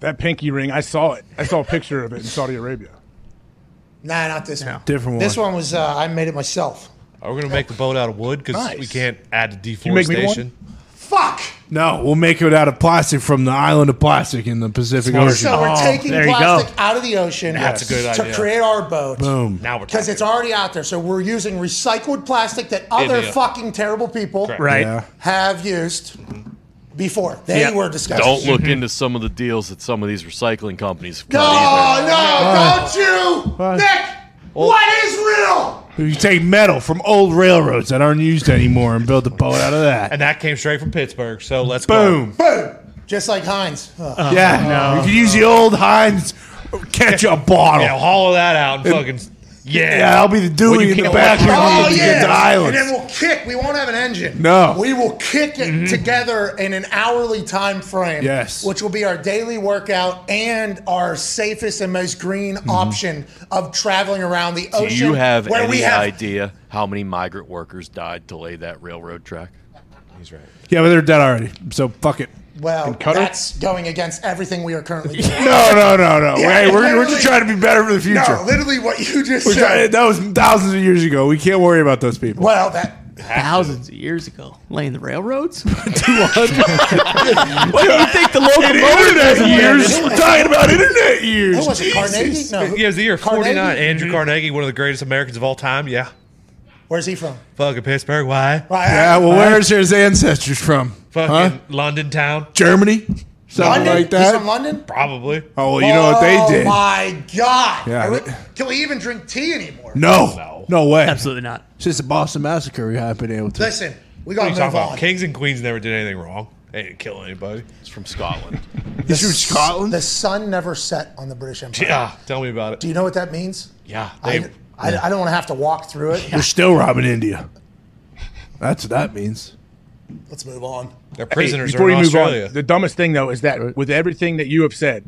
[SPEAKER 8] That pinky ring, I saw it. I saw a picture of it in Saudi Arabia.
[SPEAKER 1] Nah, not this one.
[SPEAKER 8] Different
[SPEAKER 1] This one was uh, I made it myself.
[SPEAKER 4] are we gonna make the boat out of wood because we can't add
[SPEAKER 8] make me one?
[SPEAKER 4] deforestation.
[SPEAKER 1] Fuck.
[SPEAKER 3] No, we'll make it out of plastic from the island of plastic in the Pacific Ocean.
[SPEAKER 1] So
[SPEAKER 4] Oh,
[SPEAKER 1] we're taking
[SPEAKER 2] there you go.
[SPEAKER 1] plastic out of the ocean.
[SPEAKER 4] That's a good
[SPEAKER 1] to
[SPEAKER 4] idea.
[SPEAKER 1] create our boat.
[SPEAKER 3] Boom.
[SPEAKER 4] Now we're
[SPEAKER 1] Because
[SPEAKER 4] talking. uh,
[SPEAKER 1] it's already out there. So we're using recycled plastic that other
[SPEAKER 4] Idiot.
[SPEAKER 1] fucking terrible people
[SPEAKER 2] Right.
[SPEAKER 3] Yeah.
[SPEAKER 1] have used before. They
[SPEAKER 2] Yeah.
[SPEAKER 1] were discussed.
[SPEAKER 5] don't look
[SPEAKER 4] Mm-hmm.
[SPEAKER 5] into some of the deals that some of these recycling companies.
[SPEAKER 1] Oh, No,
[SPEAKER 5] cut either.
[SPEAKER 1] no, don't you, Nick. What is real?
[SPEAKER 3] You take metal from old railroads that aren't used anymore and build a boat out of that.
[SPEAKER 4] And that came straight from Pittsburgh. So let's
[SPEAKER 3] Boom.
[SPEAKER 1] Boom. Just like Heinz. Ugh.
[SPEAKER 4] Oh,
[SPEAKER 3] yeah. You could use the old Heinz ketchup
[SPEAKER 4] go.
[SPEAKER 3] bottle.
[SPEAKER 4] Yeah, hollow that out and fucking yeah.
[SPEAKER 3] Yeah, I'll be the dude
[SPEAKER 4] Well, you
[SPEAKER 3] in the
[SPEAKER 4] can't
[SPEAKER 3] back
[SPEAKER 4] watch-
[SPEAKER 3] when
[SPEAKER 1] Oh
[SPEAKER 3] you get
[SPEAKER 1] yeah!
[SPEAKER 3] to the island.
[SPEAKER 1] And then we'll kick. We won't have an engine.
[SPEAKER 3] No.
[SPEAKER 1] we will kick it together in an hourly time frame.
[SPEAKER 3] Yes.
[SPEAKER 1] which will be our daily workout and our safest and most green
[SPEAKER 3] Mm-hmm.
[SPEAKER 1] option of traveling around the
[SPEAKER 5] Do
[SPEAKER 1] ocean.
[SPEAKER 5] you have
[SPEAKER 1] where
[SPEAKER 5] any
[SPEAKER 1] we have
[SPEAKER 5] idea how many migrant workers died to lay that railroad track?
[SPEAKER 4] He's right.
[SPEAKER 3] yeah, but they're dead already, so fuck it.
[SPEAKER 1] well,
[SPEAKER 3] cutter?
[SPEAKER 1] that's going against everything we are currently doing.
[SPEAKER 3] No, no, no, no.
[SPEAKER 1] Yeah,
[SPEAKER 3] hey, we're, we're
[SPEAKER 1] literally-
[SPEAKER 3] just trying to be better for the future.
[SPEAKER 1] no, literally what you just
[SPEAKER 3] We're trying-
[SPEAKER 1] said.
[SPEAKER 3] that was thousands of years ago. We can't worry about those people.
[SPEAKER 1] Well, that
[SPEAKER 7] Thousands of years ago, laying the railroads.
[SPEAKER 3] What do you think the local internet years? We're talking about internet years. Mm-hmm.
[SPEAKER 1] who was it? Carnegie? No, who-
[SPEAKER 4] Yeah, it was the year
[SPEAKER 1] Carnegie?
[SPEAKER 4] 49. Andrew Carnegie, one of the greatest Americans of all time. Yeah.
[SPEAKER 1] Where's he from?
[SPEAKER 4] Fucking Pittsburgh. Why?
[SPEAKER 1] Right,
[SPEAKER 3] Yeah, well, where's his ancestors from?
[SPEAKER 4] Fucking
[SPEAKER 3] Huh?
[SPEAKER 4] London town.
[SPEAKER 3] Germany?
[SPEAKER 1] London?
[SPEAKER 3] Something like
[SPEAKER 1] He's from
[SPEAKER 3] that?
[SPEAKER 1] London.
[SPEAKER 4] Probably.
[SPEAKER 3] Oh, well, you know what they
[SPEAKER 1] Oh
[SPEAKER 3] did?
[SPEAKER 1] my god!
[SPEAKER 3] Yeah.
[SPEAKER 1] Are we- Can we even drink tea anymore?
[SPEAKER 3] No. No way.
[SPEAKER 2] Absolutely not.
[SPEAKER 3] Since the Boston Massacre, we haven't been able to.
[SPEAKER 1] Listen, we
[SPEAKER 4] What
[SPEAKER 1] got
[SPEAKER 4] are you
[SPEAKER 1] to move
[SPEAKER 4] talking
[SPEAKER 1] on.
[SPEAKER 4] about? Kings and queens never did anything wrong. They didn't kill anybody.
[SPEAKER 5] It's from Scotland.
[SPEAKER 3] He's from Scotland?
[SPEAKER 1] The sun never set on the British Empire.
[SPEAKER 4] Yeah. Tell me about it.
[SPEAKER 1] Do you know what that means?
[SPEAKER 4] Yeah.
[SPEAKER 1] I,
[SPEAKER 4] They,
[SPEAKER 1] I, I don't want to have to walk through it.
[SPEAKER 3] They're still robbing India. That's what that means.
[SPEAKER 1] Let's move on.
[SPEAKER 4] their prisoners
[SPEAKER 8] Before
[SPEAKER 4] are in
[SPEAKER 8] you move
[SPEAKER 4] Australia.
[SPEAKER 8] on, the dumbest thing though is that with everything that you have said,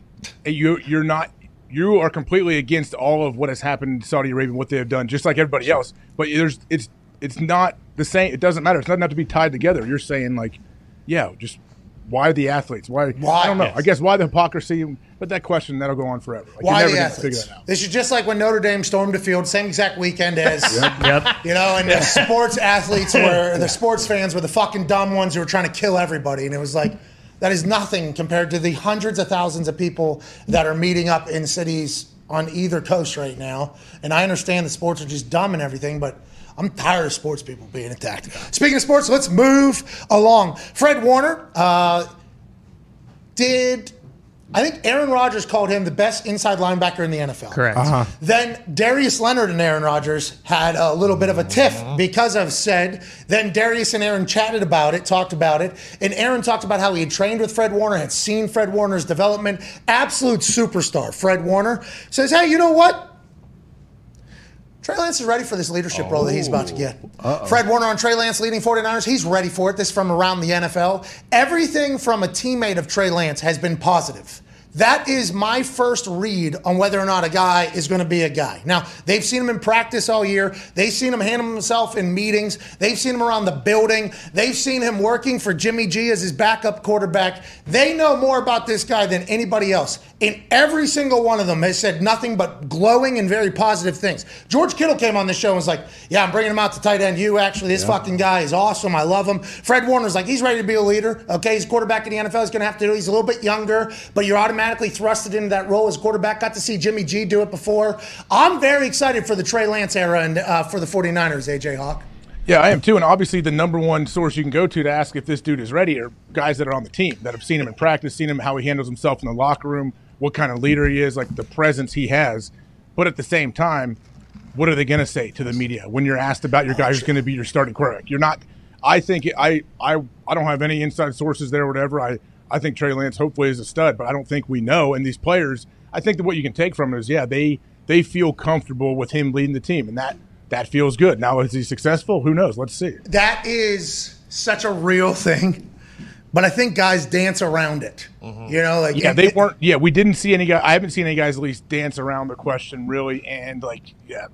[SPEAKER 8] you you're not you are completely against all of what has happened in Saudi Arabia and what they have done, just like everybody else. But there's it's it's not the same. It doesn't matter. It's not enough to be tied together. You're saying like, yeah, just why the athletes? Why?
[SPEAKER 1] Why?
[SPEAKER 8] I don't know.
[SPEAKER 1] Yes.
[SPEAKER 8] I guess why the hypocrisy? But that question that'll go on forever. Like,
[SPEAKER 1] Why
[SPEAKER 8] you're never
[SPEAKER 1] the
[SPEAKER 8] gonna
[SPEAKER 1] athletes?
[SPEAKER 8] Figure that out.
[SPEAKER 1] This is just like when Notre Dame stormed the field, same exact weekend as,
[SPEAKER 2] Yep.
[SPEAKER 1] you know, and the sports athletes were, the sports fans were the fucking dumb ones who were trying to kill everybody. And it was like, that is nothing compared to the hundreds of thousands of people that are meeting up in cities on either coast right now. And I understand that sports are just dumb and everything, but I'm tired of sports people being attacked. Speaking of sports, let's move along. Fred Warner, uh, did I think Aaron Rodgers called him the best inside linebacker in the NFL.
[SPEAKER 2] Correct.
[SPEAKER 3] Uh-huh.
[SPEAKER 1] Then Darius Leonard and Aaron Rodgers had a little bit of a tiff because of said. Then Darius and Aaron chatted about it, talked about it, and Aaron talked about how he had trained with Fred Warner, had seen Fred Warner's development, absolute superstar. Fred Warner says, "Hey, you know what? Trey Lance is ready for this leadership role that he's about to get. Fred Warner on Trey Lance leading 49ers, he's ready for it. This from around the NFL. Everything from a teammate of Trey Lance has been positive. That is my first read on whether or not a guy is going to be a guy. Now, they've seen him in practice all year. They've seen him handle himself in meetings. They've seen him around the building. They've seen him working for Jimmy G as his backup quarterback. They know more about this guy than anybody else. And every single one of them has said nothing but glowing and very positive things. George Kittle came on the show and was like, Yeah, I'm bringing him out to tight end. You actually, this fucking guy is awesome. I love him. Fred Warner's like, He's ready to be a leader. Okay, he's quarterback in the NFL. He's going to have to do it. He's a little bit younger, but you're automatically thrusted into that role as quarterback. Got to see Jimmy G do it before. I'm very excited for the Trey Lance era and uh, for the 49ers, AJ Hawk.
[SPEAKER 8] Yeah, I am too. And obviously, the number one source you can go to to ask if this dude is ready are guys that are on the team that have seen him in practice, seen him how he handles himself in the locker room, what kind of leader he is, like the presence he has. But at the same time, what are they going to say to the media when you're asked about your guy who's going to be your starting quarterback? You're not. I think I I I don't have any inside sources there or whatever. I I think Trey Lance hopefully is a stud, but I don't think we know. And these players, I think that what you can take from it is yeah, they they feel comfortable with him leading the team, and that that feels good. Now, is he successful? Who knows? Let's see.
[SPEAKER 1] That is such a real thing. But I think guys dance around it.
[SPEAKER 8] Mm-hmm.
[SPEAKER 1] You know, like
[SPEAKER 8] yeah,
[SPEAKER 1] and-
[SPEAKER 8] they weren't. Yeah, we didn't see any guy. I haven't seen any guys at least dance around the question really, and like yeah,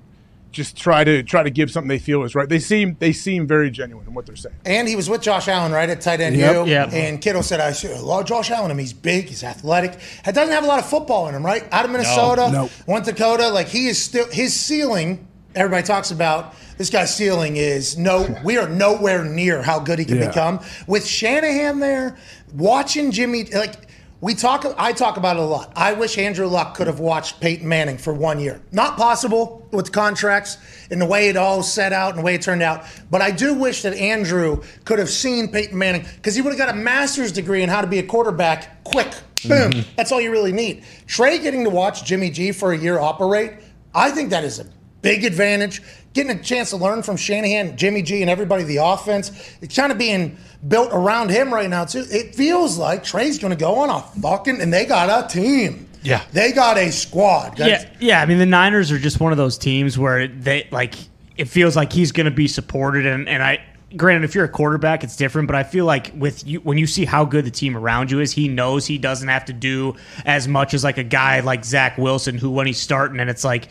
[SPEAKER 8] just try to try to give something they feel is right. They seem they seem very genuine in what they're saying.
[SPEAKER 1] And he was with Josh Allen, right at tight end.
[SPEAKER 8] Yep,
[SPEAKER 1] U.
[SPEAKER 8] yep.
[SPEAKER 1] And Kittle said, "I should love Josh Allen. Him, he's big, he's athletic. He doesn't have a lot of football in him, right? Out of Minnesota,
[SPEAKER 8] No.
[SPEAKER 1] went to Dakota. Like he is still his ceiling. Everybody talks about this guy's ceiling is no. We are nowhere near how good he can
[SPEAKER 8] Yeah.
[SPEAKER 1] become with Shanahan there. Watching Jimmy, like we talk, I talk about it a lot. I wish Andrew Luck could have watched Peyton Manning for one year. Not possible with the contracts and the way it all set out and the way it turned out. But I do wish that Andrew could have seen Peyton Manning because he would have got a master's degree in how to be a quarterback quick. Boom. That's all you really need. Trey getting to watch Jimmy G for a year operate, I think that is a big advantage. Getting a chance to learn from Shanahan, Jimmy G, and everybody the offense. It's kind of being built around him right now, too. It feels like Trey's going to go on a fucking, and they got a team.
[SPEAKER 4] Yeah.
[SPEAKER 1] They got a squad. That's-
[SPEAKER 2] yeah, yeah. I mean, the Niners are just one of those teams where they like it feels like he's going to be supported, and and I. Granted, if you're a quarterback, it's different, but I feel like with you, when you see how good the team around you is, he knows he doesn't have to do as much as like a guy like Zach Wilson, who when he's starting, and it's like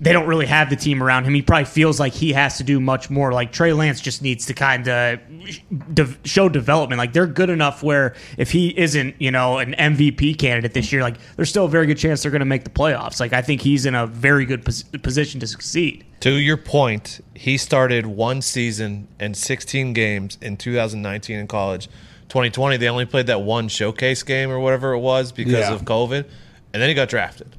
[SPEAKER 2] they don't really have the team around him. He probably feels like he has to do much more. Like Trey Lance just needs to kind of de- show development. Like they're good enough where if he isn't, you know, an MVP candidate this year, like there's still a very good chance they're going to make the playoffs. Like I think he's in a very good pos- position to succeed.
[SPEAKER 4] To your point, he started one season and 16 games in 2019 in college. 2020, they only played that one showcase game or whatever it was because
[SPEAKER 3] Yeah.
[SPEAKER 4] of COVID, and then he got drafted.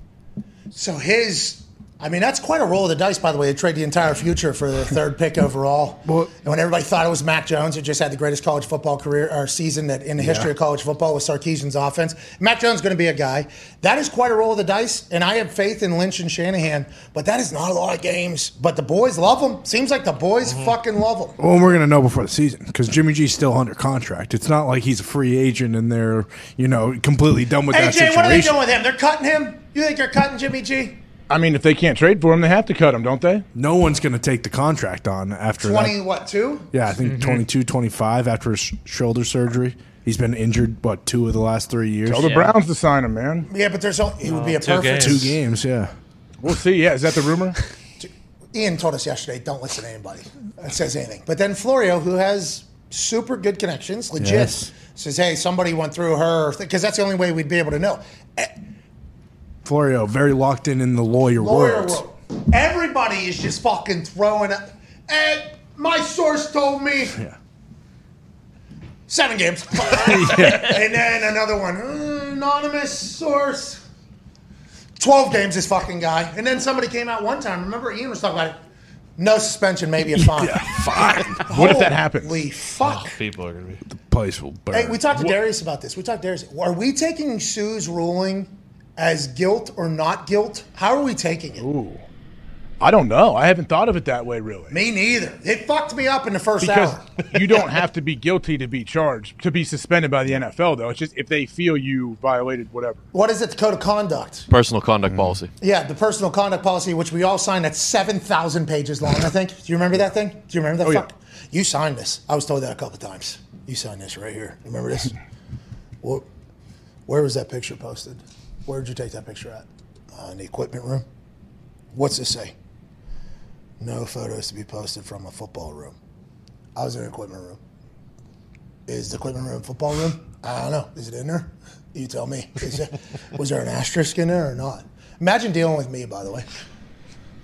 [SPEAKER 1] So his, I mean, that's quite a roll of the dice, by the way, to trade the entire future for the third pick overall. and when everybody thought it was Mac Jones, who just had the greatest college football career or season that in the history of college football with Sarkeesian's offense, Mac Jones is going to be a guy. That is quite a roll of the dice, and I have faith in Lynch and Shanahan, but that is not a lot of games. But the boys love him. Seems like the boys
[SPEAKER 3] Mm-hmm.
[SPEAKER 1] fucking love him.
[SPEAKER 3] Well, we're gonna know before the season because Jimmy G's still under contract. It's not like he's a free agent and they're you know completely done with
[SPEAKER 1] Hey,
[SPEAKER 3] that
[SPEAKER 1] Jay,
[SPEAKER 3] situation.
[SPEAKER 1] what are they doing with him? They're cutting him? You think they're cutting Jimmy G?
[SPEAKER 8] I mean, if they can't trade for him, they have to cut him, don't they?
[SPEAKER 3] No one's gonna take the contract on after that.
[SPEAKER 1] 20, what, two?
[SPEAKER 3] Yeah, I
[SPEAKER 8] Mm-hmm.
[SPEAKER 3] think 22, 25 after his sh- shoulder surgery. He's been injured, what, two of the last three years?
[SPEAKER 8] Tell the Browns to sign him, man.
[SPEAKER 1] Yeah, but there's only, he would be
[SPEAKER 3] Uh,
[SPEAKER 1] a
[SPEAKER 4] two
[SPEAKER 1] perfect.
[SPEAKER 4] games.
[SPEAKER 3] Two games, yeah.
[SPEAKER 8] We'll see. Yeah, is that the rumor?
[SPEAKER 1] Ian told us yesterday, don't listen to anybody that says anything. But then Florio, who has super good connections, legit,
[SPEAKER 3] Yes.
[SPEAKER 1] says, hey, somebody went through her, because that's the only way we'd be able to know.
[SPEAKER 3] Florio, very locked in in the lawyer,
[SPEAKER 1] Lawyer
[SPEAKER 3] world.
[SPEAKER 1] world. Everybody is just fucking throwing up. And my source told me
[SPEAKER 3] Yeah.
[SPEAKER 1] seven games. And then another one, "Uh, anonymous source. 12 games, this fucking guy. And then somebody came out one time. Remember, Ian was talking about it. No suspension, maybe a fine.
[SPEAKER 8] What if that happens?
[SPEAKER 1] Holy fuck.
[SPEAKER 5] Oh, People are going to be.
[SPEAKER 3] Place will burn.
[SPEAKER 1] Hey, we talked to Darius about this. We talked to Darius. Are we taking Sue's ruling as guilt or not guilt? How are we taking it?
[SPEAKER 8] I don't know. I haven't thought of it that way, really.
[SPEAKER 1] Me neither. It fucked me up in the first
[SPEAKER 8] because
[SPEAKER 1] hour.
[SPEAKER 8] you don't have to be guilty to be charged to be suspended by the NFL though. It's just if they feel you violated whatever.
[SPEAKER 1] What is it? The code of conduct.
[SPEAKER 5] Personal conduct
[SPEAKER 4] Mm-hmm.
[SPEAKER 5] policy.
[SPEAKER 1] Yeah, the personal conduct policy, which we all signed. That's seven thousand pages long. I think. Do you remember that thing? Do you remember that?
[SPEAKER 8] Oh, yeah.
[SPEAKER 1] fuck? You signed this. I was told that a couple times. You signed this right here. You Remember this? Where, where was that picture posted? Where did you take that picture at? Uh, in the equipment room. What's this say? No photos to be posted from a football room. I was in an equipment room. Is the equipment room football room? I don't know. Is it in there? You tell me. Is it, was there an asterisk in there or not? Imagine dealing with me, by the way.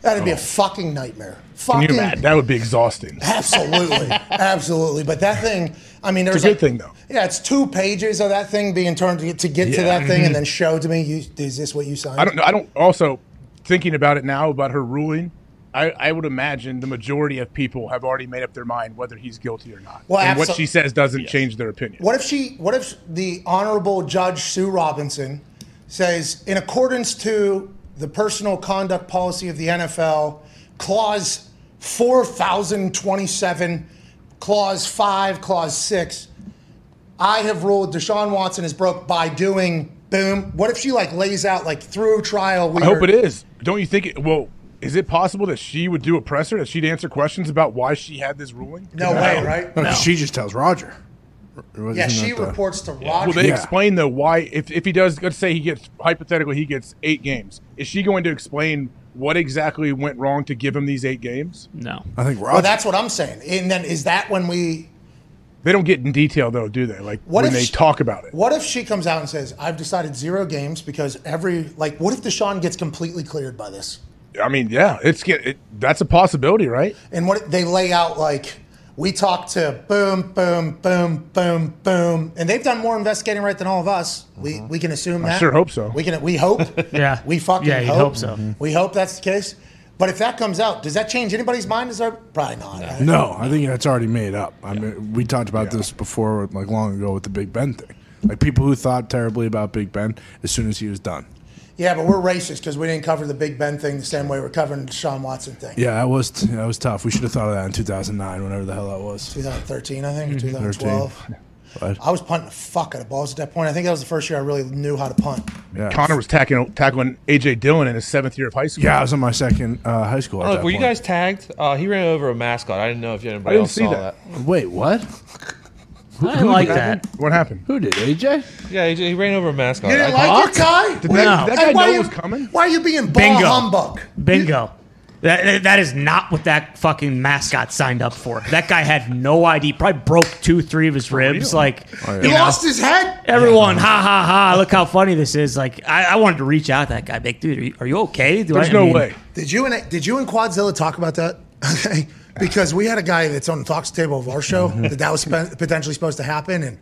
[SPEAKER 1] That'd be a fucking nightmare.
[SPEAKER 8] Oh. Can
[SPEAKER 1] Fucking
[SPEAKER 8] you imagine? That would be exhausting.
[SPEAKER 1] absolutely, absolutely. But that thing, I mean, there's
[SPEAKER 8] good
[SPEAKER 1] like-
[SPEAKER 8] thing, though.
[SPEAKER 1] Yeah, it's two pages of that thing being turned to get to, get to
[SPEAKER 8] Yeah. Mm-hmm.
[SPEAKER 1] that thing and then showed to me. You, is this what you signed?
[SPEAKER 8] I don't know. I don't also thinking about it now about her ruling. I, I would imagine the majority of people have already made up their mind whether he's guilty or not.
[SPEAKER 1] Well,
[SPEAKER 8] and what
[SPEAKER 1] absol-
[SPEAKER 8] she says doesn't change their opinion.
[SPEAKER 1] What if she? What if the Honorable Judge Sue Robinson says, in accordance to the personal conduct policy of the NFL, clause four thousand twenty-seven, clause five, clause six, I have ruled Deshaun Watson is broke by doing boom. What if she like lays out like through trial?
[SPEAKER 8] I hope it is. Don't you think it? Well, Is it possible that she would do a presser that she'd answer questions about why she had this ruling?
[SPEAKER 1] No way, right?
[SPEAKER 8] No, 'cause
[SPEAKER 1] No.
[SPEAKER 8] She just tells Roger. Or
[SPEAKER 1] Yeah,
[SPEAKER 8] isn't
[SPEAKER 1] she
[SPEAKER 8] that the-
[SPEAKER 1] reports to Roger.
[SPEAKER 8] Will they
[SPEAKER 1] Yeah.
[SPEAKER 8] explain though why if, if he does let's say he gets hypothetically he gets eight games. Is she going to explain what exactly went wrong to give him these eight games?
[SPEAKER 10] No.
[SPEAKER 8] I think
[SPEAKER 1] Well, that's what I'm saying. And then is that when we?
[SPEAKER 8] they don't get in detail though, do they? Like
[SPEAKER 1] What
[SPEAKER 8] when
[SPEAKER 1] if
[SPEAKER 8] they
[SPEAKER 1] she-
[SPEAKER 8] talk about it.
[SPEAKER 1] What if she comes out and says, "I've decided zero games because every like, what if Deshaun gets completely cleared by this?"
[SPEAKER 8] I mean, yeah, it's get it, that's a possibility, right?
[SPEAKER 1] And what they lay out like, we talked to boom, boom, boom, boom, boom, and they've done more investigating right than all of us. We we can assume
[SPEAKER 8] I
[SPEAKER 1] that.
[SPEAKER 8] sure hope so.
[SPEAKER 1] We can we hope.
[SPEAKER 2] Yeah.
[SPEAKER 1] We fucking
[SPEAKER 2] Yeah, you'd
[SPEAKER 1] hope.
[SPEAKER 2] hope so.
[SPEAKER 1] We hope that's the case. But if that comes out, does that change anybody's mind? Is there probably not? right?
[SPEAKER 3] No, I think that's already made up. I mean, we talked about this before, like long ago, with the Big Ben thing. Like people who thought terribly about Big Ben as soon as he was done.
[SPEAKER 1] Yeah, but we're racist because we didn't cover the Big Ben thing the same way we're covering the Sean Watson thing.
[SPEAKER 3] Yeah, that was that was tough. We should have thought of that in 2009, whenever the hell that was.
[SPEAKER 1] 2013, I think, or
[SPEAKER 3] 13.
[SPEAKER 1] 2012. I was punting the fuck out of balls at that point. I think that was the first year I really knew how to punt.
[SPEAKER 3] Yeah.
[SPEAKER 8] Connor was tackling tackling AJ Dillon in his seventh year of high school.
[SPEAKER 3] Yeah, I was in my second uh, high school. At
[SPEAKER 4] Look,
[SPEAKER 3] that
[SPEAKER 4] were you
[SPEAKER 3] point.
[SPEAKER 4] guys tagged? Uh, he ran over a mascot. I didn't know if
[SPEAKER 8] I
[SPEAKER 4] anybody
[SPEAKER 8] didn't
[SPEAKER 4] else
[SPEAKER 8] see
[SPEAKER 4] saw
[SPEAKER 8] that.
[SPEAKER 4] that.
[SPEAKER 3] Wait, what?
[SPEAKER 2] I didn't like that.
[SPEAKER 8] What happened?
[SPEAKER 3] Who did AJ?
[SPEAKER 4] Yeah, he, he ran over a mascot.
[SPEAKER 1] You
[SPEAKER 4] I-
[SPEAKER 1] didn't like it, Kai?
[SPEAKER 8] Did that,
[SPEAKER 2] No.
[SPEAKER 8] did that guy
[SPEAKER 1] Hey, why
[SPEAKER 8] know
[SPEAKER 1] you-
[SPEAKER 8] it was coming?
[SPEAKER 1] Why are you being ball
[SPEAKER 2] Bingo.
[SPEAKER 1] humbug?
[SPEAKER 2] Bingo. That, that- that is not what that fucking mascot signed up for. That guy had no ID. Probably broke two, three of his ribs. Like,
[SPEAKER 1] He
[SPEAKER 8] Oh,
[SPEAKER 2] you know,
[SPEAKER 1] lost his head.
[SPEAKER 2] everyone, ha ha ha! Look how funny this is. Like, I, I wanted to reach out to that guy. be Like, dude, are you, are you okay? Do
[SPEAKER 8] There's
[SPEAKER 2] I- I
[SPEAKER 8] no
[SPEAKER 2] mean-
[SPEAKER 8] way.
[SPEAKER 1] Did you and did you and Quadzilla talk about that? Okay, because we had a guy that's on the talks table of our show that that was spe- potentially supposed to happen, and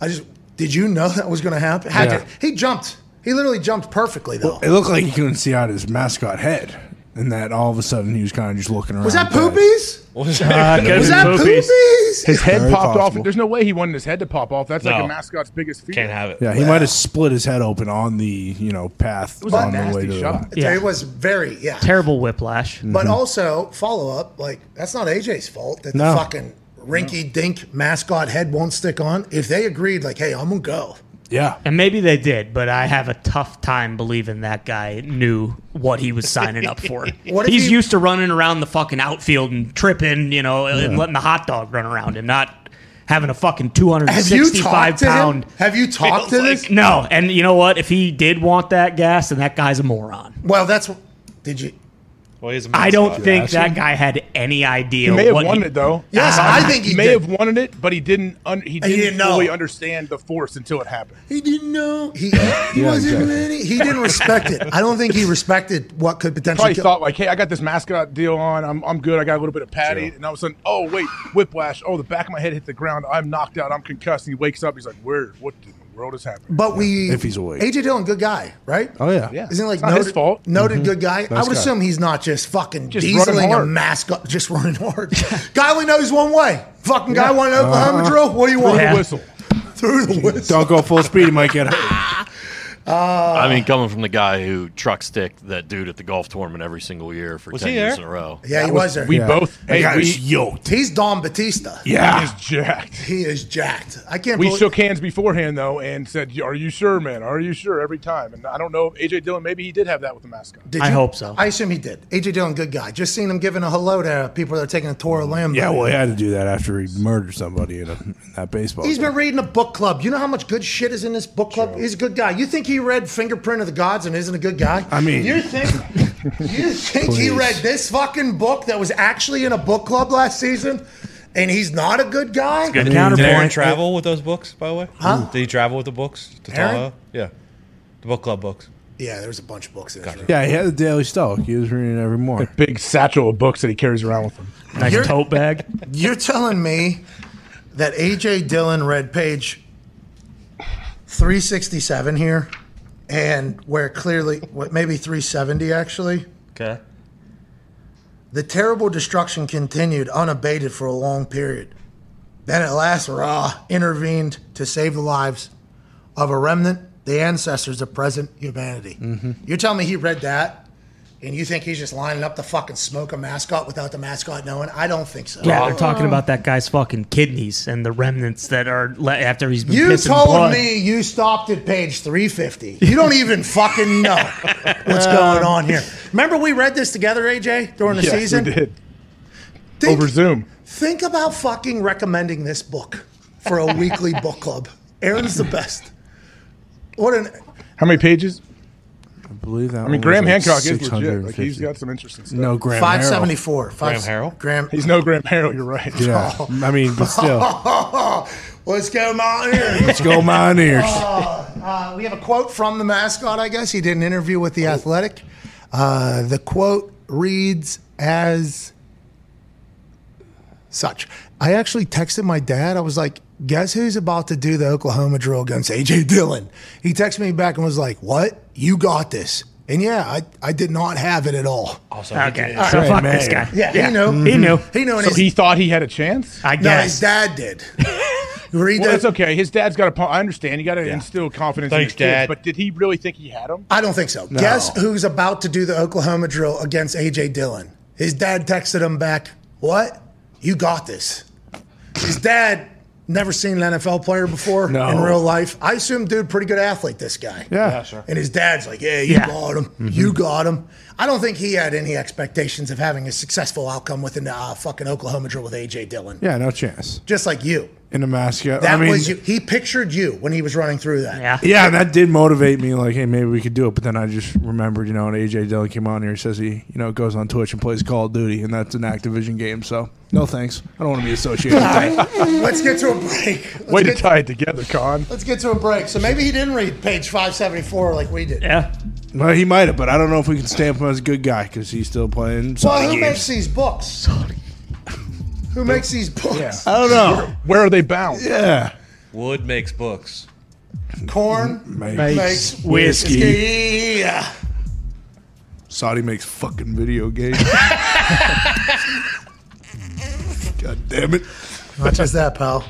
[SPEAKER 1] I just did you know that was going to happen? Had
[SPEAKER 3] Yeah.
[SPEAKER 1] to- he jumped. He literally jumped perfectly though.
[SPEAKER 3] It looked like he couldn't see out his mascot head, and that all of a sudden he was kind of just looking around.
[SPEAKER 1] was that
[SPEAKER 3] dead.
[SPEAKER 1] poopies?
[SPEAKER 2] Uh, could've
[SPEAKER 1] Was
[SPEAKER 2] been
[SPEAKER 1] that
[SPEAKER 2] poopies.
[SPEAKER 1] poopies?
[SPEAKER 8] His head
[SPEAKER 3] Very
[SPEAKER 8] popped
[SPEAKER 3] possible.
[SPEAKER 8] off. There's no way he wanted his head to pop off. That's like
[SPEAKER 4] No.
[SPEAKER 8] a mascot's biggest fear.
[SPEAKER 4] Can't have it.
[SPEAKER 3] Yeah, he might have split his head open on the you know path
[SPEAKER 8] It was
[SPEAKER 3] on
[SPEAKER 8] a
[SPEAKER 3] the way
[SPEAKER 8] nasty
[SPEAKER 3] to Mm-hmm.
[SPEAKER 8] shot.
[SPEAKER 2] Yeah.
[SPEAKER 1] It was very yeah.
[SPEAKER 2] Terrible whiplash. Mm-hmm.
[SPEAKER 1] But also follow up, like that's not AJ's fault that
[SPEAKER 3] No.
[SPEAKER 1] the fucking rinky dink mascot head won't stick on. If they agreed, like, hey, I'm gonna go.
[SPEAKER 3] the. Yeah,
[SPEAKER 2] And maybe they did, but I have a tough time believing that guy knew what he was signing up for.
[SPEAKER 1] What if
[SPEAKER 2] He's
[SPEAKER 1] he-
[SPEAKER 2] used to running around the fucking outfield and tripping, you know, and letting the hot dog run around and not having a fucking
[SPEAKER 1] Have you talked
[SPEAKER 2] 265
[SPEAKER 1] to
[SPEAKER 2] pound.
[SPEAKER 1] him? Have you talked to this?
[SPEAKER 2] Like, no, and you know what? If he did want that gas, then that guy's a moron.
[SPEAKER 1] Well, that's did you?
[SPEAKER 4] Well, he's a mascot.
[SPEAKER 2] I don't think that guy had any idea.
[SPEAKER 8] He may have
[SPEAKER 2] what Uh,
[SPEAKER 8] wanted it though.
[SPEAKER 1] Yes, I think
[SPEAKER 8] He
[SPEAKER 1] he
[SPEAKER 8] may
[SPEAKER 1] did.
[SPEAKER 8] have wanted it, but he didn't. Un- he didn't,
[SPEAKER 1] didn't know.
[SPEAKER 8] fully understand the force until it happened.
[SPEAKER 1] He didn't know. He, he wasn't
[SPEAKER 3] exactly.
[SPEAKER 1] ready. He didn't respect it. I don't think he respected what could potentially.
[SPEAKER 8] Probably
[SPEAKER 1] kill-
[SPEAKER 8] thought like, "Hey, I got this mascot deal on. I'm, I'm good. I got a little bit of patty." And all of a sudden, oh wait, whiplash! Oh, the back of my head hit the ground. I'm knocked out. I'm concussed. And he wakes up. He's like, "Where? What in the world is happening?"
[SPEAKER 1] but we,
[SPEAKER 3] if he's awake.
[SPEAKER 1] AJ Dillon, good guy, right?
[SPEAKER 3] oh yeah, Mm-hmm.
[SPEAKER 8] Yeah.
[SPEAKER 1] Isn't it like
[SPEAKER 8] It's not
[SPEAKER 1] noted,
[SPEAKER 8] his fault.
[SPEAKER 1] noted good guy? I would
[SPEAKER 3] guy.
[SPEAKER 1] assume he's not just fucking
[SPEAKER 8] Just running
[SPEAKER 1] dieseling a
[SPEAKER 8] hard.
[SPEAKER 1] mascot, just running hard. guy only knows one way. Fucking guy wanted to Oklahoma drill. What do you want?
[SPEAKER 8] Throw the
[SPEAKER 2] Yeah.
[SPEAKER 8] whistle.
[SPEAKER 1] Through the whistle.
[SPEAKER 3] Uh-huh. Don't go full speed; he might get hurt.
[SPEAKER 1] Uh,
[SPEAKER 5] I mean, coming from the guy who truck stick that dude at the golf tournament every single year for
[SPEAKER 4] Was
[SPEAKER 5] ten
[SPEAKER 4] he
[SPEAKER 5] years
[SPEAKER 4] there?
[SPEAKER 5] in a row.
[SPEAKER 1] Yeah, he was there.
[SPEAKER 8] We
[SPEAKER 3] Yeah.
[SPEAKER 8] both.
[SPEAKER 3] That guy
[SPEAKER 8] Hey,
[SPEAKER 3] was
[SPEAKER 8] we,
[SPEAKER 3] yoked.
[SPEAKER 1] He's Don Batista.
[SPEAKER 8] yeah.
[SPEAKER 3] Yeah,
[SPEAKER 8] is jacked.
[SPEAKER 1] He is jacked. I can't.
[SPEAKER 8] We
[SPEAKER 1] believe-
[SPEAKER 8] shook hands beforehand though, and said, "Are you sure, man? Are you sure?" Every time. And I don't know. if AJ Dillon. Maybe he did have that with the mascot.
[SPEAKER 1] Did
[SPEAKER 2] I hope so.
[SPEAKER 1] I assume he did. AJ Dillon, good guy. Just seen him giving a hello to people that are taking a tour of Lambo.
[SPEAKER 3] yeah. Well, he had to do that after he murdered somebody in, a, in that baseball.
[SPEAKER 1] He's
[SPEAKER 3] game.
[SPEAKER 1] been reading a book club. You know how much good shit is in this book club? He's a good guy. You think he read Fingerprint of the Gods and isn't a good guy?
[SPEAKER 3] I mean-
[SPEAKER 1] you think you think he
[SPEAKER 3] Please.
[SPEAKER 1] read this fucking book that was actually in a book club last season and he's not a good guy?
[SPEAKER 2] Good
[SPEAKER 4] Did Aaron
[SPEAKER 2] counterpoint.
[SPEAKER 4] travel with those books, by the way? Huh? Did he travel with the books to
[SPEAKER 1] Aaron?
[SPEAKER 4] Tahoe? Yeah. The book club books.
[SPEAKER 1] Yeah, there's a bunch of books in this room.
[SPEAKER 3] Yeah, he had the Daily Stoic. He was reading it every morning.
[SPEAKER 8] big satchel of books that he carries around with him.
[SPEAKER 2] Nice
[SPEAKER 1] You're-
[SPEAKER 2] tote bag.
[SPEAKER 1] You're telling me that AJ Dillon read page 367 here and where clearly what maybe 370 actually
[SPEAKER 4] Okay.
[SPEAKER 1] The terrible destruction continued unabated for a long period. Then at last, Ra intervened to save the lives
[SPEAKER 2] Mm-hmm.
[SPEAKER 1] of a remnant, the ancestors of present humanity. You're telling me he read that and you think he's just lining up to fucking smoke a mascot without the mascot knowing? I don't think so.
[SPEAKER 2] Yeah, they're talking about that guy's fucking kidneys and the remnants that are le- after he's been
[SPEAKER 1] You
[SPEAKER 2] pissing
[SPEAKER 1] told
[SPEAKER 2] blood.
[SPEAKER 1] me you stopped at page 350. You don't even fucking know what's
[SPEAKER 2] Um,
[SPEAKER 1] going on here. Remember we read this together, AJ, during the
[SPEAKER 8] Um, Yes, we
[SPEAKER 1] season?
[SPEAKER 8] did.
[SPEAKER 1] Think,
[SPEAKER 8] Over Zoom.
[SPEAKER 1] think about fucking recommending this book for a weekly book club. Aaron's the best. What an
[SPEAKER 8] How many pages?
[SPEAKER 3] I believe that.
[SPEAKER 8] I mean, Graham Hancock is legit. Like, he's got some interesting stuff.
[SPEAKER 3] no Graham.
[SPEAKER 1] 574.
[SPEAKER 4] Graham Harrell?
[SPEAKER 1] Graham.
[SPEAKER 8] He's no Graham Harrell. You're right.
[SPEAKER 3] Harrell. Yeah, I mean, but still,
[SPEAKER 1] What's going on here?
[SPEAKER 3] let's go Mountaineers.
[SPEAKER 1] Uh, we have a quote from the mascot, I guess. He did an interview with The
[SPEAKER 3] Oh.
[SPEAKER 1] Athletic. Uh, the quote reads as such. I actually texted my dad. I was like, guess who's about to do the Oklahoma drill against A.J. Dillon? He texted me back and was like, what? You got this. And yeah, I, I did not have it at all.
[SPEAKER 2] Okay, all right, so
[SPEAKER 3] Hey, man.
[SPEAKER 2] fuck
[SPEAKER 3] Mm-hmm.
[SPEAKER 2] this guy.
[SPEAKER 1] Yeah, he knew.
[SPEAKER 2] He knew.
[SPEAKER 1] He knew. And
[SPEAKER 8] So
[SPEAKER 1] his,
[SPEAKER 8] he thought he had a chance.
[SPEAKER 2] I
[SPEAKER 1] no, his
[SPEAKER 2] guess.
[SPEAKER 1] dad did. Read
[SPEAKER 8] Well,
[SPEAKER 1] the-
[SPEAKER 8] that's okay. His dad's got a. po- I understand. You got to instill confidence
[SPEAKER 4] Thanks,
[SPEAKER 8] in his Kids,
[SPEAKER 4] Dad.
[SPEAKER 8] but did he really think he had him?
[SPEAKER 1] I don't think so. Guess who's about to do the Oklahoma drill against AJ Dillon? His dad texted him back, "What? You got this." His dad never seen an NFL player before
[SPEAKER 3] No.
[SPEAKER 1] in real life. I assume, dude, pretty good athlete. This guy.
[SPEAKER 3] Yeah. Mm-hmm.
[SPEAKER 1] sure. And his dad's like, "Yeah, you
[SPEAKER 2] Yeah.
[SPEAKER 1] got him. You got him." I don't think he had any expectations of having a successful outcome within the uh, fucking Oklahoma drill with AJ Dillon.
[SPEAKER 3] Yeah, no chance.
[SPEAKER 1] Just like you.
[SPEAKER 3] In a mascot.
[SPEAKER 1] That
[SPEAKER 3] I mean,
[SPEAKER 1] was you. He pictured you when he was running through that.
[SPEAKER 2] yeah.
[SPEAKER 3] Yeah, and that did motivate me. Like, hey, maybe we could do it. But then I just remembered, you know, when AJ Dillon came on here, he says he, you know, goes on Twitch and plays Call of Duty, and that's an Activision game. So, no thanks. I don't want to be associated with that.
[SPEAKER 1] Let's get to a break. Let's
[SPEAKER 8] Way to
[SPEAKER 1] get-
[SPEAKER 8] tie it together, Con.
[SPEAKER 1] Let's get to a break. So maybe he didn't read page 574 like we did.
[SPEAKER 2] Yeah.
[SPEAKER 3] Well, he might have, but I don't know if we can stamp him as a good guy because he's still playing.
[SPEAKER 1] Well,
[SPEAKER 3] Sonic
[SPEAKER 1] who
[SPEAKER 3] games.
[SPEAKER 1] makes these books? Who makes these books?
[SPEAKER 3] I don't know.
[SPEAKER 8] Where are they bound?
[SPEAKER 3] Yeah.
[SPEAKER 4] Wood makes books.
[SPEAKER 1] Corn
[SPEAKER 3] Mate.
[SPEAKER 1] makes
[SPEAKER 8] whiskey.
[SPEAKER 1] whiskey. Yeah.
[SPEAKER 3] Saudi makes fucking video games. God damn it.
[SPEAKER 1] Not just that, pal.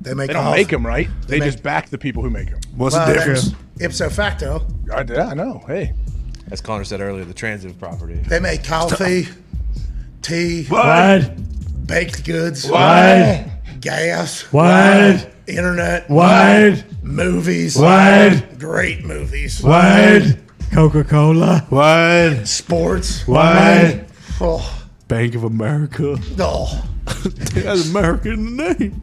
[SPEAKER 1] They make
[SPEAKER 8] They don't
[SPEAKER 1] all-
[SPEAKER 8] make them, right? They,
[SPEAKER 1] make-
[SPEAKER 8] just back the people who make them.
[SPEAKER 3] What's
[SPEAKER 1] Well,
[SPEAKER 3] the
[SPEAKER 1] they-
[SPEAKER 3] difference?
[SPEAKER 1] Ipso facto,
[SPEAKER 8] I, yeah, I know. Hey,
[SPEAKER 4] As Connor said earlier, the transitive property.
[SPEAKER 1] they make coffee, tea,
[SPEAKER 2] What?
[SPEAKER 1] baked goods,
[SPEAKER 2] What?
[SPEAKER 1] gas,
[SPEAKER 2] What?
[SPEAKER 1] internet,
[SPEAKER 2] What?
[SPEAKER 1] movies,
[SPEAKER 2] What?
[SPEAKER 1] great movies,
[SPEAKER 2] What? Coca Cola.
[SPEAKER 3] What?
[SPEAKER 1] sports.
[SPEAKER 3] What?
[SPEAKER 1] Oh,
[SPEAKER 3] Bank of America.
[SPEAKER 1] oh.
[SPEAKER 3] It has America in the name.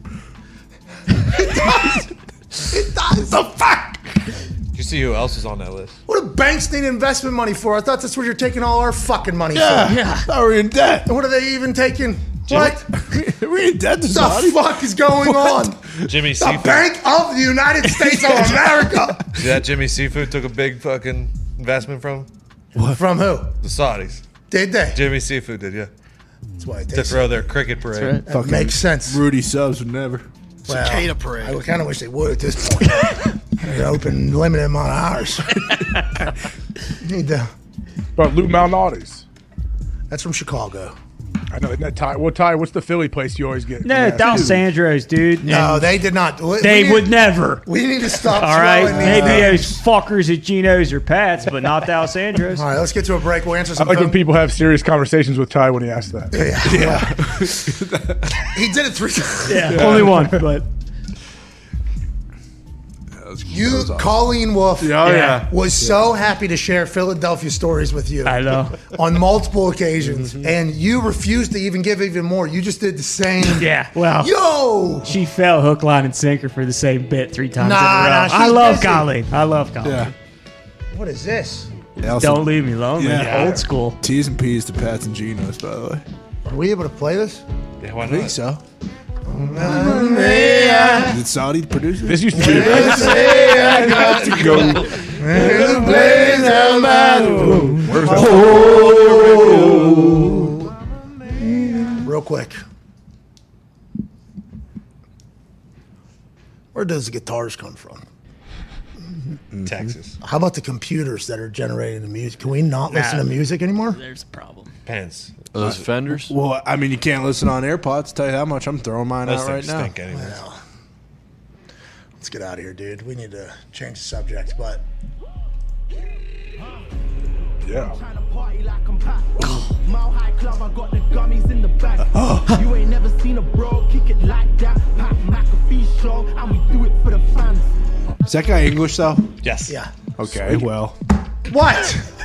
[SPEAKER 4] Did you see who else is on that list?
[SPEAKER 1] What do banks need investment money for? I thought that's what you're taking all our fucking money for.
[SPEAKER 3] Yeah. We're in debt.
[SPEAKER 1] What are they even taking? What
[SPEAKER 3] We're in debt to
[SPEAKER 1] the
[SPEAKER 3] Saudi.
[SPEAKER 1] fuck is going on?
[SPEAKER 4] Jimmy
[SPEAKER 1] The
[SPEAKER 4] Seafood.
[SPEAKER 1] Bank of the United States of America.
[SPEAKER 4] See that Jimmy Seafood took a big fucking investment from
[SPEAKER 1] From who?
[SPEAKER 4] the Saudis.
[SPEAKER 1] Did they?
[SPEAKER 4] Jimmy Seafood did, yeah.
[SPEAKER 1] That's why it
[SPEAKER 4] To
[SPEAKER 1] takes,
[SPEAKER 4] throw their cricket parade.
[SPEAKER 11] right.
[SPEAKER 1] that makes sense.
[SPEAKER 3] Rudy subs would never.
[SPEAKER 1] Well,
[SPEAKER 11] Cicada parade.
[SPEAKER 1] I kind of wish they would at this point. They're open limited amount of hours. need to.
[SPEAKER 8] but Lou Malnati's.
[SPEAKER 1] That's from Chicago.
[SPEAKER 8] I know. Isn't that Ty? Well, Ty, what's the Philly place you always get?
[SPEAKER 2] No,
[SPEAKER 8] Yeah.
[SPEAKER 2] Dal Sandro's, dude.
[SPEAKER 1] No,
[SPEAKER 2] And
[SPEAKER 1] they did not. We,
[SPEAKER 2] they
[SPEAKER 1] we need,
[SPEAKER 2] would never.
[SPEAKER 1] We need to stop.
[SPEAKER 2] All right,
[SPEAKER 1] throwing these
[SPEAKER 2] maybe
[SPEAKER 1] names.
[SPEAKER 2] those fuckers at Geno's or Pat's, but not Dal Sandro's.
[SPEAKER 1] All right, let's get to a break. We'll answer
[SPEAKER 8] I
[SPEAKER 1] some.
[SPEAKER 8] like when
[SPEAKER 1] phone-
[SPEAKER 8] people have serious conversations with Ty when he asks that.
[SPEAKER 1] Yeah. he did it three times.
[SPEAKER 2] Yeah, only one, but
[SPEAKER 1] You, Colleen Wolf,
[SPEAKER 3] Oh,
[SPEAKER 2] yeah.
[SPEAKER 1] was so happy to share Philadelphia stories with you
[SPEAKER 2] I know. Mm-hmm.
[SPEAKER 1] on multiple occasions, and you refused to even give even more. You just did the same.
[SPEAKER 2] Yeah, well,
[SPEAKER 1] Yo,
[SPEAKER 2] she fell hook, line, and sinker for the same bit three times
[SPEAKER 1] Nah,
[SPEAKER 2] in a row.
[SPEAKER 1] nah, she's
[SPEAKER 2] I love
[SPEAKER 1] busy.
[SPEAKER 2] Colleen. I love Colleen.
[SPEAKER 3] Yeah.
[SPEAKER 1] what is this?
[SPEAKER 3] Elsa,
[SPEAKER 2] Don't leave me lonely.
[SPEAKER 3] Yeah.
[SPEAKER 2] Old school.
[SPEAKER 3] T's and P's to Pats and Geno's, by the way.
[SPEAKER 1] Are we able to play this?
[SPEAKER 4] Yeah, why
[SPEAKER 3] I think
[SPEAKER 4] not?
[SPEAKER 3] so. Did Saudi produce it?
[SPEAKER 8] This used to be. This
[SPEAKER 1] Oh. Real quick. Where does the guitars come from?
[SPEAKER 3] Mm-hmm.
[SPEAKER 4] Texas.
[SPEAKER 1] How about the computers that are generating the music? Can we not listen to music anymore?
[SPEAKER 11] There's a problem.
[SPEAKER 4] Pence.
[SPEAKER 12] Those fenders.
[SPEAKER 3] Uh, Well, I mean, you can't listen on AirPods. Tell you how much I'm throwing mine
[SPEAKER 4] Those
[SPEAKER 3] out right
[SPEAKER 4] things
[SPEAKER 3] now.
[SPEAKER 4] stink anyway.
[SPEAKER 1] Let's get out of here, dude. We need to change the subject, but
[SPEAKER 8] Yeah.
[SPEAKER 13] Mile high club, I got the gummies in the bag.
[SPEAKER 3] Oh.
[SPEAKER 13] you ain't never seen a bro kick it like that. Pat McAfee show, and we do it for the fans.
[SPEAKER 3] Is that guy English though?
[SPEAKER 4] Yes.
[SPEAKER 9] Yeah.
[SPEAKER 3] Okay. Well,
[SPEAKER 9] What?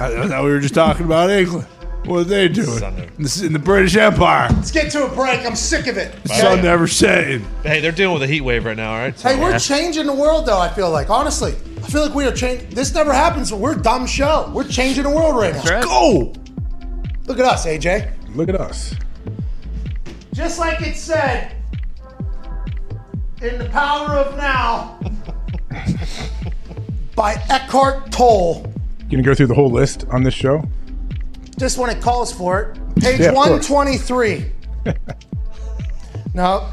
[SPEAKER 3] I, I thought we were just talking about England. What are they doing?
[SPEAKER 4] Son of-
[SPEAKER 3] This is in the British Empire.
[SPEAKER 1] Let's get to a break. I'm sick of it.
[SPEAKER 3] Sun never setting.
[SPEAKER 4] Hey, they're dealing with a heat wave right now, all right? So-
[SPEAKER 1] Hey, we're changing the world, though. I feel like, honestly, I feel like we are changing. This never happens. But we're a dumb show. We're changing the world right now.
[SPEAKER 3] Go.
[SPEAKER 1] Look at us, AJ.
[SPEAKER 8] Look at us.
[SPEAKER 1] Just like it said, in the power of now, by Eckhart Tolle.
[SPEAKER 8] Gonna go through the whole list on this show.
[SPEAKER 1] Just when it calls for it, page
[SPEAKER 8] Yeah, of course.
[SPEAKER 1] 123. no,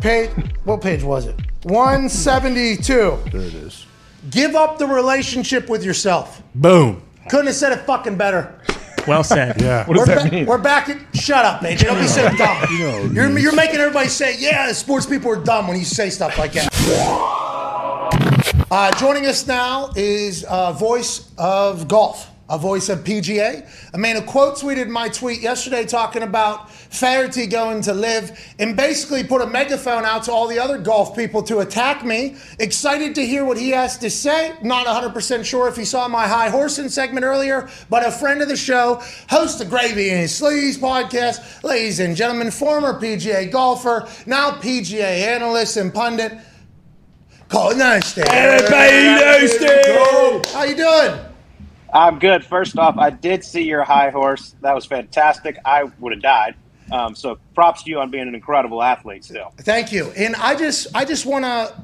[SPEAKER 1] page. What page was it? 172.
[SPEAKER 3] There it is.
[SPEAKER 1] Give up the relationship with yourself.
[SPEAKER 3] Boom.
[SPEAKER 1] Couldn't have said it fucking better.
[SPEAKER 2] Well said.
[SPEAKER 3] Yeah.
[SPEAKER 8] What does
[SPEAKER 1] we're
[SPEAKER 8] that
[SPEAKER 1] ba-
[SPEAKER 8] mean?
[SPEAKER 1] We're back at. Shut up, AJ. Don't be so dumb.
[SPEAKER 2] Oh,
[SPEAKER 3] know,
[SPEAKER 1] you're, you're making everybody say, yeah, sports people are dumb when you say stuff like that. Uh, joining us now is a voice of golf, a voice of PGA, a man who quote tweeted my tweet yesterday talking about Faraday going to live and basically put a megaphone out to all the other golf people to attack me. Excited to hear what he has to say. Not 100% sure if he saw my high horsing segment earlier, but a friend of the show, host of Gravy and His Sleeves podcast, ladies and gentlemen, former PGA golfer, now PGA analyst and pundit. Colin Nystad. How you doing?
[SPEAKER 14] I'm good. First off, I did see your high horse. That was fantastic. I would have died. Um, so props to you on being an incredible athlete still.
[SPEAKER 1] Thank you. And I just, I just want to,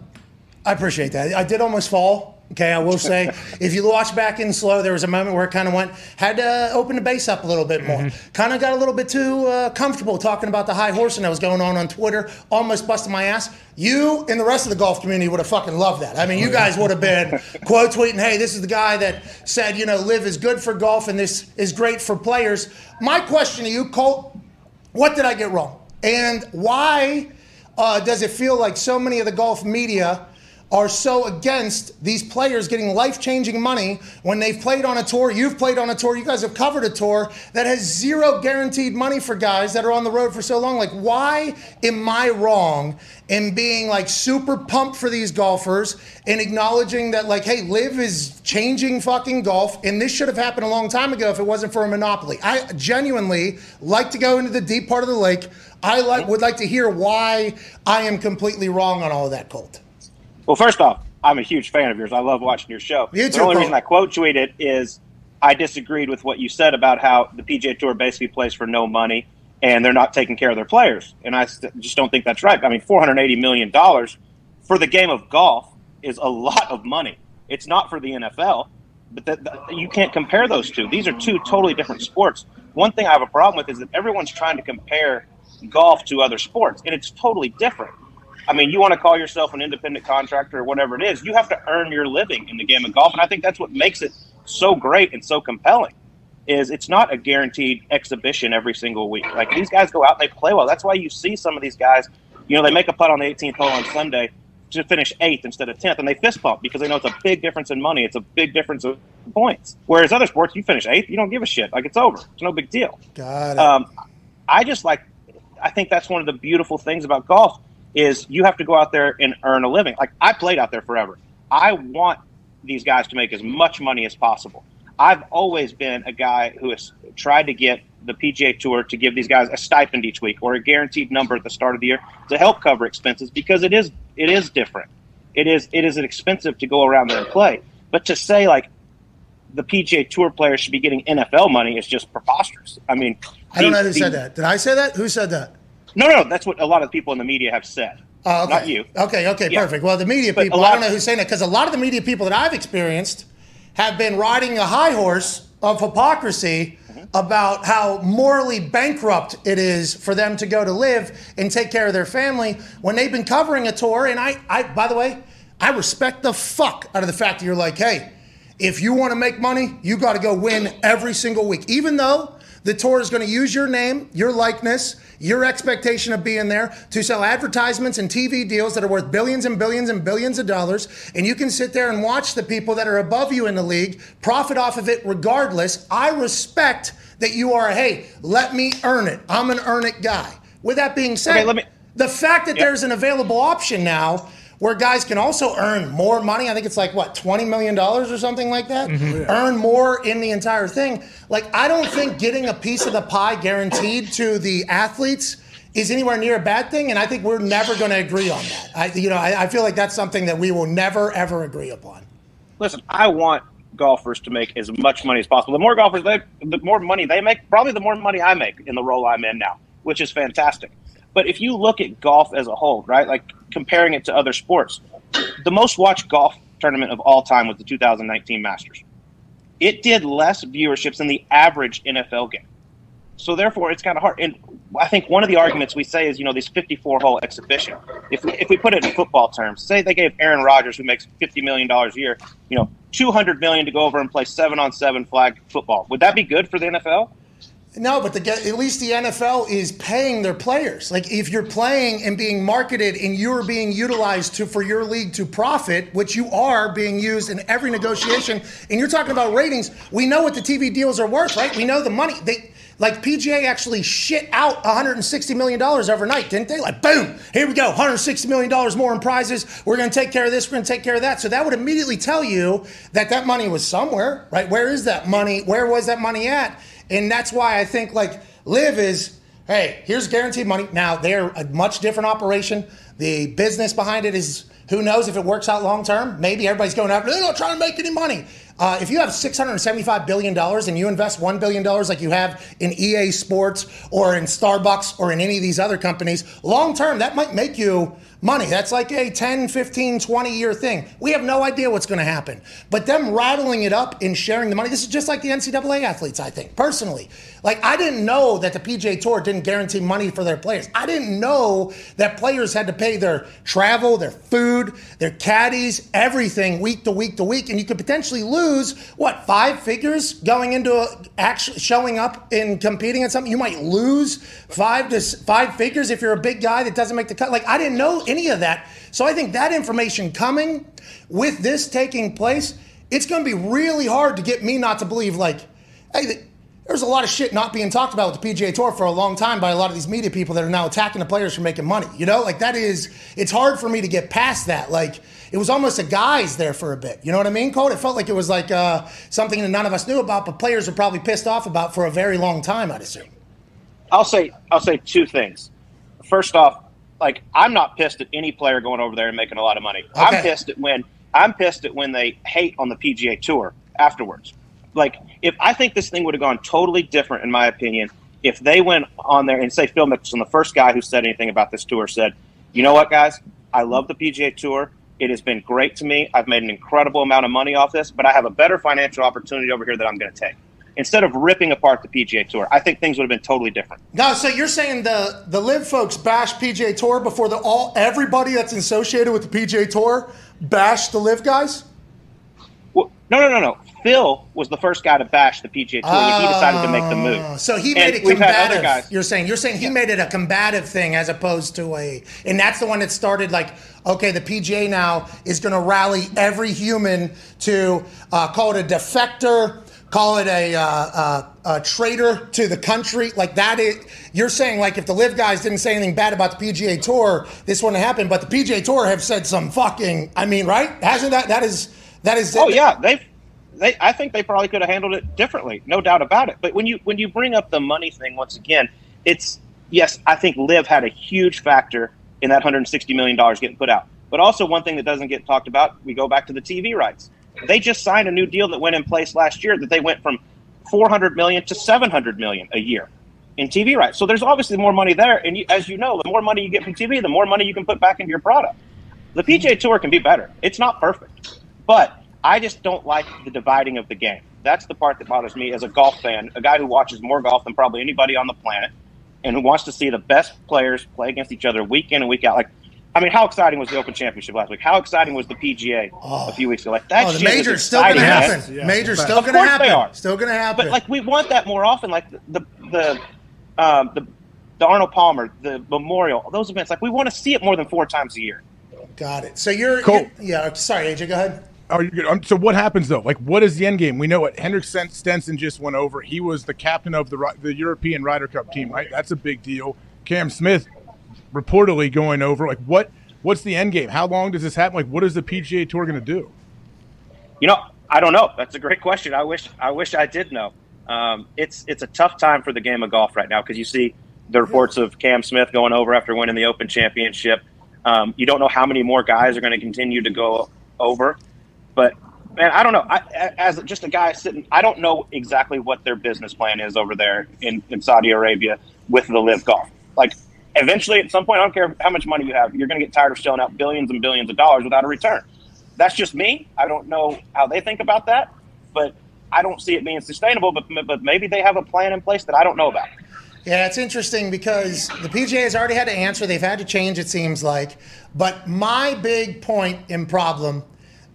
[SPEAKER 1] I appreciate that. I did almost fall. Okay, I will say, if you watch back in slow, there was a moment where it kind of went, had to open the base up a little bit more. Kind of got a little bit too uh, comfortable talking about the high horsing that was going on on Twitter, almost busted my ass. You and the rest of the golf community would have fucking loved that. I mean, you guys would have been quote tweeting, hey, this is the guy that said, you know, live is good for golf and this is great for players. My question to you, Colt, what did I get wrong? And why uh, does it feel like so many of the golf media are so against these players getting life changing money when they've played on a tour? You've played on a tour, you guys have covered a tour that has zero guaranteed money for guys that are on the road for so long. Like, why am I wrong in being like super pumped for these golfers and acknowledging that, like, hey, Live is changing fucking golf and this should have happened a long time ago if it wasn't for a monopoly? I genuinely like to go into the deep part of the lake. I like, would like to hear why I am completely wrong on all of that, Colt.
[SPEAKER 14] Well, first off, I'm a huge fan of yours. I love watching your show.
[SPEAKER 1] You too,
[SPEAKER 14] the only
[SPEAKER 1] Cole.
[SPEAKER 14] reason I quote tweeted is I disagreed with what you said about how the PGA Tour basically plays for no money and they're not taking care of their players. And I st- just don't think that's right. I mean, $480 million for the game of golf is a lot of money. It's not for the NFL, but that that- you can't compare those two. These are two totally different sports. One thing I have a problem with is that everyone's trying to compare golf to other sports, and it's totally different. I mean, you want to call yourself an independent contractor or whatever it is, you have to earn your living in the game of golf, and I think that's what makes it so great and so compelling. Is it's not a guaranteed exhibition every single week. Like these guys go out and they play well. That's why you see some of these guys. You know, they make a putt on the 18th hole on Sunday to finish eighth instead of 10th, and they fist bump because they know it's a big difference in money. It's a big difference of points. Whereas other sports, you finish eighth, you don't give a shit. Like it's over. It's no big deal.
[SPEAKER 1] Got it.
[SPEAKER 14] Um, I just like, I think that's one of the beautiful things about golf is you have to go out there and earn a living. Like I played out there forever. I want these guys to make as much money as possible. I've always been a guy who has tried to get the PGA Tour to give these guys a stipend each week or a guaranteed number at the start of the year to help cover expenses because it is it is different. It is it is expensive to go around there and play. But to say like the PGA Tour players should be getting NFL money is just preposterous. I mean,
[SPEAKER 1] I don't know who
[SPEAKER 14] these-
[SPEAKER 1] said that. Did I say that? Who said that?
[SPEAKER 14] no, no, that's what a lot of people in the media have said.
[SPEAKER 1] Oh, okay.
[SPEAKER 14] Not you.
[SPEAKER 1] Okay, okay,
[SPEAKER 14] Yeah.
[SPEAKER 1] perfect. Well, the media
[SPEAKER 14] But a
[SPEAKER 1] people, I
[SPEAKER 14] lot-
[SPEAKER 1] don't know who's saying that because a lot of the media people that I've experienced have been riding a high horse of hypocrisy
[SPEAKER 14] Mm-hmm.
[SPEAKER 1] about how morally bankrupt it is for them to go to live and take care of their family when they've been covering a tour. And I, I by the way, I respect the fuck out of the fact that you're like, hey, if you want to make money, you got to go win every single week, even though. The tour is going to use your name, your likeness, your expectation of being there to sell advertisements and TV deals that are worth billions and billions and billions of dollars. And you can sit there and watch the people that are above you in the league profit off of it regardless. I respect that you are, hey, let me earn it. I'm an earn it guy. With that being said,
[SPEAKER 14] Okay, let me-
[SPEAKER 1] the fact that there's an available option now where guys can also earn more money, I think it's like what, $20 million or something like that?
[SPEAKER 9] Mhm. Yeah.
[SPEAKER 1] Earn more in the entire thing. Like, I don't think getting a piece of the pie guaranteed to the athletes is anywhere near a bad thing. And I think we're never going to agree on that. I, you know, I, I feel like that's something that we will never, ever agree upon.
[SPEAKER 14] listen, I want golfers to make as much money as possible. The more golfers they, the more money they make, probably the more money I make in the role I'm in now, which is fantastic. But if you look at golf as a whole, right, like comparing it to other sports, the most watched golf tournament of all time was the 2019 Masters. It did less viewerships than the average NFL game. So therefore, it's kind of hard. And I think one of the arguments we say is, you know, these 54 hole exhibition. If we, if we put it in football terms, say they gave Aaron Rodgers, who makes 50 million dollars a year, you know, 200 million to go over and play seven on seven flag football. Would that be good for the NFL?
[SPEAKER 1] No, but the, ge- at least the NFL is paying their players. Like if you're playing and being marketed and you're being utilized to for your league to profit, which you are being used in every negotiation, and you're talking about ratings, we know what the TV deals are worth, right? We know the money. They like PGA actually shit out 160 million dollars overnight, didn't they? Like boom, here we go, 160 million dollars more in prizes. We're going to take care of this, we're going to take care of that. So that would immediately tell you that that money was somewhere, right? Where is that money? Where was that money at? And that's why I think like Live is, hey, here's guaranteed money. Now they're a much different operation. The business behind it is who knows if it works out long term. Maybe everybody's going out, they're not trying to make any money. Uh, if you have $675 billion and you invest $1 billion like you have in EA Sports or in Starbucks or in any of these other companies, long term, that might make you money. That's like a 10, 15, 20 year thing. We have no idea what's going to happen. But them rattling it up and sharing the money, this is just like the NCAA athletes, I think, personally. Like, I didn't know that the PJ Tour didn't guarantee money for their players. I didn't know that players had to pay their travel, their food, their caddies, everything week to week to week. And you could potentially lose, what, five figures going into a, actually showing up and competing at something? You might lose five to s- five figures if you're a big guy that doesn't make the cut. Like, I didn't know any of that. So I think that information coming with this taking place, it's going to be really hard to get me not to believe, like, hey, th- there's a lot of shit not being talked about with the PGA Tour for a long time by a lot of these media people that are now attacking the players for making money. You know, like that is, it's hard for me to get past that. Like, it was almost a guise there for a bit. You know what I mean, Cole? It felt like it was like uh, something that none of us knew about, but players were probably pissed off about for a very long time, I'd assume.
[SPEAKER 14] I'll say I'll say two things. First off, like I'm not pissed at any player going over there and making a lot of money. I'm pissed at when I'm pissed at when they hate on the PGA Tour afterwards. Like if I think this thing would have gone totally different, in my opinion, if they went on there and say Phil Mickelson, the first guy who said anything about this tour, said, "You know what, guys? I love the PGA Tour. It has been great to me. I've made an incredible amount of money off this, but I have a better financial opportunity over here that I'm going to take." Instead of ripping apart the PGA Tour, I think things would have been totally different.
[SPEAKER 1] No, so you're saying the the live folks bash PJ Tour before the all everybody that's associated with the PJ Tour bash the live guys?
[SPEAKER 14] Well, no, no, no, no. Phil was the first guy to bash the PGA Tour when he decided to make the move.
[SPEAKER 1] Oh, So he
[SPEAKER 14] And
[SPEAKER 1] made it
[SPEAKER 14] we've had other
[SPEAKER 1] combative. You're saying you're saying he made it a combative thing as opposed to a and that's the one that started like okay the PGA now is going to rally every human to uh, call it a defector, call it a, uh, uh, a traitor to the country like that. Is, you're saying like if the live guys didn't say anything bad about the PGA Tour, this wouldn't happen. But the PGA Tour have said some fucking. I mean, right? Hasn't that that is that is
[SPEAKER 14] Oh yeah, they've. They, I think they probably could have handled it differently, no doubt about it. But when you when you bring up the money thing once again, it's yes, I think Liv had a huge factor in that 160 million dollars getting put out. But also one thing that doesn't get talked about, we go back to the TV rights. They just signed a new deal that went in place last year that they went from 400 million to 700 million a year in TV rights. So there's obviously more money there, and you, as you know, the more money you get from TV, the more money you can put back into your product. The
[SPEAKER 1] Mm-hmm.
[SPEAKER 14] PGA Tour can be better. It's not perfect, but I just don't like the dividing of the game. That's the part that bothers me as a golf fan, a guy who watches more golf than probably anybody on the planet, and who wants to see the best players play against each other week in and week out. Like, I mean, how exciting was the Open Championship last week? How exciting was the PGA a few weeks ago? Like that.
[SPEAKER 1] Oh, the
[SPEAKER 14] shit is
[SPEAKER 1] major's still gonna
[SPEAKER 14] exciting, man.
[SPEAKER 1] happen. Yeah. Major's still
[SPEAKER 14] Of
[SPEAKER 1] gonna
[SPEAKER 14] course
[SPEAKER 1] happen.
[SPEAKER 14] They are.
[SPEAKER 1] Still going to happen.
[SPEAKER 14] But like we want that more often. Like the, the um, the the Arnold Palmer, the Memorial, those events. Like we want to see it more than four times a year.
[SPEAKER 1] Got it. So you're,
[SPEAKER 8] Cool.
[SPEAKER 1] you're- yeah. Sorry, AJ. Go ahead.
[SPEAKER 8] Oh, you're good. Um, so what happens though? Like, what is the end game? We know it. Hendrik Sten- Stenson just went over. He was the captain of the Ri- the European Ryder Cup team, right? That's a big deal. Cam Smith reportedly going over. Like, what what's the end game? How long does this happen? Like, what is the PGA Tour going to do?
[SPEAKER 14] You know, I don't know. That's a great question. I wish I wish I did know. Um, it's it's a tough time for the game of golf right now because you see the reports of Cam Smith going over after winning the Open Championship. Um, you don't know how many more guys are going to continue to go over, but man, I don't know. I, a- as just a guy sitting, I don't know exactly what their business plan is over there in, in Saudi Arabia with the live golf. Like, eventually, at some point, I don't care how much money you have, you're going to get tired of shelling out billions and billions of dollars without a return that's just me. I don't know how they think about that, but I don't see it being sustainable. But but maybe they have a plan in place that I don't know about.
[SPEAKER 1] Yeah, it's interesting because the PGA has already had to answer. They've had to change, it seems like. But my big point and problem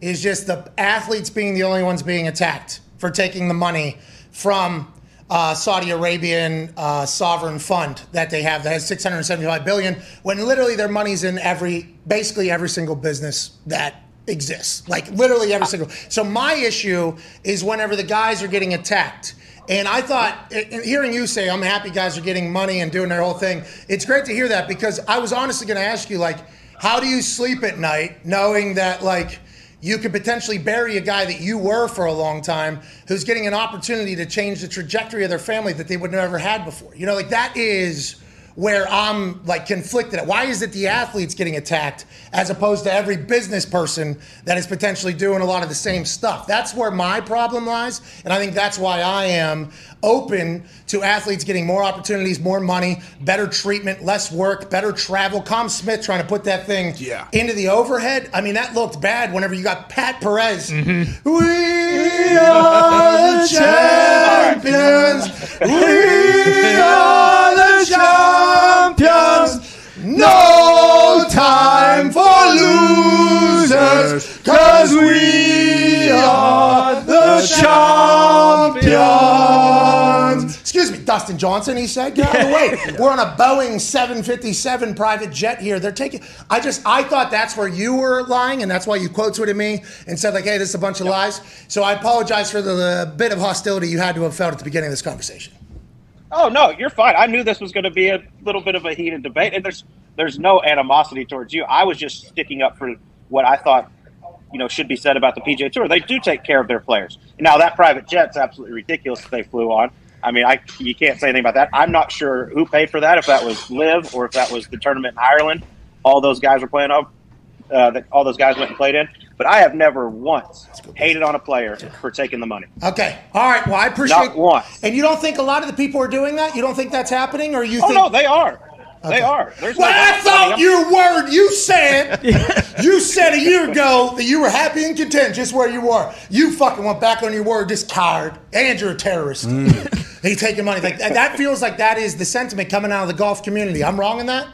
[SPEAKER 1] is just the athletes being the only ones being attacked for taking the money from uh, Saudi Arabian uh, sovereign fund that they have that has 675 billion, when literally their money's in every, basically every single business that exists. Like literally every single. So my issue is whenever the guys are getting attacked. And I thought, and- and hearing you say, I'm happy guys are getting money and doing their whole thing, it's great to hear that because I was honestly going to ask you, like, how do you sleep at night knowing that, like, you could potentially bury a guy that you were for a long time who's getting an opportunity to change the trajectory of their family that they would never had before? You know, like, that is where I'm like conflicted at. Why is it the athletes getting attacked as opposed to every business person that is potentially doing a lot of the same stuff? That's where my problem lies. And I think that's why I am open to athletes getting more opportunities, more money, better treatment, less work, better travel. Com Smith trying to put that thing
[SPEAKER 3] Yeah.
[SPEAKER 1] into the overhead. I mean, that looked bad whenever you got Pat Perez. We
[SPEAKER 9] are
[SPEAKER 1] are
[SPEAKER 9] the
[SPEAKER 1] the champions. We are the champions. No time for losers, cause we are the champions. Excuse me, Dustin Johnson, he said, get out of the way. We're on a Boeing 757 private jet here. They're taking, I just, I thought that's where you were lying, and that's why you quote tweeted me and said, like, hey, this is a bunch of lies. So I apologize for the, the bit of hostility you had to have felt at the beginning of this conversation.
[SPEAKER 14] Oh no, you're fine. I knew this was going to be a little bit of a heated debate, and there's there's no animosity towards you. I was just sticking up for what I thought you know should be said about the PJ Tour. They do take care of their players. Now that private jet's absolutely ridiculous that they flew on. I mean, I you can't say anything about that. I'm not sure who paid for that. If that was Live or if that was the tournament in Ireland, all those guys were playing up. Uh, that all those guys went and played in. But I have never once hated on a player for taking the money.
[SPEAKER 1] Okay. All right. Well, I appreciate
[SPEAKER 14] Not once.
[SPEAKER 1] And you don't think a lot of the people are doing that? You don't think that's happening, or you
[SPEAKER 14] Oh
[SPEAKER 1] think?
[SPEAKER 14] no, they are. They are. There's
[SPEAKER 1] Well,
[SPEAKER 14] no-
[SPEAKER 1] I thought your word. You said you said a year ago that you were happy and content just where you were. You fucking went back on your word, just tired, and you're a terrorist.
[SPEAKER 14] Mm.
[SPEAKER 1] And you taking money like that, that feels like that is the sentiment coming out of the golf community. I'm wrong in that.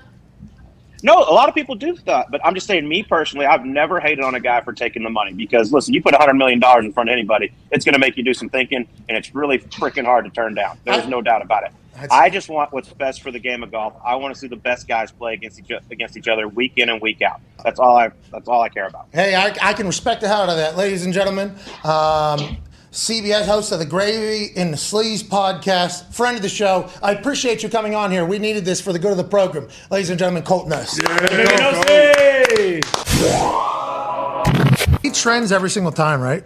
[SPEAKER 14] No, a lot of people do that, but I'm just saying, me personally, I've never hated on a guy for taking the money because listen, you put $100 million in front of anybody, it's going to make you do some thinking, and it's really freaking hard to turn down. There's no doubt about it.
[SPEAKER 1] That's-
[SPEAKER 14] I just want what's best for the game of golf. I want to see the best guys play against each against each other week in and week out. That's all I. That's all I care about.
[SPEAKER 1] Hey, I, I can respect the hell out of that, ladies and gentlemen. Um, CBS host of the Gravy in the Sleaze podcast, friend of the show. I appreciate you coming on here. We needed this for the good of the program, ladies and gentlemen. Colton Nuss. He trends every single time, right?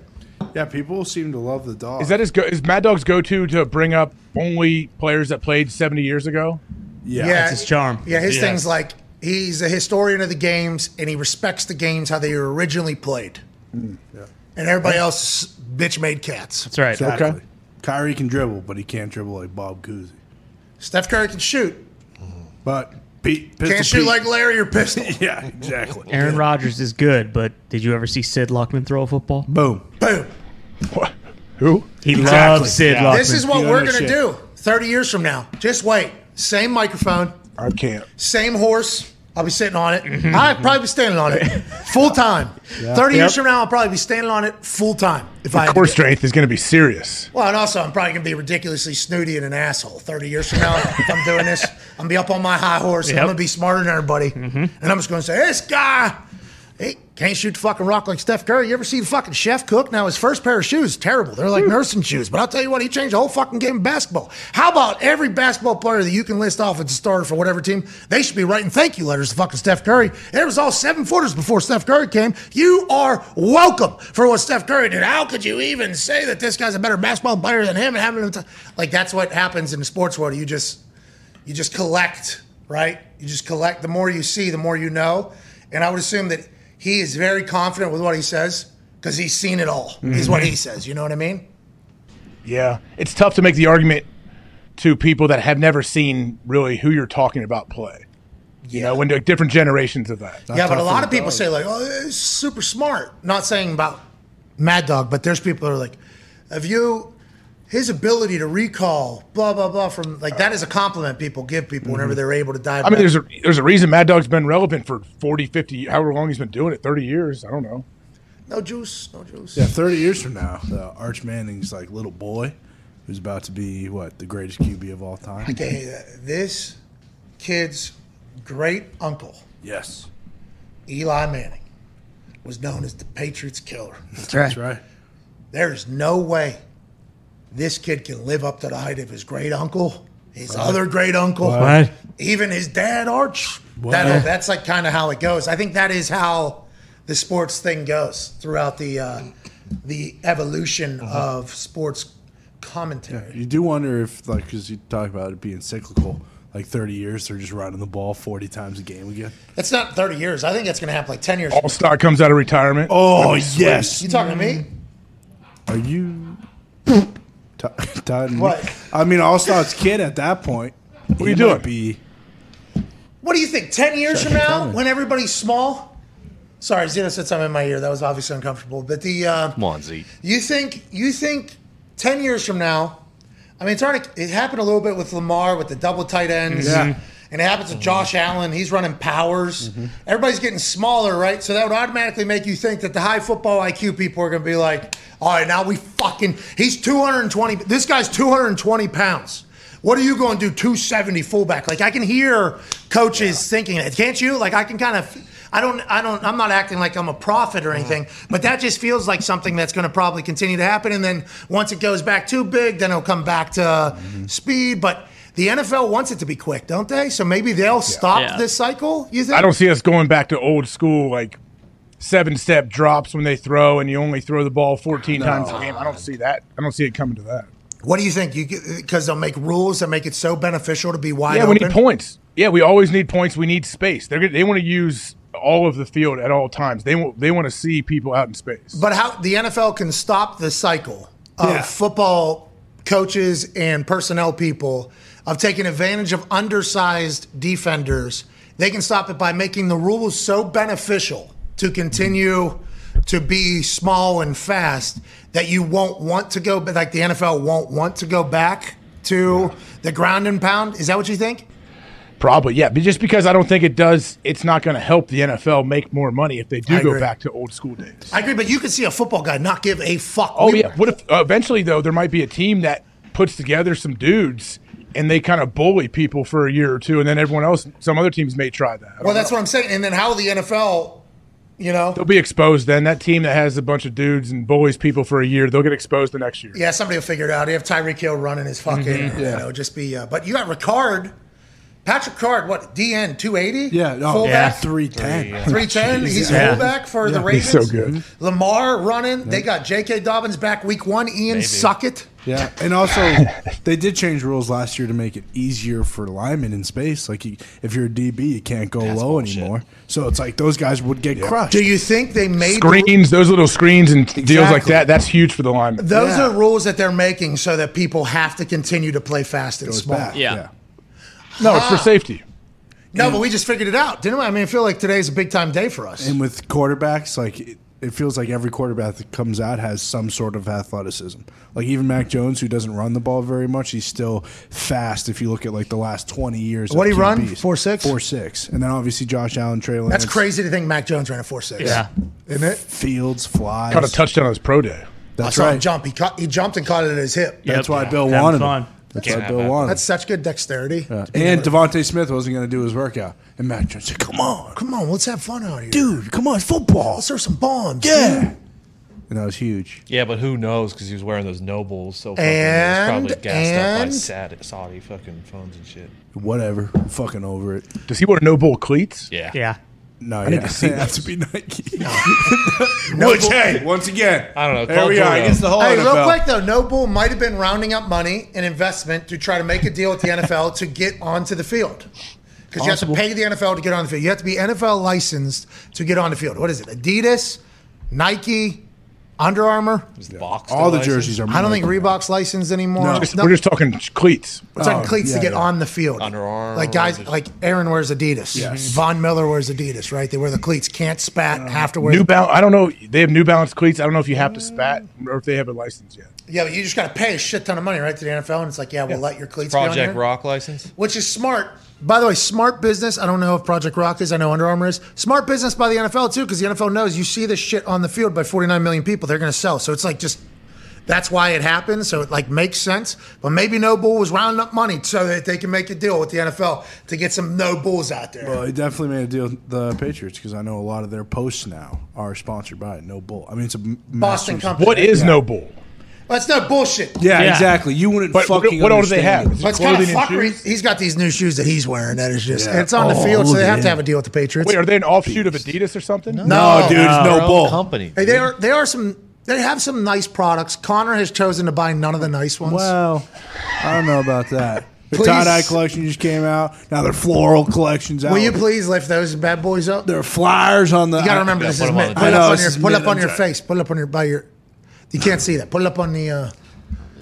[SPEAKER 3] Yeah, people seem to love the dog.
[SPEAKER 8] Is that his go? Is Mad Dog's go to to bring up only players that played seventy years ago?
[SPEAKER 1] Yeah, his thing's like he's a historian of the games and he respects the games how they were originally played. And everybody else is bitch made cats.
[SPEAKER 3] That's right. Kyrie can dribble, but he can't dribble like Bob Cousy.
[SPEAKER 1] Steph Curry can shoot,
[SPEAKER 3] but Pete
[SPEAKER 1] Can't shoot like Larry or Pistol.
[SPEAKER 3] yeah, exactly.
[SPEAKER 2] Aaron Rodgers is good, but did you ever see Sid Luckman throw a football? Boom.
[SPEAKER 1] Boom.
[SPEAKER 2] Who? He
[SPEAKER 1] Exactly.
[SPEAKER 2] loves Sid Luckman.
[SPEAKER 1] This is what we're going to do 30 years from now. Just wait. Same microphone,
[SPEAKER 8] I can't.
[SPEAKER 1] same horse, I'll be sitting on it.
[SPEAKER 2] Mm-hmm.
[SPEAKER 1] I'll probably be standing on it full time.
[SPEAKER 8] Yeah.
[SPEAKER 1] 30 years
[SPEAKER 8] Yep.
[SPEAKER 1] from now, I'll probably be standing on it full time. If I
[SPEAKER 8] Your
[SPEAKER 1] had to
[SPEAKER 8] core
[SPEAKER 1] do it.
[SPEAKER 8] strength is going to be serious.
[SPEAKER 1] Well, and also, I'm probably going to be ridiculously snooty and an asshole. 30 years from now, if I'm doing this, I'm going to be up on my high horse and
[SPEAKER 8] Yep.
[SPEAKER 1] I'm going to be smarter than everybody.
[SPEAKER 2] Mm-hmm.
[SPEAKER 1] And I'm just going to say, this guy, he can't shoot the fucking rock like Steph Curry. You ever see the fucking chef cook? Now, his first pair of shoes, terrible. They're like nursing shoes. But I'll tell you what, he changed the whole fucking game of basketball. How about every basketball player that you can list off as a starter for whatever team? They should be writing thank you letters to fucking Steph Curry. It was all seven footers before Steph Curry came. You are welcome for what Steph Curry did. How could you even say that this guy's a better basketball player than him and having him t- like that's what happens in the sports world. You just you just collect, right? You just collect. The more you see, the more you know. And I would assume that he is very confident with what he says because he's seen it all. Is what he
[SPEAKER 8] Mhm.
[SPEAKER 1] says. You know what I mean?
[SPEAKER 8] Yeah, it's tough to make the argument to people that have never seen really who you're talking about play. You know, when they're different generations of that.
[SPEAKER 1] yeah, but a lot of people say like, "Oh, he's super smart." Not saying about Mad Dog, but there's people that are like, "Have you?" His ability to recall, blah blah blah, from like that is a compliment people give people whenever
[SPEAKER 8] Mhm.
[SPEAKER 1] they're able to dive.
[SPEAKER 8] I mean,
[SPEAKER 1] back.
[SPEAKER 8] there's a there's a reason Mad Dog's been relevant for 40, 50, however long he's been doing it, 30 years. I don't know.
[SPEAKER 1] no juice, no juice.
[SPEAKER 3] Yeah, 30 years from now, uh, Arch Manning's like little boy who's about to be, what, the greatest QB of all time?
[SPEAKER 1] Okay, uh, this kid's great uncle,
[SPEAKER 3] Yes.
[SPEAKER 1] Eli Manning, was known as the Patriots killer.
[SPEAKER 3] That's right. That's right.
[SPEAKER 1] There is no way this kid can live up to the height of his great uncle, his
[SPEAKER 3] Right.
[SPEAKER 1] other great uncle,
[SPEAKER 3] Right.
[SPEAKER 1] even his dad, Arch.
[SPEAKER 3] Wow.
[SPEAKER 1] That, that's like kind of how it goes. I think that is how the sports thing goes throughout the uh, the evolution
[SPEAKER 3] Uh-huh.
[SPEAKER 1] of sports commentary.
[SPEAKER 3] You do wonder if, like, because you talk about it being cyclical, like 30 years, they're just running the ball 40 times a game again.
[SPEAKER 1] That's not 30 years. I think that's going to happen like 10 years.
[SPEAKER 8] All Star comes out of retirement.
[SPEAKER 3] Oh, yes. Mm-hmm.
[SPEAKER 1] You talking to me?
[SPEAKER 3] Are you. T- Todd,
[SPEAKER 1] What?
[SPEAKER 3] I mean, All Star's kid at that point. What
[SPEAKER 8] are you doing?
[SPEAKER 3] Be,
[SPEAKER 1] What do you think? Ten years
[SPEAKER 3] Shut
[SPEAKER 1] from
[SPEAKER 3] the
[SPEAKER 1] now,
[SPEAKER 3] comment.
[SPEAKER 1] when everybody's small. Sorry, Zeno said something in my ear that was obviously uncomfortable. But the uh,
[SPEAKER 15] Come on, Z.
[SPEAKER 1] you think you think ten years from now? I mean, it's already it happened a little bit with Lamar with the double tight ends.
[SPEAKER 3] Yeah. Mm-hmm.
[SPEAKER 1] And it happens with Josh Allen. He's running powers. Everybody's getting smaller, right? So that would automatically make you think that the high football IQ people are going to be like, all right, now we fucking, he's 220. This guy's 220 pounds. What are you going to do, 270 fullback? Like, I can hear coaches thinking that. Can't you? Like, I can kind of. I don't, I don't, I'm not acting like I'm a prophet or
[SPEAKER 8] Mm-hmm.
[SPEAKER 1] anything, but that just feels like something that's going to probably continue to happen. And then once it goes back too big, then it'll come back to
[SPEAKER 8] Mm-hmm.
[SPEAKER 1] speed. But the NFL wants it to be quick, don't they? So maybe they'll stop
[SPEAKER 8] Yeah.
[SPEAKER 1] this cycle. You think?
[SPEAKER 8] I don't see us going back to old school like seven step drops when they throw and you only throw the ball 14 times a game. I don't see that. I don't see it coming to that.
[SPEAKER 1] What do you think? You because they'll make rules that make it so beneficial to be wide
[SPEAKER 8] yeah,
[SPEAKER 1] open.
[SPEAKER 8] we need points. Yeah, we always need points. We need space. They're, gonna- they want to use all of the field at all times. They want they want to see people out in space.
[SPEAKER 1] But how the NFL can stop the cycle of
[SPEAKER 8] Yeah.
[SPEAKER 1] football coaches and personnel people of taking advantage of undersized defenders. They can stop it by making the rules so beneficial to continue to be small and fast that you won't want to go but like the NFL won't want to go back to the ground and pound. Is that what you think?
[SPEAKER 8] Probably, yeah. But just because I don't think it does, it's not going to help the NFL make more money if they do
[SPEAKER 1] I
[SPEAKER 8] go
[SPEAKER 1] agree.
[SPEAKER 8] back to old school days.
[SPEAKER 1] I agree, but you can see a football guy not give a fuck.
[SPEAKER 8] Oh
[SPEAKER 1] We-
[SPEAKER 8] yeah. What if uh, eventually though there might be a team that puts together some dudes and they kind of bully people for a year or two, and then everyone else, some other teams may try that.
[SPEAKER 1] Well, that's what I'm saying. And then how the NFL, you know,
[SPEAKER 8] They'll be exposed then. That team that has a bunch of dudes and bullies people for a year, they'll get exposed the next year.
[SPEAKER 1] yeah, somebody will figure it out. You have Tyreek Hill running his fucking,
[SPEAKER 3] Mm-hmm.
[SPEAKER 8] Mhm.
[SPEAKER 1] you
[SPEAKER 8] Yeah.
[SPEAKER 1] know, just be. Uh, but you got Ricard, Patrick Ricard, what DN two eighty?
[SPEAKER 3] yeah, no,
[SPEAKER 1] fullback,
[SPEAKER 3] 310.
[SPEAKER 1] three ten. He's
[SPEAKER 3] Yeah.
[SPEAKER 1] fullback for the
[SPEAKER 3] Yeah.
[SPEAKER 1] Ravens.
[SPEAKER 3] He's so good.
[SPEAKER 1] Lamar running. They got J.K. Dobbins back week one. Ian Suckett.
[SPEAKER 3] Yeah, and also they did change rules last year to make it easier for linemen in space. Like you, if you're a DB, you can't go low anymore. So it's like those guys would get crushed.
[SPEAKER 1] Do you think they made
[SPEAKER 8] Screens, those little screens and deals like
[SPEAKER 3] Exactly.
[SPEAKER 8] that, that's huge for the linemen.
[SPEAKER 1] Those are rules that they're making so that people have to continue to play fast and small.
[SPEAKER 8] yeah. No, it's for
[SPEAKER 1] Ah.
[SPEAKER 8] safety.
[SPEAKER 1] No, but we just figured it out, didn't we? I mean, I feel like today's a big time day for us.
[SPEAKER 3] And with quarterbacks, like it- it feels like every quarterback that comes out has some sort of athleticism. Like even Mac Jones, who doesn't run the ball very much, he's still fast. If you look at like the last twenty years,
[SPEAKER 1] What'd he run?
[SPEAKER 3] four six, four six, and then obviously Josh Allen, Trey Lance.
[SPEAKER 1] That's crazy to think Mac Jones ran a four six.
[SPEAKER 3] isn't it? Fields flies.
[SPEAKER 8] Caught a touchdown on his pro day.
[SPEAKER 1] I
[SPEAKER 3] That's
[SPEAKER 1] saw him
[SPEAKER 3] right.
[SPEAKER 1] jump. He, caught, he jumped and caught it at his hip.
[SPEAKER 3] That's why Bill wanted him. That's
[SPEAKER 1] That's,
[SPEAKER 3] why Bill wanted. him.
[SPEAKER 1] such good dexterity.
[SPEAKER 3] And Devonte Smith wasn't going to do his workout, and Mac Jones said, "Come on."
[SPEAKER 1] Come on, let's have fun out here.
[SPEAKER 3] Dude, come on, it's football.
[SPEAKER 1] Let's throw some bombs.
[SPEAKER 3] Yeah. And that was huge.
[SPEAKER 4] Yeah, but who knows? Because he was wearing those nobles, so fucking
[SPEAKER 3] And-
[SPEAKER 4] he was probably gassed up by
[SPEAKER 3] and-
[SPEAKER 4] Saudi, Saudi fucking phones and shit.
[SPEAKER 3] Whatever. I'm fucking over it.
[SPEAKER 8] Does he want to no bull cleats?
[SPEAKER 4] Yeah.
[SPEAKER 2] Yeah.
[SPEAKER 3] No,
[SPEAKER 8] I
[SPEAKER 3] yeah.
[SPEAKER 8] need to see
[SPEAKER 3] That's
[SPEAKER 8] those.
[SPEAKER 3] be Nike.
[SPEAKER 1] No
[SPEAKER 3] Which,
[SPEAKER 1] bull-
[SPEAKER 3] hey, once again,
[SPEAKER 4] I don't know.
[SPEAKER 3] There
[SPEAKER 4] Call
[SPEAKER 3] we are.
[SPEAKER 4] Jordan.
[SPEAKER 3] Against Oh. the whole
[SPEAKER 1] hey,
[SPEAKER 3] NFL.
[SPEAKER 1] real quick though, Noble might have been rounding up money and investment to try to make a deal with the NFL to get onto the field. Because you have to
[SPEAKER 3] Possible.
[SPEAKER 1] pay the NFL to get on the field. You have to be NFL licensed to get on the field. What is it? Adidas, Nike, Under Armour.
[SPEAKER 3] All the jerseys are.
[SPEAKER 1] I don't think
[SPEAKER 3] Nike.
[SPEAKER 1] Reebok's licensed anymore.
[SPEAKER 8] No, just- we're just talking cleats.
[SPEAKER 1] We're talking
[SPEAKER 8] Oh,
[SPEAKER 1] cleats
[SPEAKER 8] yeah,
[SPEAKER 1] to get
[SPEAKER 8] yeah.
[SPEAKER 1] on the field.
[SPEAKER 4] Under Armour.
[SPEAKER 1] Like guys, like Aaron wears Adidas.
[SPEAKER 8] Yes.
[SPEAKER 1] Von Miller wears Adidas. Right? They wear the cleats. Can't spat. have to wear.
[SPEAKER 8] New Balance. I don't know. They have New Balance cleats. I don't know if you have to spat or if they have a license yet.
[SPEAKER 1] yeah, but you just got to pay a shit ton of money, right, to the NFL, and it's like, yeah, we'll let your cleats. be on
[SPEAKER 4] Project
[SPEAKER 1] here.
[SPEAKER 4] Rock license.
[SPEAKER 1] which is smart. By the way, smart business. I don't know if Project Rock is. I know Under Armour is. Smart business by the NFL too, because the NFL knows you see this shit on the field by 49 million people. They're going to sell. So it's like just that's why it happened. So it like makes sense. But maybe No Bull was rounding up money so that they can make a deal with the NFL to get some No Bulls out there.
[SPEAKER 3] Well, he definitely made a deal with the Patriots because I know a lot of their posts now are sponsored by No Bull. I mean, it's a m-
[SPEAKER 1] Boston
[SPEAKER 3] massive-
[SPEAKER 1] company. What is
[SPEAKER 3] Yeah.
[SPEAKER 1] No
[SPEAKER 8] Bull?
[SPEAKER 1] That's no bullshit.
[SPEAKER 3] Yeah, exactly. You wouldn't
[SPEAKER 1] But
[SPEAKER 3] fucking.
[SPEAKER 1] what- what all do
[SPEAKER 3] do
[SPEAKER 1] they have? Is it But it's kinda clothing and fuckery. shoes? He's got these new shoes that he's wearing. That is just.
[SPEAKER 8] Yeah.
[SPEAKER 1] It's on the
[SPEAKER 8] Oh,
[SPEAKER 1] field, so
[SPEAKER 8] look
[SPEAKER 1] they
[SPEAKER 8] at
[SPEAKER 1] have to
[SPEAKER 8] him.
[SPEAKER 1] have a deal with the Patriots.
[SPEAKER 8] Wait, are they an offshoot of Adidas or something? No,
[SPEAKER 1] dude, it's No. No
[SPEAKER 4] Their own
[SPEAKER 1] Bull.
[SPEAKER 4] company.
[SPEAKER 1] Hey, they are they are some they have some nice products. Connor has chosen to buy none of the nice ones.
[SPEAKER 3] Wow. I don't know about that. The
[SPEAKER 1] Please.
[SPEAKER 3] tie dye collection just came out. Now their floral collections out.
[SPEAKER 1] Will you please lift those bad boys up?
[SPEAKER 3] They're flyers on the.
[SPEAKER 1] You gotta remember
[SPEAKER 3] Yeah,
[SPEAKER 1] this
[SPEAKER 3] put
[SPEAKER 1] is
[SPEAKER 3] 'em
[SPEAKER 1] mint.
[SPEAKER 3] the
[SPEAKER 1] Put it
[SPEAKER 3] top. I know,
[SPEAKER 1] up on
[SPEAKER 3] this
[SPEAKER 1] your
[SPEAKER 3] is
[SPEAKER 1] put it
[SPEAKER 3] mint.
[SPEAKER 1] up on
[SPEAKER 3] I'm
[SPEAKER 1] your
[SPEAKER 3] sorry.
[SPEAKER 1] face. Put it up on your by your. You can't see that. Put it up on the. Uh,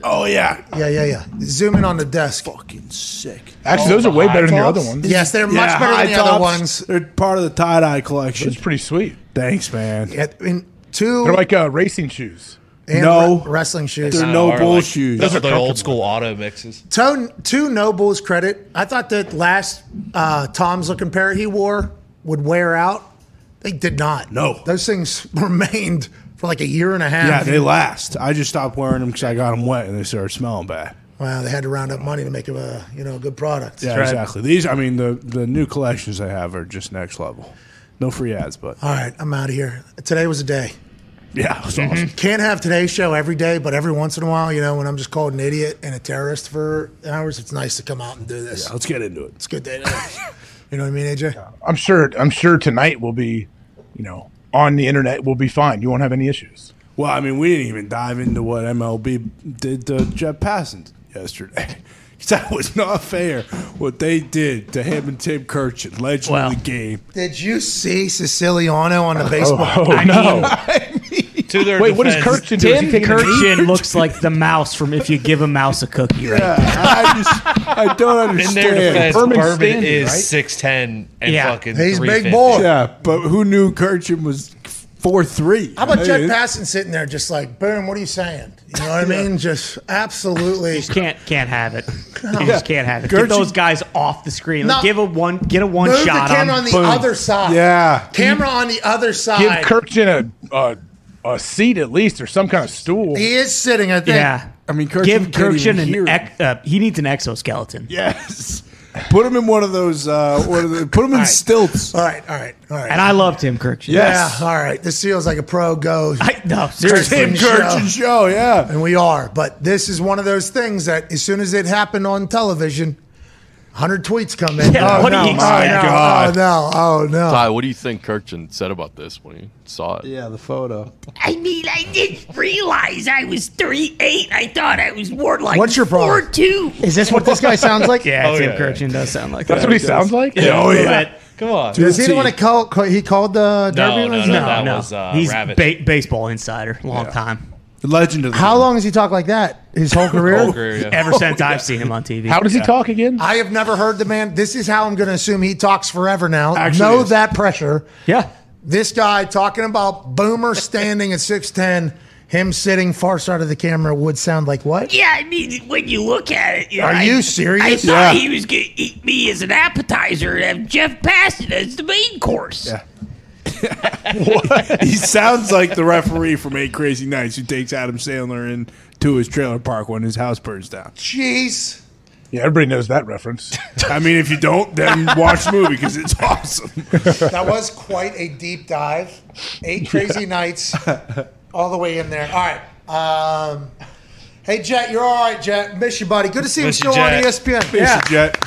[SPEAKER 3] oh yeah.
[SPEAKER 1] Yeah yeah yeah. Zoom in on the desk. Oh
[SPEAKER 3] Fucking sick.
[SPEAKER 8] Actually, those are way better than your other ones.
[SPEAKER 1] Yes, they're
[SPEAKER 3] Yeah,
[SPEAKER 1] much better than
[SPEAKER 3] high
[SPEAKER 1] the other
[SPEAKER 3] tops.
[SPEAKER 1] ones.
[SPEAKER 3] They're part of the tie dye collection.
[SPEAKER 8] It's pretty sweet.
[SPEAKER 3] Thanks, man.
[SPEAKER 1] Yeah, I mean, two.
[SPEAKER 8] They're like uh, racing shoes.
[SPEAKER 1] And
[SPEAKER 3] No.
[SPEAKER 1] wre- wrestling shoes.
[SPEAKER 4] Kinda are like- Those are the old school auto mixes.
[SPEAKER 1] To, to Noble's credit, I thought that last uh, Tom's looking pair he wore would wear out. They did not. No. Those things remained for like a year and a half.
[SPEAKER 3] Yeah, they last. I just stopped wearing them because I got them wet and they started smelling bad.
[SPEAKER 1] Wow, they had to round up money to make them a you know a good product.
[SPEAKER 3] Yeah, exactly. These, I mean, the the new collections they have are just next level. No free ads, but
[SPEAKER 1] All right, I'm out of here. Today was a day.
[SPEAKER 3] yeah, it was awesome.
[SPEAKER 1] Can't have today's show every day, but every once in a while, you know, when I'm just called an idiot and a terrorist for hours, it's nice to come out and do this.
[SPEAKER 3] Yeah, let's get into it.
[SPEAKER 1] It's a good day. today. you know what I mean, AJ?
[SPEAKER 8] I'm sure. I'm sure tonight will be, you know, on the internet will be fine. You won't have any issues.
[SPEAKER 3] Well, I mean, we didn't even dive into what MLB did to Jeff Passan yesterday. 'Cause That was not fair. What they did to him and Tim Kirchin, legend
[SPEAKER 1] Wow.
[SPEAKER 3] of the game.
[SPEAKER 1] Did you see Siciliano on the baseball?
[SPEAKER 3] oh, I
[SPEAKER 2] no.
[SPEAKER 4] to their
[SPEAKER 1] Wait, what is
[SPEAKER 2] defense,
[SPEAKER 1] Kirkchin doing? Is he
[SPEAKER 2] Tim
[SPEAKER 1] taking a
[SPEAKER 2] Kirkchin looks like the mouse from if you give a mouse a cookie, right?
[SPEAKER 3] I just I don't
[SPEAKER 4] In
[SPEAKER 3] understand.
[SPEAKER 4] their defense, Berman, is
[SPEAKER 3] right?
[SPEAKER 4] six ten and fucking.
[SPEAKER 3] He's big
[SPEAKER 4] 350.
[SPEAKER 3] boy. Yeah, but who knew Kirchin was four three?
[SPEAKER 1] How about Jed Passon sitting there just like, boom, what are you saying? You know what I mean? Just absolutely.
[SPEAKER 2] You just can't can't have it. You
[SPEAKER 1] Yeah.
[SPEAKER 2] just can't have it.
[SPEAKER 1] Gertrude-
[SPEAKER 2] Get those guys off the screen. Like,
[SPEAKER 1] No.
[SPEAKER 2] give a one, get a one
[SPEAKER 1] Move
[SPEAKER 2] shot
[SPEAKER 1] the
[SPEAKER 2] on,
[SPEAKER 1] camera on,
[SPEAKER 2] 'em.
[SPEAKER 1] the
[SPEAKER 2] Boom.
[SPEAKER 1] other side.
[SPEAKER 8] Yeah.
[SPEAKER 1] Camera on the other
[SPEAKER 8] Give
[SPEAKER 1] side.
[SPEAKER 8] Kirkchin a, a a seat at least or some kind of stool.
[SPEAKER 1] he is sitting, I think.
[SPEAKER 2] Yeah,
[SPEAKER 3] I mean,
[SPEAKER 2] give
[SPEAKER 3] Kirkchin can't even
[SPEAKER 2] Kirkchin
[SPEAKER 3] hear
[SPEAKER 2] an ex, uh, he needs an exoskeleton.
[SPEAKER 3] Yes. Put him in one of those. Uh, one of the, put him in stilts.
[SPEAKER 1] All right, all right, all right.
[SPEAKER 2] And I love Tim Kirkchin.
[SPEAKER 1] Yeah, all right. This feels like a pro go.
[SPEAKER 2] I, no,
[SPEAKER 1] Kirsten
[SPEAKER 2] seriously.
[SPEAKER 3] Tim Kirchin show, yeah.
[SPEAKER 1] And we are. But this is one of those things that as soon as it happened on television, 100 tweets come in.
[SPEAKER 5] Yeah,
[SPEAKER 1] oh,
[SPEAKER 5] what do
[SPEAKER 1] no,
[SPEAKER 5] you
[SPEAKER 1] oh,
[SPEAKER 5] expect?
[SPEAKER 1] no,
[SPEAKER 5] God.
[SPEAKER 1] Oh, no. Oh, no.
[SPEAKER 5] Ty, what do you think Kirkchin said about this when he saw it?
[SPEAKER 3] Yeah, the photo.
[SPEAKER 16] I mean, I didn't realize I was three eight. I thought I was more like
[SPEAKER 1] What's your problem?
[SPEAKER 16] four two.
[SPEAKER 2] Is this what this guy sounds like? Yeah,
[SPEAKER 1] Oh,
[SPEAKER 2] Tim
[SPEAKER 1] yeah.
[SPEAKER 2] Kirkchin does sound like
[SPEAKER 1] That's
[SPEAKER 2] that.
[SPEAKER 1] what he sounds like? Yeah, oh,
[SPEAKER 2] a little
[SPEAKER 1] yeah.
[SPEAKER 2] bit.
[SPEAKER 4] Come on.
[SPEAKER 1] Is he the one that called, call, he called the
[SPEAKER 2] No,
[SPEAKER 1] Derby?
[SPEAKER 2] no,
[SPEAKER 1] Rose?
[SPEAKER 2] no, that was, uh, He's
[SPEAKER 4] Rabbit.
[SPEAKER 2] ba- baseball insider, long time.
[SPEAKER 3] The legend of the
[SPEAKER 1] How long has he talked like that? His whole career? Oh,
[SPEAKER 2] Ever since I've seen him on TV.
[SPEAKER 8] again?
[SPEAKER 1] I have never heard the man. This is how I'm going to assume he talks forever now.
[SPEAKER 2] Actually,
[SPEAKER 1] know
[SPEAKER 2] it is.
[SPEAKER 1] that pressure.
[SPEAKER 2] Yeah.
[SPEAKER 1] This guy talking about Boomer standing at 6'10, him sitting far side of the camera would sound like what?
[SPEAKER 16] Yeah, I mean, when you look at it, you know,
[SPEAKER 1] Are
[SPEAKER 16] I-
[SPEAKER 1] you serious?
[SPEAKER 16] I
[SPEAKER 1] Yeah.
[SPEAKER 16] thought he was going to eat me as an appetizer and have Jeff Passon as the main course.
[SPEAKER 3] he sounds like the referee from Eight Crazy Nights who takes Adam Sandler in to his trailer park when his house burns down.
[SPEAKER 1] Jeez.
[SPEAKER 3] Yeah, everybody knows that reference. I mean, if you don't, then watch the movie because it's awesome.
[SPEAKER 1] That was quite a deep dive. Eight crazy nights all the way in there. All right. Um, hey, Jet, you're all right, Jet. Miss you, buddy. Good to see him
[SPEAKER 8] Miss you,
[SPEAKER 1] still on E
[SPEAKER 8] Jet.
[SPEAKER 1] ESPN.
[SPEAKER 8] Miss you, Jet.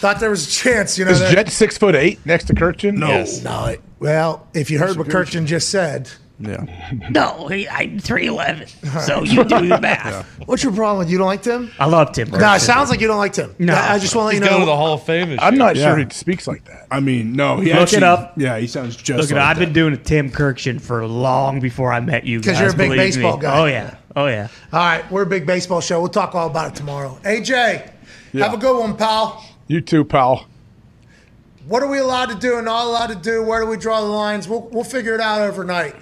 [SPEAKER 1] Thought there was a chance, you know.
[SPEAKER 8] Is
[SPEAKER 1] that-
[SPEAKER 8] Jet six foot eight next to Kirchin?
[SPEAKER 1] No. Yes. No, it- Well, if you heard what Kirchin just said.
[SPEAKER 3] Yeah.
[SPEAKER 16] No, he, I'm 3'11, so you do the math.
[SPEAKER 1] What's your problem? You don't like Tim?
[SPEAKER 2] I love Tim.
[SPEAKER 1] No, it sounds like you don't like Tim. I I just want to let you know.
[SPEAKER 4] Hall of Fame.
[SPEAKER 3] I'm not
[SPEAKER 2] year.
[SPEAKER 3] sure
[SPEAKER 2] Yeah.
[SPEAKER 3] he speaks like that. I mean, no. He
[SPEAKER 2] Look
[SPEAKER 3] actually-
[SPEAKER 2] it up.
[SPEAKER 3] Yeah, he sounds just.
[SPEAKER 2] Look,
[SPEAKER 3] like
[SPEAKER 2] I've
[SPEAKER 3] that.
[SPEAKER 2] been doing a Tim Kirkshin for long before I met you.
[SPEAKER 1] 'Cause
[SPEAKER 2] guys,
[SPEAKER 1] you're a big
[SPEAKER 2] believe me.
[SPEAKER 1] baseball guy.
[SPEAKER 2] Oh yeah, oh yeah.
[SPEAKER 1] All right, we're a big baseball show. We'll talk all about it tomorrow. AJ,
[SPEAKER 8] Yeah.
[SPEAKER 1] have a good one, pal.
[SPEAKER 8] You too, pal.
[SPEAKER 1] What are we allowed to do and not allowed to do? Where do we draw the lines? We'll, we'll figure it out overnight.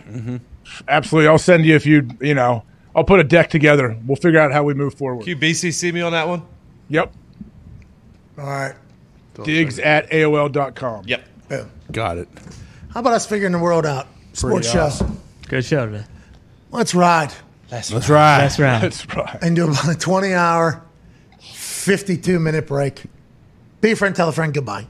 [SPEAKER 8] Absolutely. I'll send you if you, you know, I'll put a deck together. We'll figure out how we move forward.
[SPEAKER 4] Can you BCC me on that one?
[SPEAKER 8] Yep.
[SPEAKER 1] All right.
[SPEAKER 8] Digs at AOL.com.
[SPEAKER 4] Yep.
[SPEAKER 1] Boom.
[SPEAKER 3] Got it.
[SPEAKER 1] How about us figuring the world out? Sports show.
[SPEAKER 2] Good show today.
[SPEAKER 1] Let's ride
[SPEAKER 2] That's
[SPEAKER 3] Let's ride.
[SPEAKER 2] That's right.
[SPEAKER 3] right.
[SPEAKER 1] and do about a 20 hour, 52 minute break. Be a friend, tell a friend, goodbye.